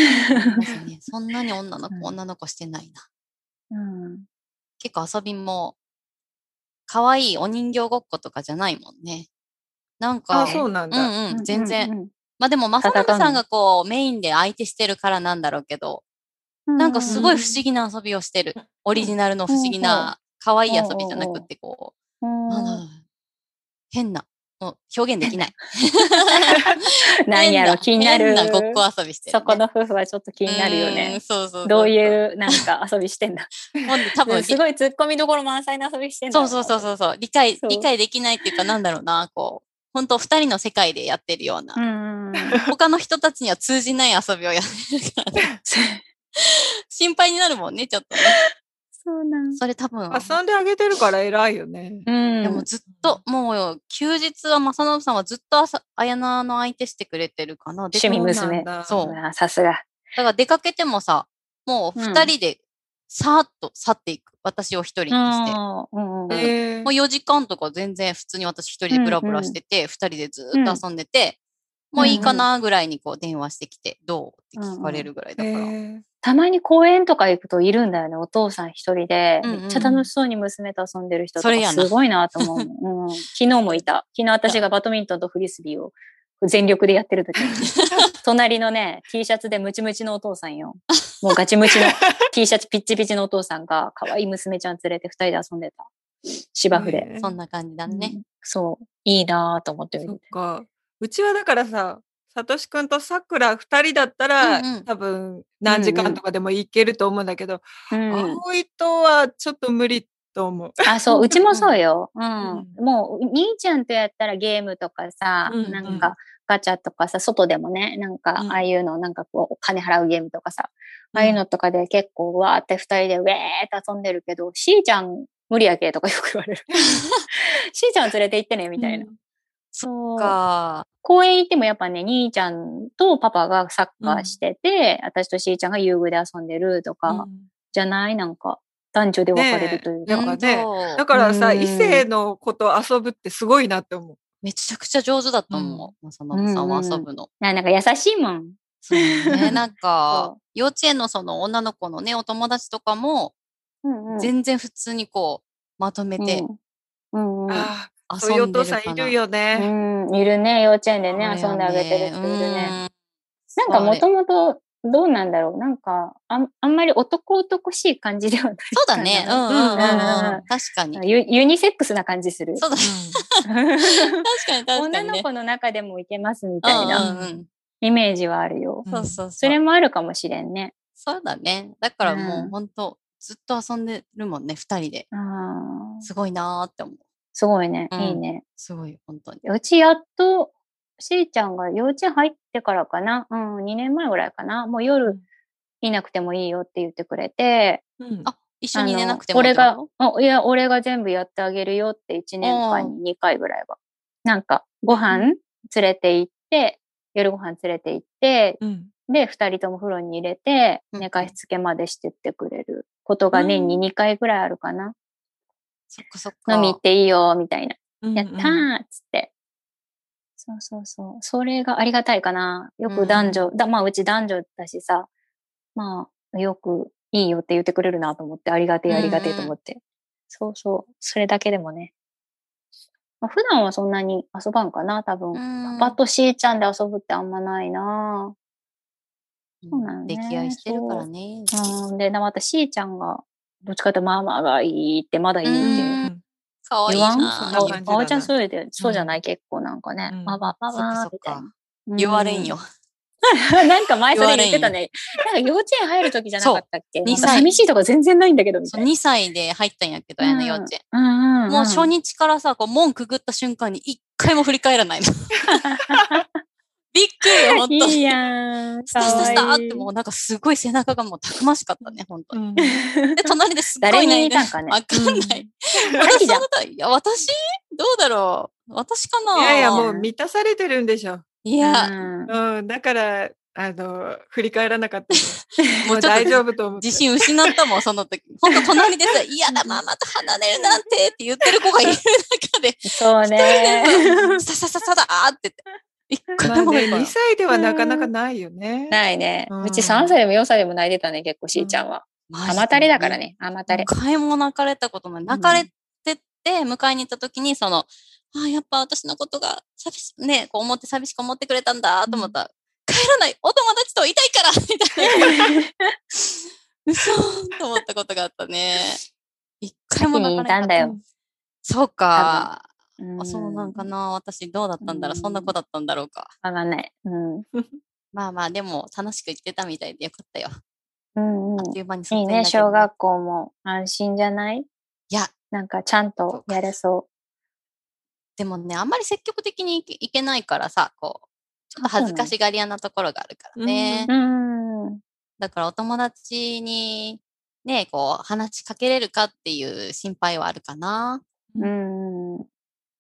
A: ず
B: う
A: ねそんなに女の子、
B: うん
A: 女の子してないな。
B: ん。
A: 結構遊びも、可愛いお人形ごっことかじゃないもんね。なんか、
C: あ、そうなん
A: う
C: だ。
A: んうん、全然。
B: う
A: まあでも、まさ
B: 戦うの
A: さんがこう、メインで相手してるからなんだろうけど、
B: うん。
A: なんかすごい不
B: 思
A: 思議な遊びをしてる。オリジナルの不思議な、可愛い遊びじゃなくって、こ
B: 議。
A: う、なんだろう変な、もう表現でき ない。
B: なんやろ、
A: 変
B: 気になる。
A: 変なごっこ遊びしてるね、
B: そこの夫婦はちょっと気
A: 気
B: になるよね。
A: そうそう
B: どう
A: う。
B: いう、なんか遊びして んだ。
A: ほんで多分、
B: すごい突っ込みどころ満載の遊びしてんだ
A: そ
B: ろ
A: う
B: な。
A: そうそう そうそう理解
B: そう
A: 理解できないっていうかなんだろうなこう本当二人の世界でやってるような、
B: うん うん。
A: 他の人たちには通じない遊びをやってるから心配になるもんねちょっとね
B: そうなん。
A: それ多分
C: 遊んであげてるから偉いよね。
B: うん。
A: でもずっともう休日は正信さんはずっと朝綾菜の相手してくれてるかなで
B: 趣味
C: そう
B: 娘
C: なんだ
A: そう
B: うわさすが。
A: だから出かけてもさもう二人でさーっと去っていく。私を一人にして。
B: あーうんうん
C: えー
A: もう4時間とか全然普通に私一人でブラブラしてて、二、人でずーっと遊んでて、
B: うん
A: もういいかなぐらいにこう電話してきて、どうって聞かれるぐらいだから。
C: えー
B: たまに公園とか行くといるんだよね、お父さん一人で、
A: うんうん
B: めっちゃ楽しそうに娘と遊んでる人と
A: それ
B: か
A: やな
B: すごいなと思うも ん、うん。昨日もいた。昨日私がバドミントンとフリスビーを全力でやってる 時に、隣のね、T シャツでムチムチのお父さんよ。もうガチム チの T シャツピッチピチのお父さんが、可愛い娘ちゃん連れて二人で遊んでた。芝生で。
C: えー
A: そんな感じだね。
B: うんそう。いいなぁと思って見て
C: そってか。うちはだからさ、さとしくんとさくら2人だったら、
A: うんうん
C: 多分何時間とかでも行けると思うんだけど、
B: うん
C: 葵とはちょっと無理と思う。
B: あ、そう、うちもそうよ。うん。
C: う
B: もう、兄ちゃんとやったらゲームとかさ、
C: うんうん
B: なんか、ガチャとかさ、外でもね、なんか、
C: うん
B: ああいうの、なんかこう、お金払うゲームとかさ、ああいうのとかで結構、わーって二人でウェーって遊んでるけど、しーちゃん無理やけとかよく言 われる。しーちゃん連れて行ってね、みたいな。
C: うん
B: そう
A: か、
B: 公園行ってもやっぱね、兄ちゃんとパパがサッカーしてて、私としーちゃんが遊具で遊んでるとか、
C: うん
B: じゃないなんか、男女で分かれるというか。
C: ねなんかね
A: 本当
C: だからさ、
B: うん
C: 異性の子と遊ぶってすごいなって思う。
A: めちゃくちゃ上手だと思う。まさのぶさんは遊ぶの。
B: ななんか優しいもん。
A: そう ね。なん
B: そ
A: か、幼稚園のその女の子のね、お友達とかも、
B: うんうん
A: 全然普通にこう、まとめて遊んでる
B: うんうんうん
C: ああ、
A: か
C: そう
A: な。
C: いうお父さんいる よね。
B: うん、いるね、幼稚園で
A: そう
B: ね
A: やね。、
B: 遊んであげてる人いるね。
A: ね。
B: なんかもともと、どうなんだろうなんかあん、あんまり男男しい感じではない。
A: そうだね。うんうんうん
B: うん
A: う
B: うん
A: ん。確かに。
B: ユユニセックスな感じする。
A: そうだね。確かに確か
B: 女
A: に
B: の
A: ね。
B: 子の中でもいけますみたい
C: 子
B: な
A: うんうんうん
B: イメージはあるよ。
A: そうそう
B: そ
A: そ
B: れ
A: う。
B: もあるかもしれんね。
A: そうだね。だからも
B: うん
A: う本当ずっと遊んでるもんね、二人で。
B: あー
A: すごいなーって思う。
B: すごいね、
A: うん
B: いいね。
A: すごい、本当に。
B: うちやっと、しーちゃんが幼稚園入ってからかな。うん、2年前ぐらいかな。もう夜いなくてもいいよって言ってくれて、
C: うん
A: あ一緒に寝なくて
B: あの
A: もいいっ
B: 俺
A: てこ
B: が
A: と。、
B: あいや、俺が全部やってあげるよって1年間に2回ぐらいは。なんか、ご飯連れて行って、夜ご飯連れて行って、
C: うん
B: で、2人とも風呂に入れて、
A: うん
B: 寝かしつけまでしてってくれることが年に2回ぐらいあるかな。
A: そっかそっか。
B: 飲み行っていいよ、みたいな。
C: うん
B: やった
C: う
B: ー
C: ん
B: っつって。そうそうそう。それがありがたいかな。よく男女、だまあうち男女だしさ、まあよくいいよって言ってくれるなと思って、ありがてえありがてえと思って。そうそう。それだけでもね。まあ、普段はそんなに遊ばんかな、多分。
A: うん
B: パパとしーちゃんで遊ぶってあんまないな。そうなのね
A: 溺愛してるからね。
B: うん、で、またしーちゃんが、どっちかというとママがいいって、まだいいっていう。
A: うん
C: うん
A: かわいい
B: 言わん
C: そ
A: な
C: う
A: ー。言
C: な感じだな
B: あおちゃんそうで、そうじゃない、結構なんかね。
C: うん
B: ママ、ママ
A: そっかそっか
B: みたいな
A: う言われんよ。。
B: うん なんか前それ言ってたね。なんか幼稚園入る時じゃなかったっけ
A: う
B: な
A: 二
B: んか
A: 歳
B: 寂しいとか全然ないんだけど、み
A: そ
B: た
A: う
B: いな。
A: 2歳で入ったんやけど、やね、幼稚園。
B: うんんん
A: もう初日からさ、こう門くぐった瞬間に一回も振り返らないの。びっくりよ、ほんと。
B: いい
A: ス
B: やん。
A: タ スタス
B: か
A: タ
B: わ
A: っ
B: いい
A: てもうなんかすごい背中がもうたくましかったね、ほんと
C: う
A: に。
C: ん
A: で、隣ですっご
B: 誰
A: い
B: に
A: 泣
B: い
A: いて
B: たんかね
A: わ。かんない。
B: 秋じゃん
A: 私だいや、私どうだろう私かないい
C: やいや、も
B: あ
C: う
B: ー
C: 満たされてるんでしょ。
A: いや、
B: うん
C: うん、だから、あの、振り返らなかった の。も
A: も
C: う
A: うちょっ
C: 大丈
A: と
C: 夫と思って。
A: 自信失ったもん、その時。ほんと隣でさ、嫌だ、ママと離れるなんてって言ってる子がいる中で、
B: そうね。
A: ささささだーって言って。一
C: まあ
A: 回も
C: ね、
A: 言わない
C: 2歳ではなかなかないよね。
B: ないね
C: うん。
B: うち3歳でも4歳でも泣いてたね、結構しーちゃんは。甘たれだから。ね、甘たれ。
A: 一回も泣かれたことない。泣かれてって、迎えに行った時に、その、ああ、やっぱ私のことが寂し、ね、こう思って寂しく思ってくれたんだと思ったら、帰らないお友達といたいからみたいな。嘘と思ったことがあったね。一回も泣かれなかった
B: いたんだよ。
A: そうか。あそううなんか
B: わ
A: な。私どうだったんだろう。
B: うん
A: そんな子だったんだろうか。
B: かんない。うん。
A: まあまあ、でも楽しく行ってたみたいでよかったよ。
B: うんうん
A: あっという間に卒
B: いい
A: 園だ
B: ね、
A: けど
B: 小学校も安心じゃない
A: いや、
B: なんかちゃんとやれそ
A: でもね、あんまり積極的にいけいけないからさ、こう、ちょっと恥ずかしがり屋なところがあるからね。
B: う。うん。
A: だからお友達に、ね、こう、話しかけれるかっていう心配はあるかな。
B: うん。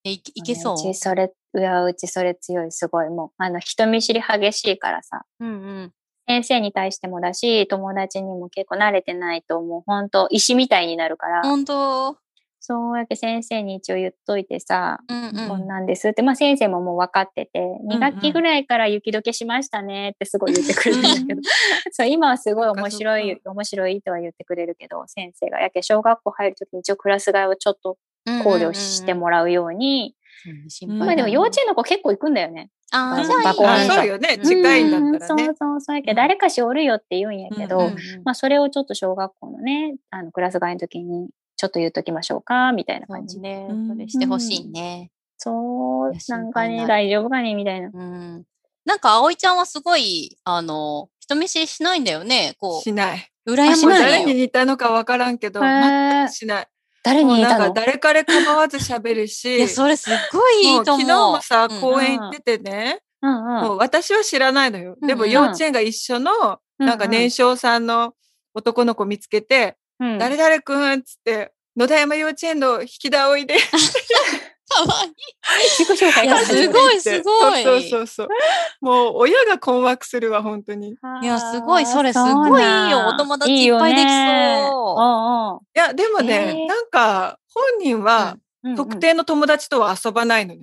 A: えいいけそう
B: うちそれ、うわ、うちそれ強い、すごい。もう、あの、人見知り激しいからさ、
A: うんうん。
B: 先生に対してもだし、友達にも結構慣れてないと、もう本当石みたいになるから、
A: 本当。
B: そうやって先生に一応言っといてさ、
A: うんうん。
B: こんなんですって、まあ先生ももう分かってて、2学期ぐらいから雪解けしましたねってすごい言ってくれるんだけど、 そう、今はすごい面白
C: そっ
B: い
C: か、
B: 面白いとは言ってくれるけど、先生が。やけ、小学校入るときに一応クラス替えをちょっと考慮してもらうように。
A: うんうんうん。
C: う
A: 心
C: ん
A: 配。
B: まあでも幼稚園の子結構行くんだよね。
A: あー
B: うん
A: じゃあいい
B: 学校
C: あ
B: に
C: そうよね
A: うん
C: 近いんだったら
B: う
C: ね
B: んそうそうそうやけ、
C: うん
B: 誰かしおるよって言うんやけど、
C: うんうん
B: まあそれをちょっと小学校のね、あのクラス替えの時にちょっと言っときましょうか、みたいな
A: そう
B: 感じ。
A: ね。
C: うん
A: それしてほしいね。
B: そう
A: いや、
B: なんか
A: 心配にな
B: ね、
A: る
B: 大丈夫かね、みたいな。
A: うん。なんか、葵ちゃんはすごい、あの、人見知りしないんだよね。こ
C: しない。
A: う、羨ましい
B: し
A: の
B: ない
A: よ。
C: 誰に似たのかわからんけど、
B: へ
C: 全
B: ー
C: くしない。
B: 誰
C: もう
B: にい
C: な
B: た
C: んか
B: の
C: 誰彼構わず喋るし
A: い、や、それすっごいい
C: も
A: いうと
C: 昨
A: 思う。
C: 日もさ、
A: うん
C: 公園行っててね、
B: うんうん。
C: もう私は知らないのよ。
A: うん
C: でも
A: うん
C: 幼稚園が一緒の、なんか年少さんの男の子見つけて、
B: うん、
C: 誰々くんっつって、野田山幼稚園の引きだおいで。
A: かわいい。
B: 自己紹介
A: いや
B: から
A: すごい
C: って言っ
A: す
C: て
A: ごい
C: そうそうそうそう。もう親が困惑するわ、本当に。い
A: いや、すごい、それすごいいいよ。お友達いっぱいできそう。
B: そ
C: や、でも
B: え
C: ね、
B: ー
C: なんか本人は
B: う
C: 特定の友達とは遊ばないのね。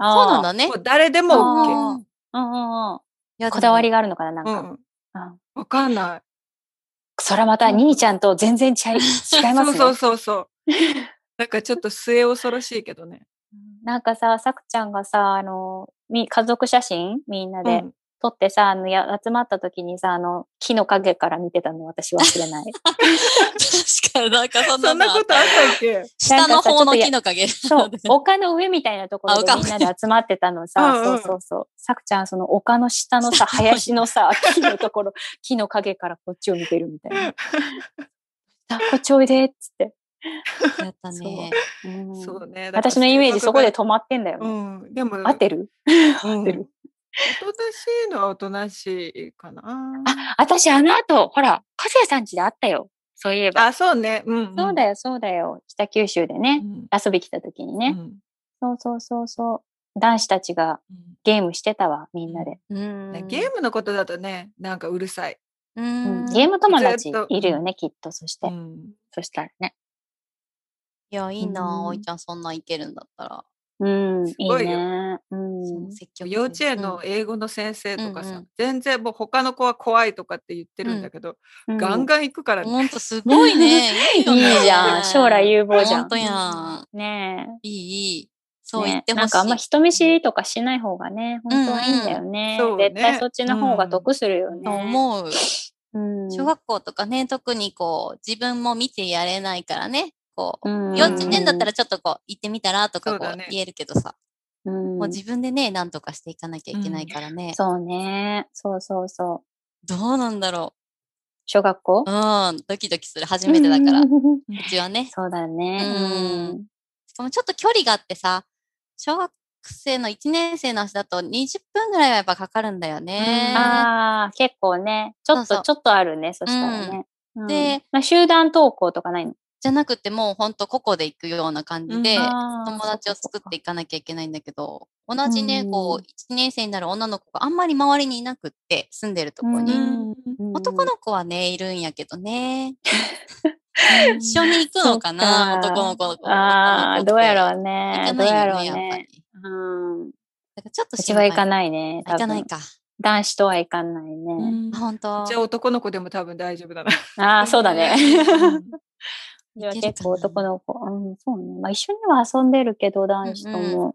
A: そうなんだね
C: も。う誰でも OK。
A: うん
B: うんうんうんうん。
A: いや
B: こだわ り
A: が。
B: があるのかな、なん
C: う
B: か。
C: ん。
B: うん
C: わかんない。
B: そらまた、兄ちゃんと全 然ちゃい違います
C: そう
B: ね。
C: そうそうそう。 なんかちょっと末恐ろしいけどね。
B: なんかさ、さくちゃんがさ、あの、み家族写真みんな
C: う
B: で
C: ん
B: 撮ってさ、あのや集まった時にさ、あの、木の影から見てたの私忘れない。
A: 確かになんかそんな
C: そんなことあったっけ
A: 下の方の木の影。
B: そう、 丘の上みたいなところで
A: あ丘
B: みんなで集まってたのさ、
C: うんうん
B: そうそうそう。さくちゃん、その丘の下のさ、林の さ、木のところ、木の影からこっちを見てるみたいな。あ、こっちおいで、っつって。
A: やったね。
B: うん
C: そうね。だから
B: 私のイメージそこで止まってんだよ
C: う
B: ね。
C: ん。でも、
B: 合ってる
C: うんお
B: て
C: と
B: る
C: なしいのはおとなしいかな。
B: あ、私あの後、ほら、かずやさん家で会ったよ。そういえば。
C: あ、そうね。うん。
B: そうだ
C: よ
B: よ、そうだよ。北九州でね、遊び来た時にね。そうそうそうそう。男子たちがゲームしてたわ、みんなで。
A: うん
C: ねゲームのことだとね、なんかうるさい。
A: う
B: うん
A: ん。
B: ゲーム友達
C: ずっと
B: いるよね、きっと。そして、
C: うん
B: そしたらね。
A: いや、いいな、
B: うん
A: 葵ちゃん、そんなんいけるんだったら。
B: うん、いい
C: ごいよ
B: ね。う
A: そ
B: ん
A: の。積極的に
C: 幼稚園の、英語の先生とか
A: うんう
C: さ
A: ん、
C: 全然もう他の子は怖いとかって言ってるんだけど、ガン
B: ガ
C: ガン行くから
A: うん
C: ね。
A: ほんとすごいね。いいよね
B: いいじゃん。将来有望じゃ
A: ほん
B: ん
A: と。やん。
B: ねえ。
A: いい、いい。そう
B: ね
A: 言ってほしい。
B: なんかあんま人見知りとかしない方がね、本当はいいんだよね。
C: うんうんそうね
B: 絶対そっちの方が得するよね。
A: と思う。
B: うん
A: 小学校とかね、特にこう、自分も見てやれないからね。こう、
B: うん
A: 幼稚園だったらちょっとこう、行ってみたらと
C: そ
A: か
C: う
A: こ
C: だ
A: う
C: ね
A: 言えるけどさ、
B: うん
A: もう自分でね、なんとかしていかなきゃいけないからね。
B: そうね。そうそうそう。
A: どうなんだろ
B: 小学校
A: う。うん、ドキドキする。初めてだから。う。ちはね。
B: そうだね。うん。
A: しかもちょっと距離があってさ、小学生の1年生の足だと20分ぐらいはやっぱかかるんだよね。
B: ああ、結構ね。ちょっ
A: そうそ
B: と、
A: う
B: ちょっとあるね。そしたらね。うん
A: で、
B: まあ集団登校とかないの
A: じゃなくてもうほんと個々で行くような感じで、
C: うん
B: あー
A: 友達を作っていかなきゃいけないんだけど、同じね、
B: うん
A: こう、1年生になる女の子があんまり周りにいなくって、住んでるとこ
B: う
A: に。
B: んうん
A: 男の子はね、いるんやけどね。一緒に行くのかな、
B: そっか
A: 男の子の子。
B: ああ、どうやろう
A: う
B: ね
A: 行か。
B: どうやろ
A: な
B: う
A: いよね、やっぱ
B: ね。
A: り。
B: うん。う
A: だからちょっと
B: ちは行か
A: ない。
B: ないね。
A: 行かないか。
B: 男子とは行かないね。
A: あ本当。
C: じゃあ男の子でも多分大丈夫だな。
B: ああ、そうだね。
C: うん
B: いや
A: いけるかな
B: 結構男の子。うん、そうね。まあ一緒には遊んでるけど、男子とも。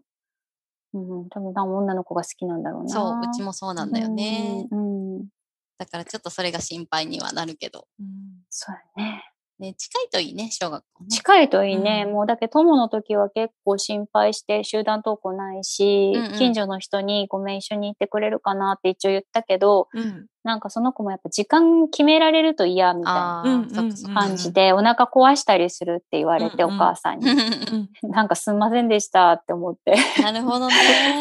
B: うん、多分多分女の子が好きなんだろうな。
A: そう、うちもそうなんだよね。
B: うん。うん
A: だからちょっとそれが心配にはなるけど。
B: そうだね。
A: ね、近いといいね、小学校ね。
B: 近いといいね。
C: うん
B: もうだけど友の時は結構心配して集団登校ないし、
A: うんうん
B: 近所の人にごめん一緒に行ってくれるかなって一応言ったけど、
C: うん
B: なんかその子もやっぱ時間決められると嫌みたいな
A: ああ、
C: うんうん
A: そっかそっか
B: 感じで、お腹壊したりするって言われて、
C: うんうん
B: お母さんに。
C: うん
B: なんかすんませんでしたって思って。
A: なるほどね。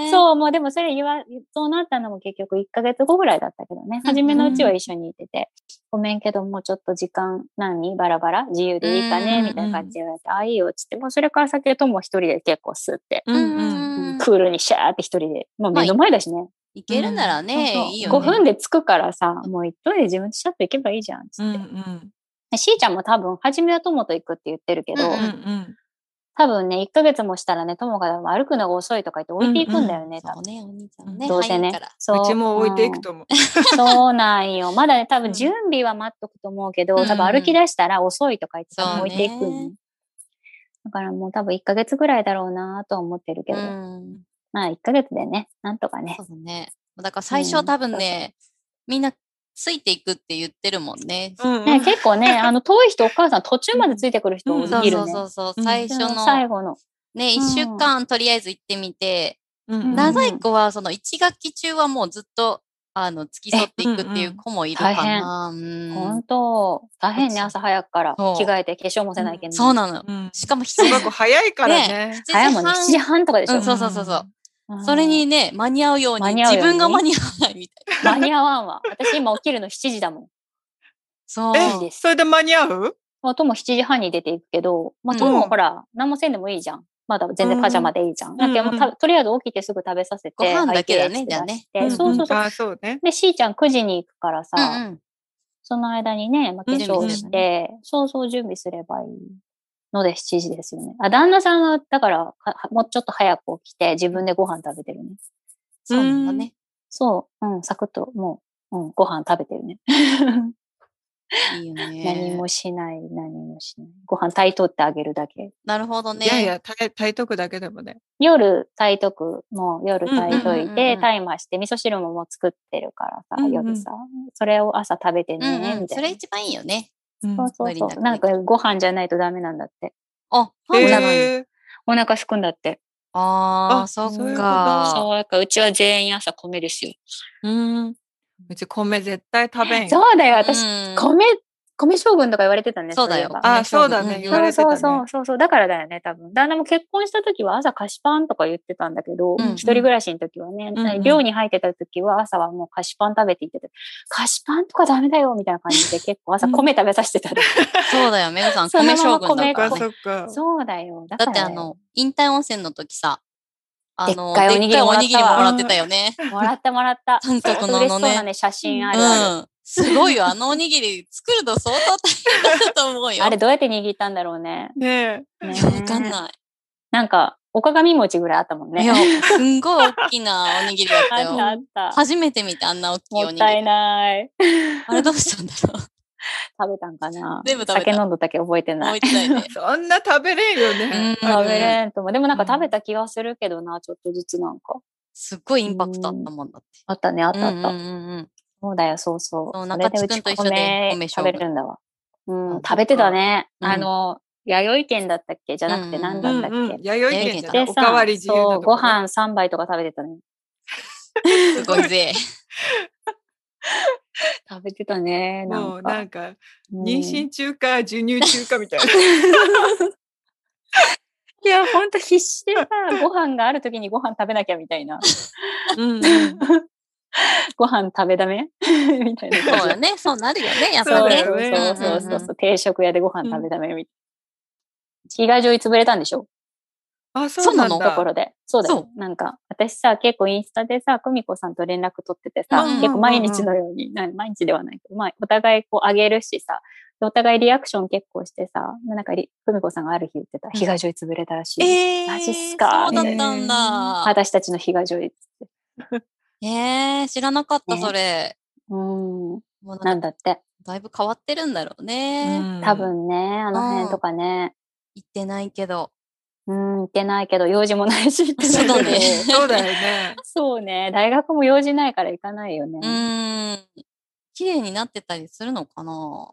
A: う。
B: そう、もうでもそれ言わ、そうなったのも結局1ヶ月後ぐらいだったけどね。初めのうちは一緒にいてて、ごめんけどもうちょっと時間何バラバラ自由でいいか
A: う
B: ね
A: ん
B: みたいな感じで言われて、ああ、いいよっつって、もうそれから先はとも一人で結構吸って、
C: うんうん
A: ん。
B: クールにシャーって一人で、もう目の前だしね。
A: 行けるならね、
B: そうそう
A: いいよね。
B: 5分で着くからさ、もう1分で自分でシャッと行けばいいじゃんっつ
C: う
B: っ
C: んう
B: て。
C: ん
B: でしーちゃんも多分、初めは友と行くって言ってるけど、
A: うん
C: うんうん
B: 多分ね、1ヶ月もしたらね、友が歩くのが遅いとか言って置いていくんだよね、
A: そ
B: 多
A: う
B: 分。
A: ね、お兄ちゃんもね、
B: どうせ
A: 早
B: ね
A: いから。。
B: そう
C: うちも置いていくと思う。
B: そうなんよ。まだね、多
C: う
B: 分
C: ん
B: 準備は待っとくと思うけど、
A: うんうん
B: 多分歩き出したら遅いとか言って多分
A: そう
B: 置
A: ね
B: いていくんよだからもう多分1ヶ月ぐらいだろうなとは思ってるけ
A: う
B: ど、
A: ん。
B: まあ1ヶ月でね、なんとかね
A: そ。うだね。だから最初は多分ね、みんなついていくって言ってるもんね。
C: うんうん
B: ね結構 ね、あの遠い人、お母さん途中までついてくる人
C: うん
B: 多
A: そう
B: いる
A: そう
B: ね。
A: そうそうう。
C: ん
A: 最
B: で
A: 初
B: も
A: の
B: 最後の。
A: ね、
B: うん
A: 1週間とりあえず行ってみて、
C: うんうん
B: な
A: 長い子はその1学期中はもうずっと、あの、付き添っていくっていう子もいるかな。うん
B: 本当大変ね、
A: そう
B: 朝早くから。
A: そう
B: 着替えて化粧もせないけど、
A: そうなの。
C: うん
A: しかも7
C: 小
A: 時
C: 学校早いからね。
B: 早いもんね、7時半とかでしょ。
A: うんそうそうそうそう
B: うん
A: それにね、間に合うように、
B: 間に合う
A: 自
B: よう
A: 分
B: に
A: が間に合わないみたいな。
B: 間に合わんわ。私今起きるの7時だもん。
A: そ
B: 7時
A: う。
B: です。
C: それで間に合う
B: まあ、とも7時半に出ていくけど、ま
A: う
B: あ、
A: ん
B: ともほら、何もせんでもいいじゃん。まだ全然パジャマでいいじゃん。だけどもうたとりあえず起きてすぐ食べさせて、
A: ご飯だけだね
B: はい出して出し
A: じゃあ
B: て
A: ね
B: そうそうそう。
C: あ、そうね。
B: で、しーちゃん9時に行くからさ、
A: うんうん。
B: その間にね、まあ、化
C: うん
B: 粧して、そうそう準備すればいいので7時ですよね。あ、旦那さんは、だからかもうちょっと早く起きて、自分でご飯食べてるね。
A: そうなんだね。
B: そう、うん、サクッと、もう、うん、ご飯食べてるね。
A: いいよね。
B: 何もしない、何もしない。ご飯炊いとってあげるだけ。
A: なるほどね。
C: いやいや、耐え耐えとくだけでもね。
B: 夜炊いとく、もう夜炊いと
A: うんうん
B: い
A: うんう
B: て、
A: ん
B: タイマーして、味噌汁ももう作ってるからさ、
C: うんうん
B: 夜さ、それを朝食べて
A: うん
B: ね、
A: うん。
B: みた
A: そ
B: い
A: れ。
B: な
A: 一番いいよね。
C: うん
B: そうそう
A: 無理な
B: そ
A: く
B: う。
A: ね
B: なんかご飯じゃないとダメなんだって。
A: あ、
B: ー
A: そうなの
C: へー
B: お腹すくんだって。
A: ああ、
C: あ
A: そ
C: そういう
A: っ
C: こと
A: か。
B: そう、だからうちは全員朝米ですよ。
C: うん。うち米絶対食べんよ。
B: そうだよ、
A: う
B: 私、
A: ん
B: 米、米将軍とか言われてたね。
A: そうだよ
B: いえば
C: あ、そうだ
A: うん
C: ね。言わ
B: そう
C: れてた
B: そ
C: ね。
B: うそうそうそう。だからだよね、多分。旦那も結婚した時は朝菓子パンとか言ってたんだけど、
A: うんうん
B: 一人暮らしの時はね、
C: うんうん
B: 寮に入ってた時は朝はもう菓子パン食べていってて、菓子パンとかダメだよ、みたいな感じで結構朝
C: うん
B: 米食べさせてたね、
A: そうだよ、メグさん。
B: そのま
A: 米
B: ま
A: 将軍だ
C: そっ
A: か
C: からそ
A: ね。
C: っか。
B: そうだよ。だ
A: だ
B: から
A: ってあ
B: だよ
A: の、引退温泉の時さ、あの、
B: でっかいお
A: で
B: に
A: っ
B: ぎ
A: か
B: り
A: い
B: も
A: お
B: らったわ
A: にぎりもらってたよ ね。
B: もらったもら った。
A: 韓国のあのね
B: 嬉しそうなね、写真あるある。
A: うん。すごいよ、あのおにぎり作るの相当大変だったと思うよ。
B: あれどうやって握ったんだろうね。
C: ね
B: ね
A: いやわかんない。
B: なんか、おかがみ餅ぐらいあったもん
A: い
B: ね
A: や。、すんごい大きなおにぎりだっ
B: あ
A: た
B: ったあ
A: よ。
B: った。
A: 初めて見た、あんな大きいおに
B: もっ
A: ぎり。
B: たいない。
A: あれどうしたんだろう。
B: 食べたんかな
A: 全部食べた
B: 酒飲んどったけ覚えてない
A: 覚え。てないね。
C: え。そんな食べれんよね。
A: うん
C: あ
B: 食
C: れ
B: べれんとも。でもなんか
C: うん
B: 食べた気がするけどな、ちょっとずつなんか。
A: すっごいインパクトあったもんだって。
B: あったね、あっ
A: う
B: たあった。
A: んうんうんうん。
B: そうだよ、そうそう。
A: そう
B: それで
A: 中地
B: う
A: 君
B: ち
A: と一緒で
B: 米
A: 米勝
B: 食
A: 負
B: べれるんだわ。うん、
A: あ
B: 食べてたね。
A: そっか
B: あの、弥生県だったっけじゃなくて
A: うん
B: 何
C: う
B: なん
C: ん
B: だっけ、
C: うん。弥生県じゃない
B: で
C: お
B: さ
C: かわり自由な
B: そう
C: とこ
B: ご飯3杯とか食べてたね。
A: すごいぜ。
B: 食べてたね。な
C: も
B: ん
C: う
B: か。
C: なんか、
B: うん
C: 妊娠中か授乳中かみたいな。
B: いや、ほんと必死でさ、ご飯がある時にご飯食べなきゃみたいな。
C: うんうん
B: ご飯食べだめ みたいな感じだった。
A: そうよね。そうなるよね。やっ
B: そ
A: ぱ
B: う
A: ね
C: だ。よね
B: そうそうそう
A: うんうん
B: そう。定食屋でご飯食べためみたいな。被害上に潰れたんでしょ
C: あ、そうなん
A: そう
B: と
C: だ。
B: ころで。そうだ
A: そ
B: よ。なんか、私さ、結構インスタでさ、久美子さんと連絡取っててさ、
A: うんうんうんうん
B: 結構毎日のように、な毎日ではないけど、まあ、お互いこうあげるしさ、でお互いリアクション結構してさ、なんかり、久美子さんがある日言ってた、被害上に潰れたらしい。
A: えー、
B: マジっすか
A: そうだったんだ。
B: 私たちの被害上に。
A: えー、知らなかった、
B: ね
A: それ。
B: うーん、
A: もうな
B: なんん
A: か
B: だって。
A: だいぶ変わってるんだろうね。
C: うん
B: 多。分ね、あの辺とかね、
A: 行ってないけど。
B: うん、行ってないけど、用事もないし、行ってない
A: そうだ
B: けど
A: ね。
C: そうだよね。
B: そうね。大学も用事ないから行かないよ
A: う
B: ね。
A: ーん。綺麗になってたりするのかな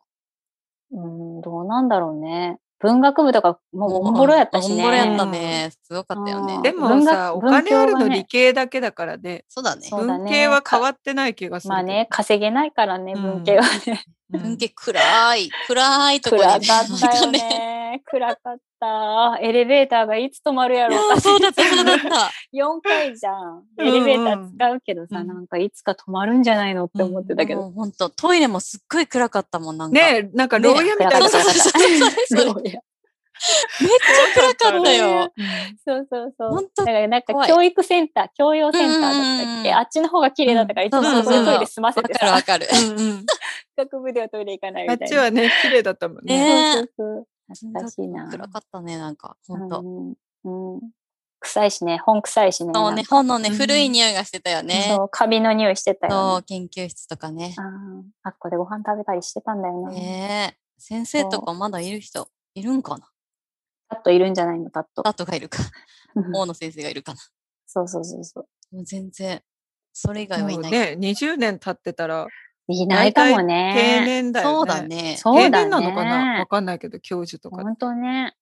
B: うん、どうなんだろうね。文学部とかもうボンボロやったし
A: ボン
B: ね。
A: ボロやったね。すごかったよね
B: うん。
C: でもさ、お
B: 文学文教
C: 金
B: はね
C: あるの理系だけだからね。
A: そうだね
B: そ。うだね
C: 文系は変わってない気がする。
B: まあね、、稼げないからね、
C: うん
B: 文系はね。
C: うん
A: 文系暗い、暗いとこ
B: 暗
A: に
B: かっ
A: 出
B: た よ。 ね。暗かった。エレベーターがいつ止まるや
A: いや
B: ろうか。
A: そうだった、そうだった。
B: 4回じゃん。
C: うん
B: エレベーター使うけどさ、
C: うん
B: なんかいつか止まるんじゃないのって思ってたけど。
A: もう本当トイレもすっごい暗かったもんなんか。
C: ねえ、なんか
A: ねえ
C: 牢屋みたい
B: 暗か
C: な
A: そ
B: っ
A: う
B: た
A: そうそうそうそう。
B: そうや
A: めっちゃ暗かったよ。
B: そうそうそう。
A: 本当
B: だからなん
A: 怖
B: か
A: い
B: 教育センター、教養センターだった
A: うんう
B: っ
A: んう
B: け
A: ん
B: あっちの方が綺麗だったから、いつも
C: そ
B: そ
C: うそ
B: こ
C: うそう
B: でトイレ済ませ
A: わ
B: て
A: かるわ
B: さ、
A: かる。
C: うんうん
B: 学部ではトイレ行かない
C: あ
B: み
C: った
B: い
C: ち
B: な。
C: はね、綺麗だったもんね。
A: ね
B: そうそうそう。懐かしいな。
A: 暗かったね、なんか、ほんと。
B: うんうん臭いしね、本臭いしね。
A: そう
B: なん
A: ね
B: か、
A: 本のね、
C: うん
A: 古い匂いがしてたよね。
B: そう、カビの匂いしてた
A: そ
B: よ、
A: う、研究室とかね
B: ね。。うんあっこでご飯食べたりしてたんだよね。
A: ねえ。先生とかまだいる人、いるんかな
B: パッといるんじゃないの、パッと。
A: あとがいるか。
B: うん
A: 大野先生がいるかな。
B: そうそうそうそう。
A: もう全然、それ以外はい
C: もう
A: ない。
C: ね、20年経ってたら、
B: いないかもね。
C: 定年だよね。
A: そうだ。ね。
B: そうだ
C: 定年なのかなわ
B: ね。
C: かんないけど、教授とか。
B: 本当ね。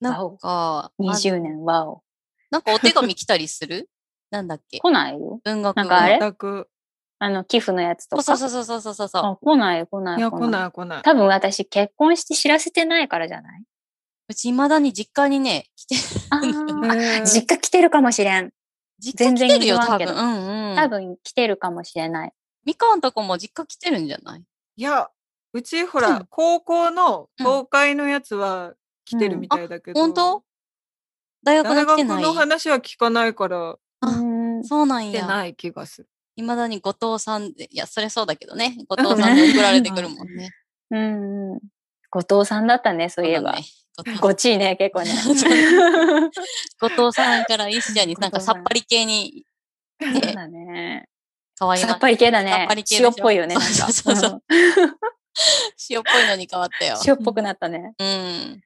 A: なんか、あ
B: 20年、わお。
A: なんかお手紙来たりするなんだっけ
B: 来 ないよ。
A: 文学
B: なんかあれ
C: 全く。
B: あの、寄付のやつと
A: そう
B: か。
A: そうそうそうそうそうそう。
B: あ来ない、来ない。
C: いや、来ない来ない。
B: 多分私、結婚して知らせてないからじゃない
A: うち未だに実家にね、来て、
B: あ ーあ
C: ね
B: 実家来てるかもしれん。
A: 実家来てるよ、
B: 全然言わ
A: 多
B: んけ
A: 分。
B: ど
A: うんうん。
B: 多分来てるかもしれない。
A: みかんとかも実家来てるんじゃない
C: いや、うちほ
A: う
C: ら
A: ん、
C: 高校の
A: うん
C: 東海のやつは来てるみたいだけど。
A: 本当大学が
C: 大
A: 来
C: 学
A: てない
C: の話は聞かないから、
A: あ
B: うん
A: そうなん
C: 来て
A: や。
C: ない気がする。
A: いまだに後藤さんで、いや、それそうだけどね。後藤さんで送られてくるもんね。
B: うんうん。後藤さんだったね、そういえば。
A: そうだね後
B: ごちいね、結 構ね。
A: 後藤さんから一社になんかさっぱり系に、
B: そう だね。
A: 変わりま
B: さっぱり系だ
A: さっ
B: ね
A: ぱり。系でしょ
B: 塩っぽいよね、なんか。
A: そうそうそう
B: うん
A: 塩っぽいのに変わったよ。
B: 塩っぽくなったね。
A: うん。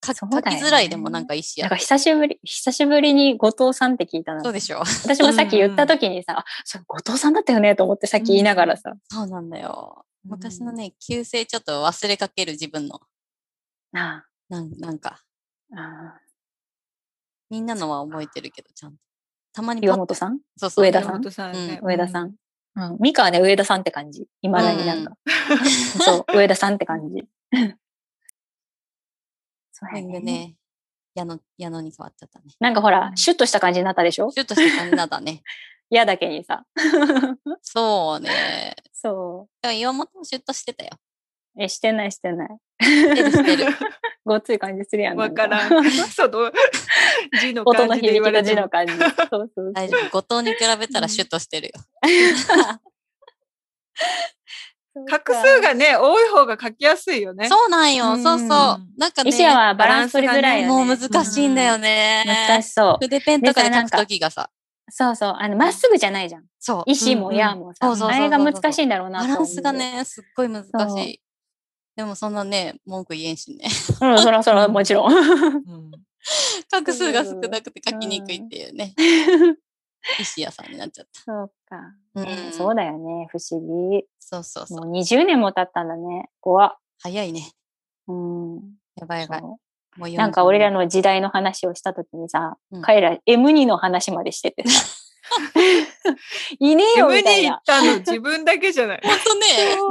A: か
B: そ
A: 書
B: う
A: き
B: だよね
A: づらいでもなんか石
B: なん
A: や
B: か。久しぶり、久しぶりに後藤さんって聞いたな
A: そ。うでしょ。
B: 私もさっき言った時にさ、あ、そう、後藤さんだったよねと思ってさっき言いながらさ。
A: そうなんだよ。
B: うん
A: 昔のね、旧姓ちょっと忘れかける自分の、
B: な
A: なんなんか、
B: ああ
A: みんなのは覚えてるけど、ちゃんと。たまに
B: ー
A: パッ
B: 岩
A: と
B: 本さん
A: そうそう。
B: 上田
C: 山
B: さ ん
C: 本さんね。
B: 上田さん。うん。ミカはね、上田さんって感じ。いまだになんか。 そう、上田さんって感じ。そう
A: タイ
B: や
A: ミング
B: ね。
A: ね、矢野、矢野に変わっちゃったね。
B: なんかほら、シュッとした感じになったでしょ
A: シュッとした感じなんだ ね。
B: 嫌だけにさ。
A: そうね。
B: そ
A: でも岩本もシュッとしてたよ。
B: う。え、してないしてない。
A: してるしてる。
B: ごっつい感じするやん。
C: わか
B: なん
C: らん。その、字の
B: 音
C: 感
B: の
C: じで
B: 響
C: 言わ
B: きと字
C: れても
B: の。感じ。 そうそう
A: 大丈夫。後藤に比べたらシュッとしてる よ。
B: そう。
C: 画数がね、多い方が書きやすいよね。
A: そうなんよ。そうそう。
C: うん
A: なんかね、
B: 石矢はバランス取りづらい
A: もう
B: よね。
A: 難しいんだよね。
B: 難しそう。
A: 筆ペンとかで書
B: でさなん
A: く
B: か
A: ときがさ、
B: そうそう。あの、まっすぐじゃないじゃん。
A: そう。
B: 石も矢もさ
A: うんうんそ。うそう
B: あ
A: そう
B: れ
A: そ
B: が
A: うそう
B: 難しいんだろうな
A: バ
B: と
A: ラ
B: 思う
A: ンスが。ね、すっごい難
B: そ
A: し
B: う
A: い。でもそんなね、文句言えんしね。
B: うん、そらそら、も ちろん。
C: うん
A: 画数が少なくて書きにくいっていうね、石矢さんになっちゃっ
B: そうか。
A: た。うん
B: ねそうだよね。不思議。
A: そうそうそう。
B: もう20年も経ったんだね。怖
A: 早いね。
B: うん。
A: やばいやばい。
B: そ
A: もう
B: うなんか俺ら
A: の。
B: の時代の話をしたときにさ、
A: うん
B: 彼ら M2 の話までしててさ。いねえよ
C: M
B: みたい
C: に行
B: な
C: っ。たの自分だけじゃない。
A: 本当 ね。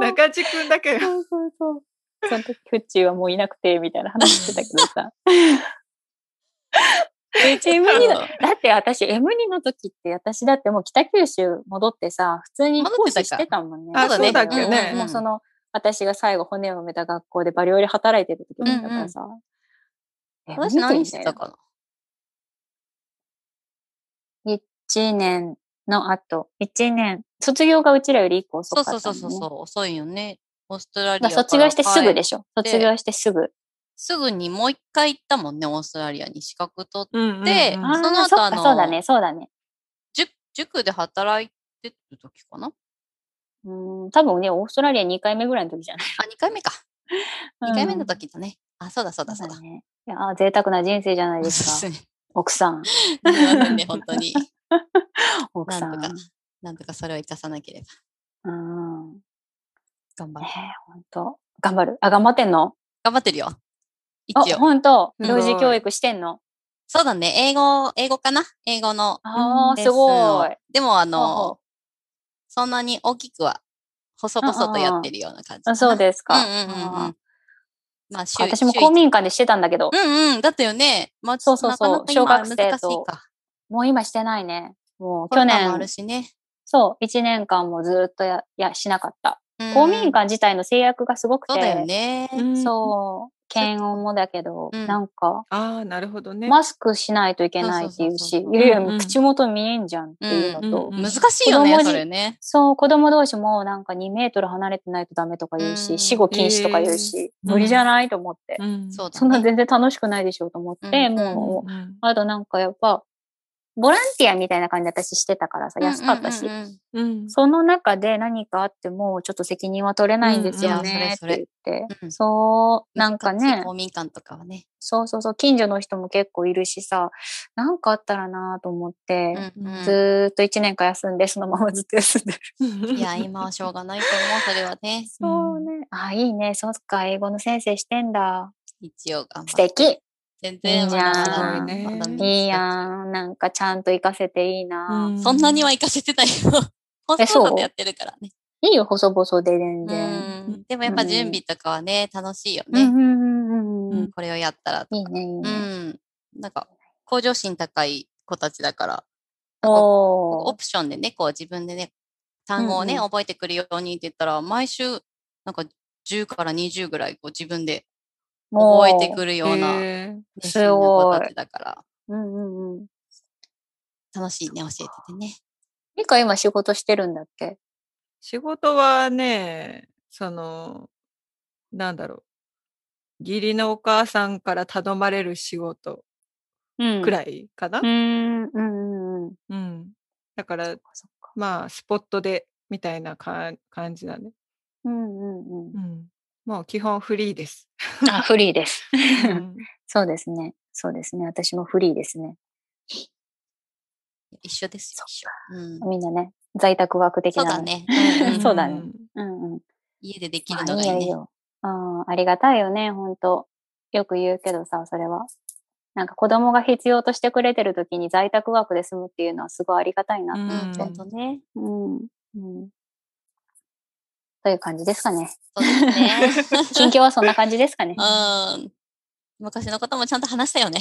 C: 中地君だけ。
B: そうそうそう。その時、フッチーはもういなくて、みたいな話してたけど さ。M2 の、だって私、M2 の時って、私だってもう北九州戻ってさ、普通に
A: 戻
B: 講
A: ってた
B: 師
A: か
B: してたもんね。
C: あ
A: そうだっ
B: け
A: けね
B: もうその、私が最後骨を埋めた学校でバリオリ働いてる時だったからさ。M2
A: 私何してたかな
B: 1年の後、1年、卒業がうちらより1個
A: そ
B: 遅か
A: う
B: った
A: そ
B: も
A: うん
B: ね、
A: そうそうそう、遅いよね。オーストラリ
B: だ
A: ア
B: から卒業してすぐ
A: で。
B: でしょ。卒業してすぐ。
A: すぐにもう一回行ったもんね、オーストラリアに資格取っ
C: うん
A: で
B: あー
A: その後
B: っか
A: あの
B: そうだね、そうだね。
A: 塾塾で働いてる時かな
B: うん、多分ね、オーストラリア2回目ぐらいの時じゃない。
A: あ、2回目か。2回目の
B: うん
A: 時だね。あ、そうだそうだそ
B: そう
A: うだ
B: だ。ね。いやー、贅沢な人生じゃないです
A: そ
B: か。
A: うですね
B: 奥さん。
A: すいませんね、本当に。
B: 奥さ
A: なん
B: ん。
A: とか、なんとかそれを生かさなければ。
B: うん。ね
A: 頑張
B: え
A: る。、
B: ほんと。頑張る。あ、頑張ってんの
A: 頑張ってるよ。一
B: あ、
A: 応。
B: ほんと。
C: すご
B: 幼
C: い
B: 児教育してんの
A: そうだね。英語、英語かな英語の。
B: ああ、
A: レッ
B: す
A: スンを
B: ごい。
A: でも、あ
B: ほうほ
A: の
B: う、
A: そんなに大きくは、細々とやってるような感じかな。
B: あそうですか。
A: うんうんうんう
B: あー
A: ん。まあ、週
B: 私も
A: 週
B: 公民館でしてたんだけど、
A: うんうん。だったよね。まあ、
B: そうそうそ
A: なかな
B: う
A: か今
B: 小学生と
A: 難しいか。
B: もう今してないね。もう
A: コロ
B: 去
A: ナもあ
B: 年
A: る、しね。
B: そう、1年間もずーっとや、や、しなかった。
A: うん
B: 公民館自体の制約がすごくて、
A: そうだよね。
B: そう。検温もだけど、
A: うん
B: なんか、
C: ああ、なるほどね。
B: マスクしないといけないっていうし、
A: そうそうそう
C: そう
B: いやい
C: うんう
B: や、
C: ん
B: 口元見えんじゃんっていうのと、
C: うんうん
A: 難しいよ
B: 子供
A: ね、
B: に
A: それね。
B: そう、子供同士もなんか2メートル離れてないとダメとか言う
A: うん
B: し、死後禁止とか言うし、
C: うん
B: 無理じゃないと思って。
C: うん
A: そうだ
B: そんな
A: ね。
B: 全然楽しくないでしょうと思って、
A: うん
B: もう、
C: うんうん
B: あとなんかやっぱ、ボランティアみたいな感じで私してたからさ、安かったし。
A: うんうんうんうん
C: うん
B: その中で何かあっても、ちょっと責任は取れないんですよね、
A: う
B: っ
A: んうん
B: て言って
A: それそれ。
B: そう、なんか
A: 難しい
B: ね、
A: 公民館とかはね。
B: そうそうそう、近所の人も結構いるしさ、なんかあったらなと思って、
A: うんうん
B: ずーっと1年間休んで、そのままずっと休んでる。
A: いや、今はしょうがないと思う、それはね。
B: そうね。あ、いいね。そっか、英語の先生してんだ。
A: 一応頑
B: 素
A: 張って。
B: 敵。
A: 全然ま
B: いいじ
A: だ
B: ゃ
A: ま
B: ん
A: だまだ見つけ
B: いいやん。なんかちゃんと行かせていいな。
C: う
A: そんなには行かせてない よ。コン
B: え
A: スタ
B: そ
A: ン
B: う
A: トでやってるからね。
B: いいよ、細々で全
A: う
B: 然。
A: ん。でもやっぱ準備とかはね、楽しいよ
B: うん
A: ね。
B: うんうんうん
C: う
B: うんん。
A: これをやったら。
B: いいね、いいうね。
A: ん。なんか、向上心高い子たちだから、なんか
B: お
A: オ
B: ー
A: プションでね、こう自分でね、単語をね、
B: うんう
A: 覚えてくるようにって言ったら、毎週、なんか10から20ぐらい、こう自分で覚えてくるよう な、ね
C: へー
A: 不思議な子たちだから、
B: うんうんうん。
A: 楽しいね、教えててね。
B: ミカ今仕事してるんだっけ
C: 仕事はね、その、なんだろう。義理のお母さんから頼まれる仕事
B: うん
C: くらいかな、
B: うーん、うん、うん。
C: うんだから、
B: そっか。
C: まあ、スポットでみたいなかん感じだね。
B: うん、うん、うん
C: う。ん、もう基本フリーです。
B: あ、フリーです。
C: うん
B: そうですね。そうですね。私もフリーですね。
A: 一緒ですよ、一緒。うん。
B: みんなね、在宅ワーク的
A: そ
B: な
A: う
B: の。
A: だ。ね。
B: ん そうだね
C: ん
B: うん、うん。
A: 家ででき
B: ま
A: る
B: あ
A: のがいい
B: よ
A: ね。
B: よあーありがたいよね、本当よく言うけどさ、それは。なんか子供が必要としてくれてる時に在宅ワークで済むっていうのはすごいありがたいな。
A: うん、
C: うん
A: ほんとね。
B: うん。うん。という感じですかね。
A: そうですね。
B: 近況はそんな感じですかね。
A: うん。昔のこともちゃんと話したよね。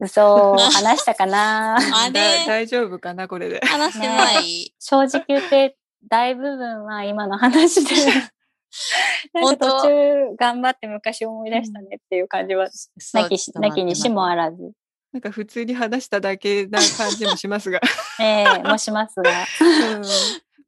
B: 嘘、話したか な
A: あ
C: だ
A: れ
C: 大丈夫かなこれで。
A: 話してない。
B: 正直言って、大部分は今の話 で。なん
A: 本
B: か
A: 当
B: 途中頑張って昔思い出したねっていう感じは、
A: そう
B: なきし
A: ちょっと
B: な
A: 待って
B: きにしもあらず。
C: なんか普通に話しただけな感じもします が。
B: ええもしますが。
C: うん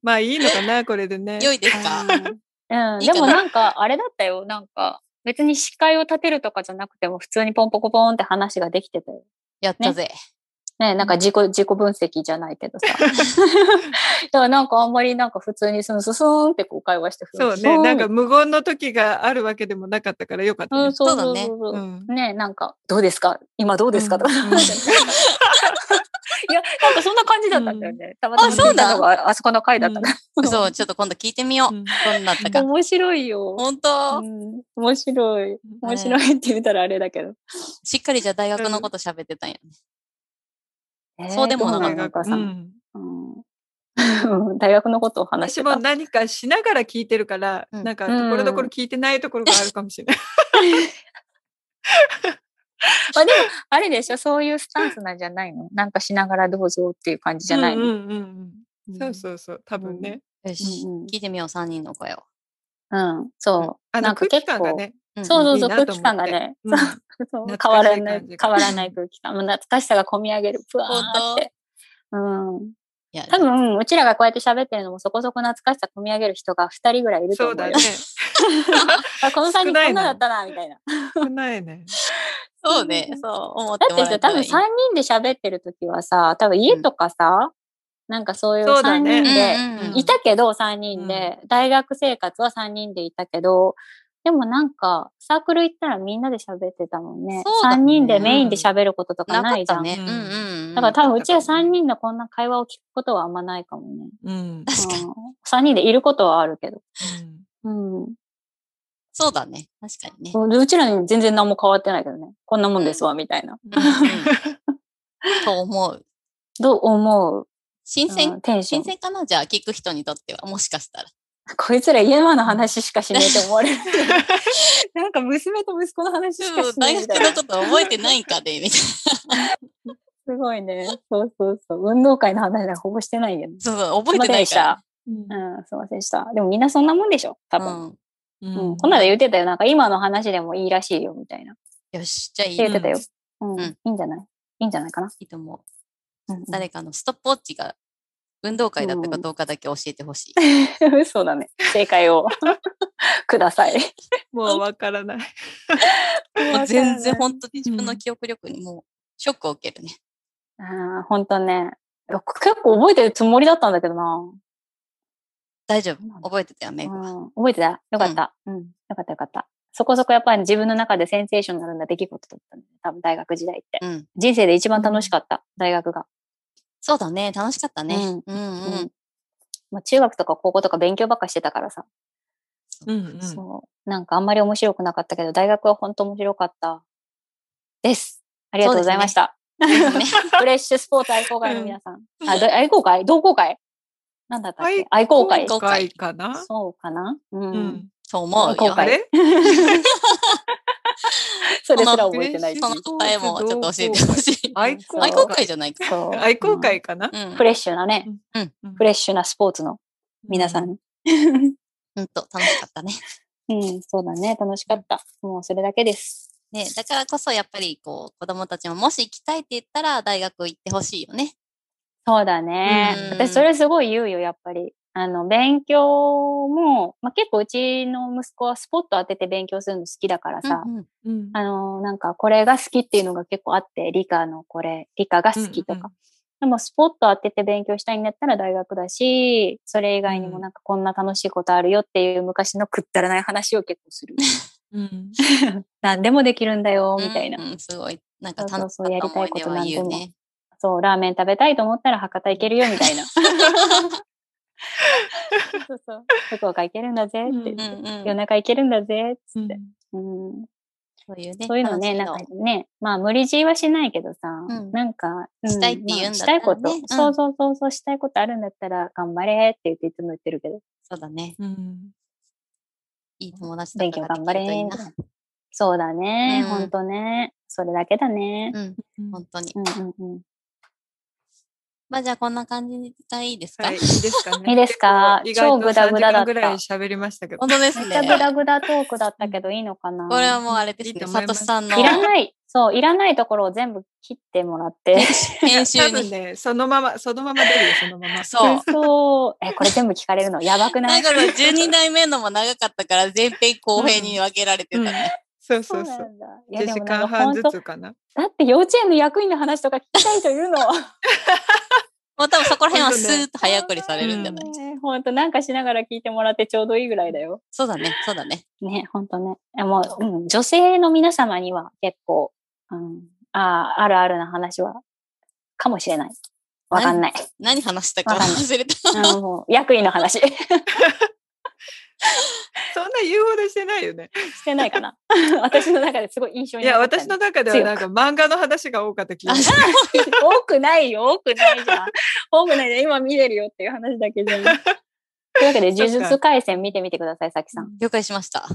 C: まあいいのかなこれでね。
A: 良いですか
B: うん、
A: いいかな
B: でもなんか、あれだったよ。なんか、別に視界を立てるとかじゃなくても、普通にポンポコポンって話ができてたよ。
A: やったぜ。
B: ねなんか自己、自己分析じゃない けどさ。でもなんかあんまりなんか普通にスンスンスンってこう会話して
C: そう
B: スン
C: ね。なんか無言の時があるわけでもなかったからよかった、ね。
B: うん、そう
A: そ
B: そうう
A: だね
B: そうそうう。
C: ん
B: ねなんか、どうですか今どうですか、 とか。い
C: うん
B: や、なんかそんな感じだったんだよね。たまたま
A: あそうだ
B: 聞いたのがあそこの回だったから。
A: そう、ちょっと今度聞いてみよう。
C: うん
A: どんなだったか。
B: 面白いよ。
A: 本
B: う
A: 当
B: ん面白い。面白いって言ったらあれだけど。
A: しっかりじゃあ大学のこと喋ってたんや。そうでもなかった
B: えーどうなのお母
C: う
B: さん
C: ん
B: うん 大学のことを話して
C: 私
B: た
C: も。何かしながら聞いてるから、
A: うん
C: なんかところどころ聞いてないところがあるかもしれない。
B: あでも、あれでしょそういうスタンスなんじゃないのなんかしながらどうぞっていう感じじゃないの、
C: うんうんうんうんそう
B: う
C: そうそう、多分ね。
A: よし
B: うんうん、
A: 聞いてみよう、3人の声を。
B: ん。うん、そう。
C: あ
B: な
C: の
B: んか
C: 空気
B: 結
C: 感が
B: 構、
C: ね。
A: うん
B: そうそうそう、
C: いいな
B: 空
C: と思って
B: 気感がね、
C: うん
B: そう
C: 懐かしい
B: 変わらない
C: 感じ、が
B: 変わらない空気感。もう懐かしさが込み上げる。ぷわーって。うん。
A: いや、
B: 多分、うちらがこうやって喋ってるのもそこそこ懐かしさ込み上げる人が2人ぐらいいると
C: そ
B: 思
C: う
B: う
C: だ
B: よ。
C: ね。
B: あ、この3
C: 少
B: 人
C: ないな
B: こんなだったな、みたいな。
C: 少ないね。
A: そうね、そう思っ
B: だ
A: て
B: っ
A: もら
B: て
A: え
B: さ、
A: た
B: 多
A: ら
B: 分
A: い
B: 3
A: い
B: 人で喋ってる時はさ、多分家とかさ、なんかそういう
C: そう
B: 3
C: だね
B: 人で、
A: うんうんうん
B: いたけど3人で、大学生活は3人でいたけど、でもなんか、サークル行ったらみんなで喋ってたもんね。
A: そうだね
B: 3人でメインで喋ることとか
A: な
B: な
A: か
B: い
A: っ
B: じゃ
A: た
B: ん。
A: ね。う
C: うんん
A: うんうん。
B: だから
A: 確
B: 多分うちら3人のこんな会話を聞くことはあんまないかもね。
C: うん。
A: かに。
B: 3人でいることはあるけど。
C: うん
B: うん。
A: そうだね。確かにね。
B: ううちらに全然何も変わってないけどね。こんなもんですわ、みたいな。
A: うんうんと思う。
B: どう思う
A: 新
B: う
A: 鮮
B: ん、テンション
A: 新。鮮かなじゃあ、聞く人にとっては、もしかしたら。
B: こいつら家の話しかしねえと思わ れる。なんか娘と息子の話しか
A: うん
B: しね
A: 大
B: え
A: 学
B: みたいな
A: の。こと覚えてないんかで、み たいな。
B: すごいね。そうそうそう。運動会の話なんかほぼしてないよね。
A: そうそう、覚えてないから。
B: うん、すいませんでした。でもみんなそんなもんでしょ多分。
A: うん
C: う
B: うん、この間言ってたよ。なんか今の話でもいいらしいよ、みたいな。って
A: よし、じゃあいい
B: 言
A: よ。い
B: ってたよ。うん。
A: ん
B: いいんじゃないいいんじゃないかな。
A: いと思
B: うんうん
A: う。 誰かのストップウォッチが運動会だったかどうかだけ教えてほしい。
B: そうだね。正解を ください。
C: もうわからない。
A: もう全然本当に自分
C: う
A: の
C: ん
A: 記憶力にもうショックを受けるね。
B: ああ、ほんとね。よく結構覚えてるつもりだったんだけどな。
A: 大丈
B: そうなん
A: 夫。
B: だ
A: 覚えてたよ、メイ
B: う
A: ク。
B: ん、覚えてたよかった、うん。よかったよかった。そこそこやっぱり自分の中でセンセーションになるんだ出来事だったね。多分大学時代って。
A: うん。
B: 人生で一番楽しかった、大学が。
A: そうだね。楽しかったね。うんうん。
B: うんまあ、中学とか高校とか勉強ばっかしてたからさ、
C: うんうん
B: そう。なんかあんまり面白くなかったけど、大学は本当面白かったです。ありがとうございま した。
A: ですね
B: フレッシュスポーツ愛好会の皆さん。あ、ど愛好会同好会なんだったっけ愛好会。
A: 同好会
C: かな。
B: そうかなうん。
C: うん。
A: と思う
B: 今
A: よ。
B: 回
C: あれ
B: それすら覚えてない
A: その答えもちょっと教えてほし い。
C: 愛
B: そう
C: 好
A: 愛好会じゃないか。
B: そう
C: 愛好会かな
A: う。ん
B: フ。レッシュなね、
C: うん
B: フレッシュなスポーツの皆さん。うん、
A: うんと、楽しかったね。
B: そうだね。楽しかった。もうそれだけです。
A: ね、だからこそやっぱりこう子供たちももし行きたいって言ったら大学行ってほしいよね。
B: そうだね。
A: うん
B: 私、それすごい言うよ、やっぱり。あの、勉強も、まあ、結構うちの息子はスポット当てて勉強するの好きだからさ、
A: うんうん
C: うん
B: あの、なんか、これが好きっていうのが結構あって、理科のこれ、理科が好きとか。
C: うんうん
B: でも、スポット当てて勉強したいんだったら大学だし、それ以外にもなんか、こんな楽しいことあるよっていう昔のくったらない話を結構する。
C: うん
B: 何でもできるんだよ、みたいな。
A: うんうんすごい。なんか
B: そうそう
A: 楽し
B: そ
A: かっ
B: うや
A: た
B: り
A: 思い
B: たい
A: 出
B: こと
A: は
B: なん
A: 言
B: で
A: う
B: も
A: ね。
B: そう、ラーメン食べたいと思ったら博多行けるよ、み たいな。そうそう。福岡行けるんだぜって言って、
A: うんうん
B: 夜中行けるんだぜっつ
C: う
B: っ
C: ん
B: て、うん
A: そういうね。
B: そういうのね、
A: 楽し
B: なんかね、まあ無理強いはしないけどさ、
A: ん
B: なんか、
A: したいって言うんだったらね
B: まあしたいこと、
A: うん
B: そうそうそうそう、したいことあるんだったら頑張れって言っていつも言ってるけど、
A: そうだね。
C: うん
A: いい友達だ
B: 勉
A: った
B: 強
A: ら
B: 頑張れ
A: できる
B: ー
A: と
B: と
A: いいな
B: か。そうだね、
A: うん
B: ほんとね、それだけだね。
A: うん、
C: うん
A: 本当に。
B: うんうんうん、
A: まあじゃあこんな感じがいいですか、
C: はい、いいですかね。
B: いいですか
C: 結
B: 超
C: 構
B: グダグダだった
C: 意外と3時間ぐらい喋りましたけど
A: 本。当です
B: めっち
A: ね
B: ゃ。グダグダトークだったけどいいのかな
A: これはもうあれです
C: いいと
A: ね。
C: 思い
A: サ
C: ま
A: ト
C: す
A: シさんの
B: いらない、そう、いらないところを全部切ってもらって。
A: 編集
C: 多分
A: に。
C: ね、そのまま、そのまま出るよ、そのまま。
A: そう。
B: そう。え、これ全部聞かれるのやばくな
A: だ
B: い
A: から12代目のも長かったから前編後編に分けられてたね。
C: そう
B: そ
C: そううそ
B: な
C: う。
B: んだ。いや
C: 1
B: で
C: 時
B: もな
C: 間
B: んか
C: 半
B: 本
C: ず
B: 当、だ
C: つかな。
B: って幼稚園の役員の話とか聞きたい人いるの。
A: もう多分そこら辺は
C: 本当ね
A: スーッと早送りされるんじゃない、
B: 本当なんかしながら聞いてもらってちょうどいいぐらいだよ。
A: そうだね、そうだね。
B: ね、本当ね。えもう、うん、女性の皆様には結構、うん、ああ、あるあるな話は、かもしれない。わかんない。
A: 何話したか
B: わかんない
A: 忘れた。
B: うん、もう役員の話 し
C: そんな言うほどしてないよね。
B: てないかな。私の中ですごい印象
C: い
B: に
C: や、
B: 残ったね
C: 私の中ではなんか漫画の話が多かった気がする。
B: 多くないよ、多くないじゃん。多くないじゃん、今見れるよっていう話だ けじゃん。というわけで、呪術回戦見てみてください、さきさ ん。
A: 了解しました。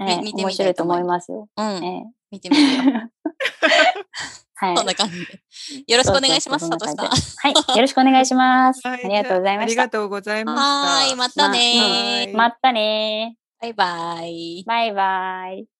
B: ええ
A: 見てみたい
B: 面白いと思いますよ。
A: う
B: え
A: ん、
B: え
A: 見てみ るよ。
B: はい。
A: そんな感じで。よろしくお願いします、
B: そ
A: サ
B: う
A: ト
B: そう
A: シ
B: そう
A: さん。は
B: はい、よろしくお願いします。あ
C: はい
B: りがとうございまし
C: じゃあありが
B: た。
C: とうございまし
A: ー
C: た。
A: い、またねー。
C: はい
B: まったね
A: バイバイ。
B: ー。バイバイ。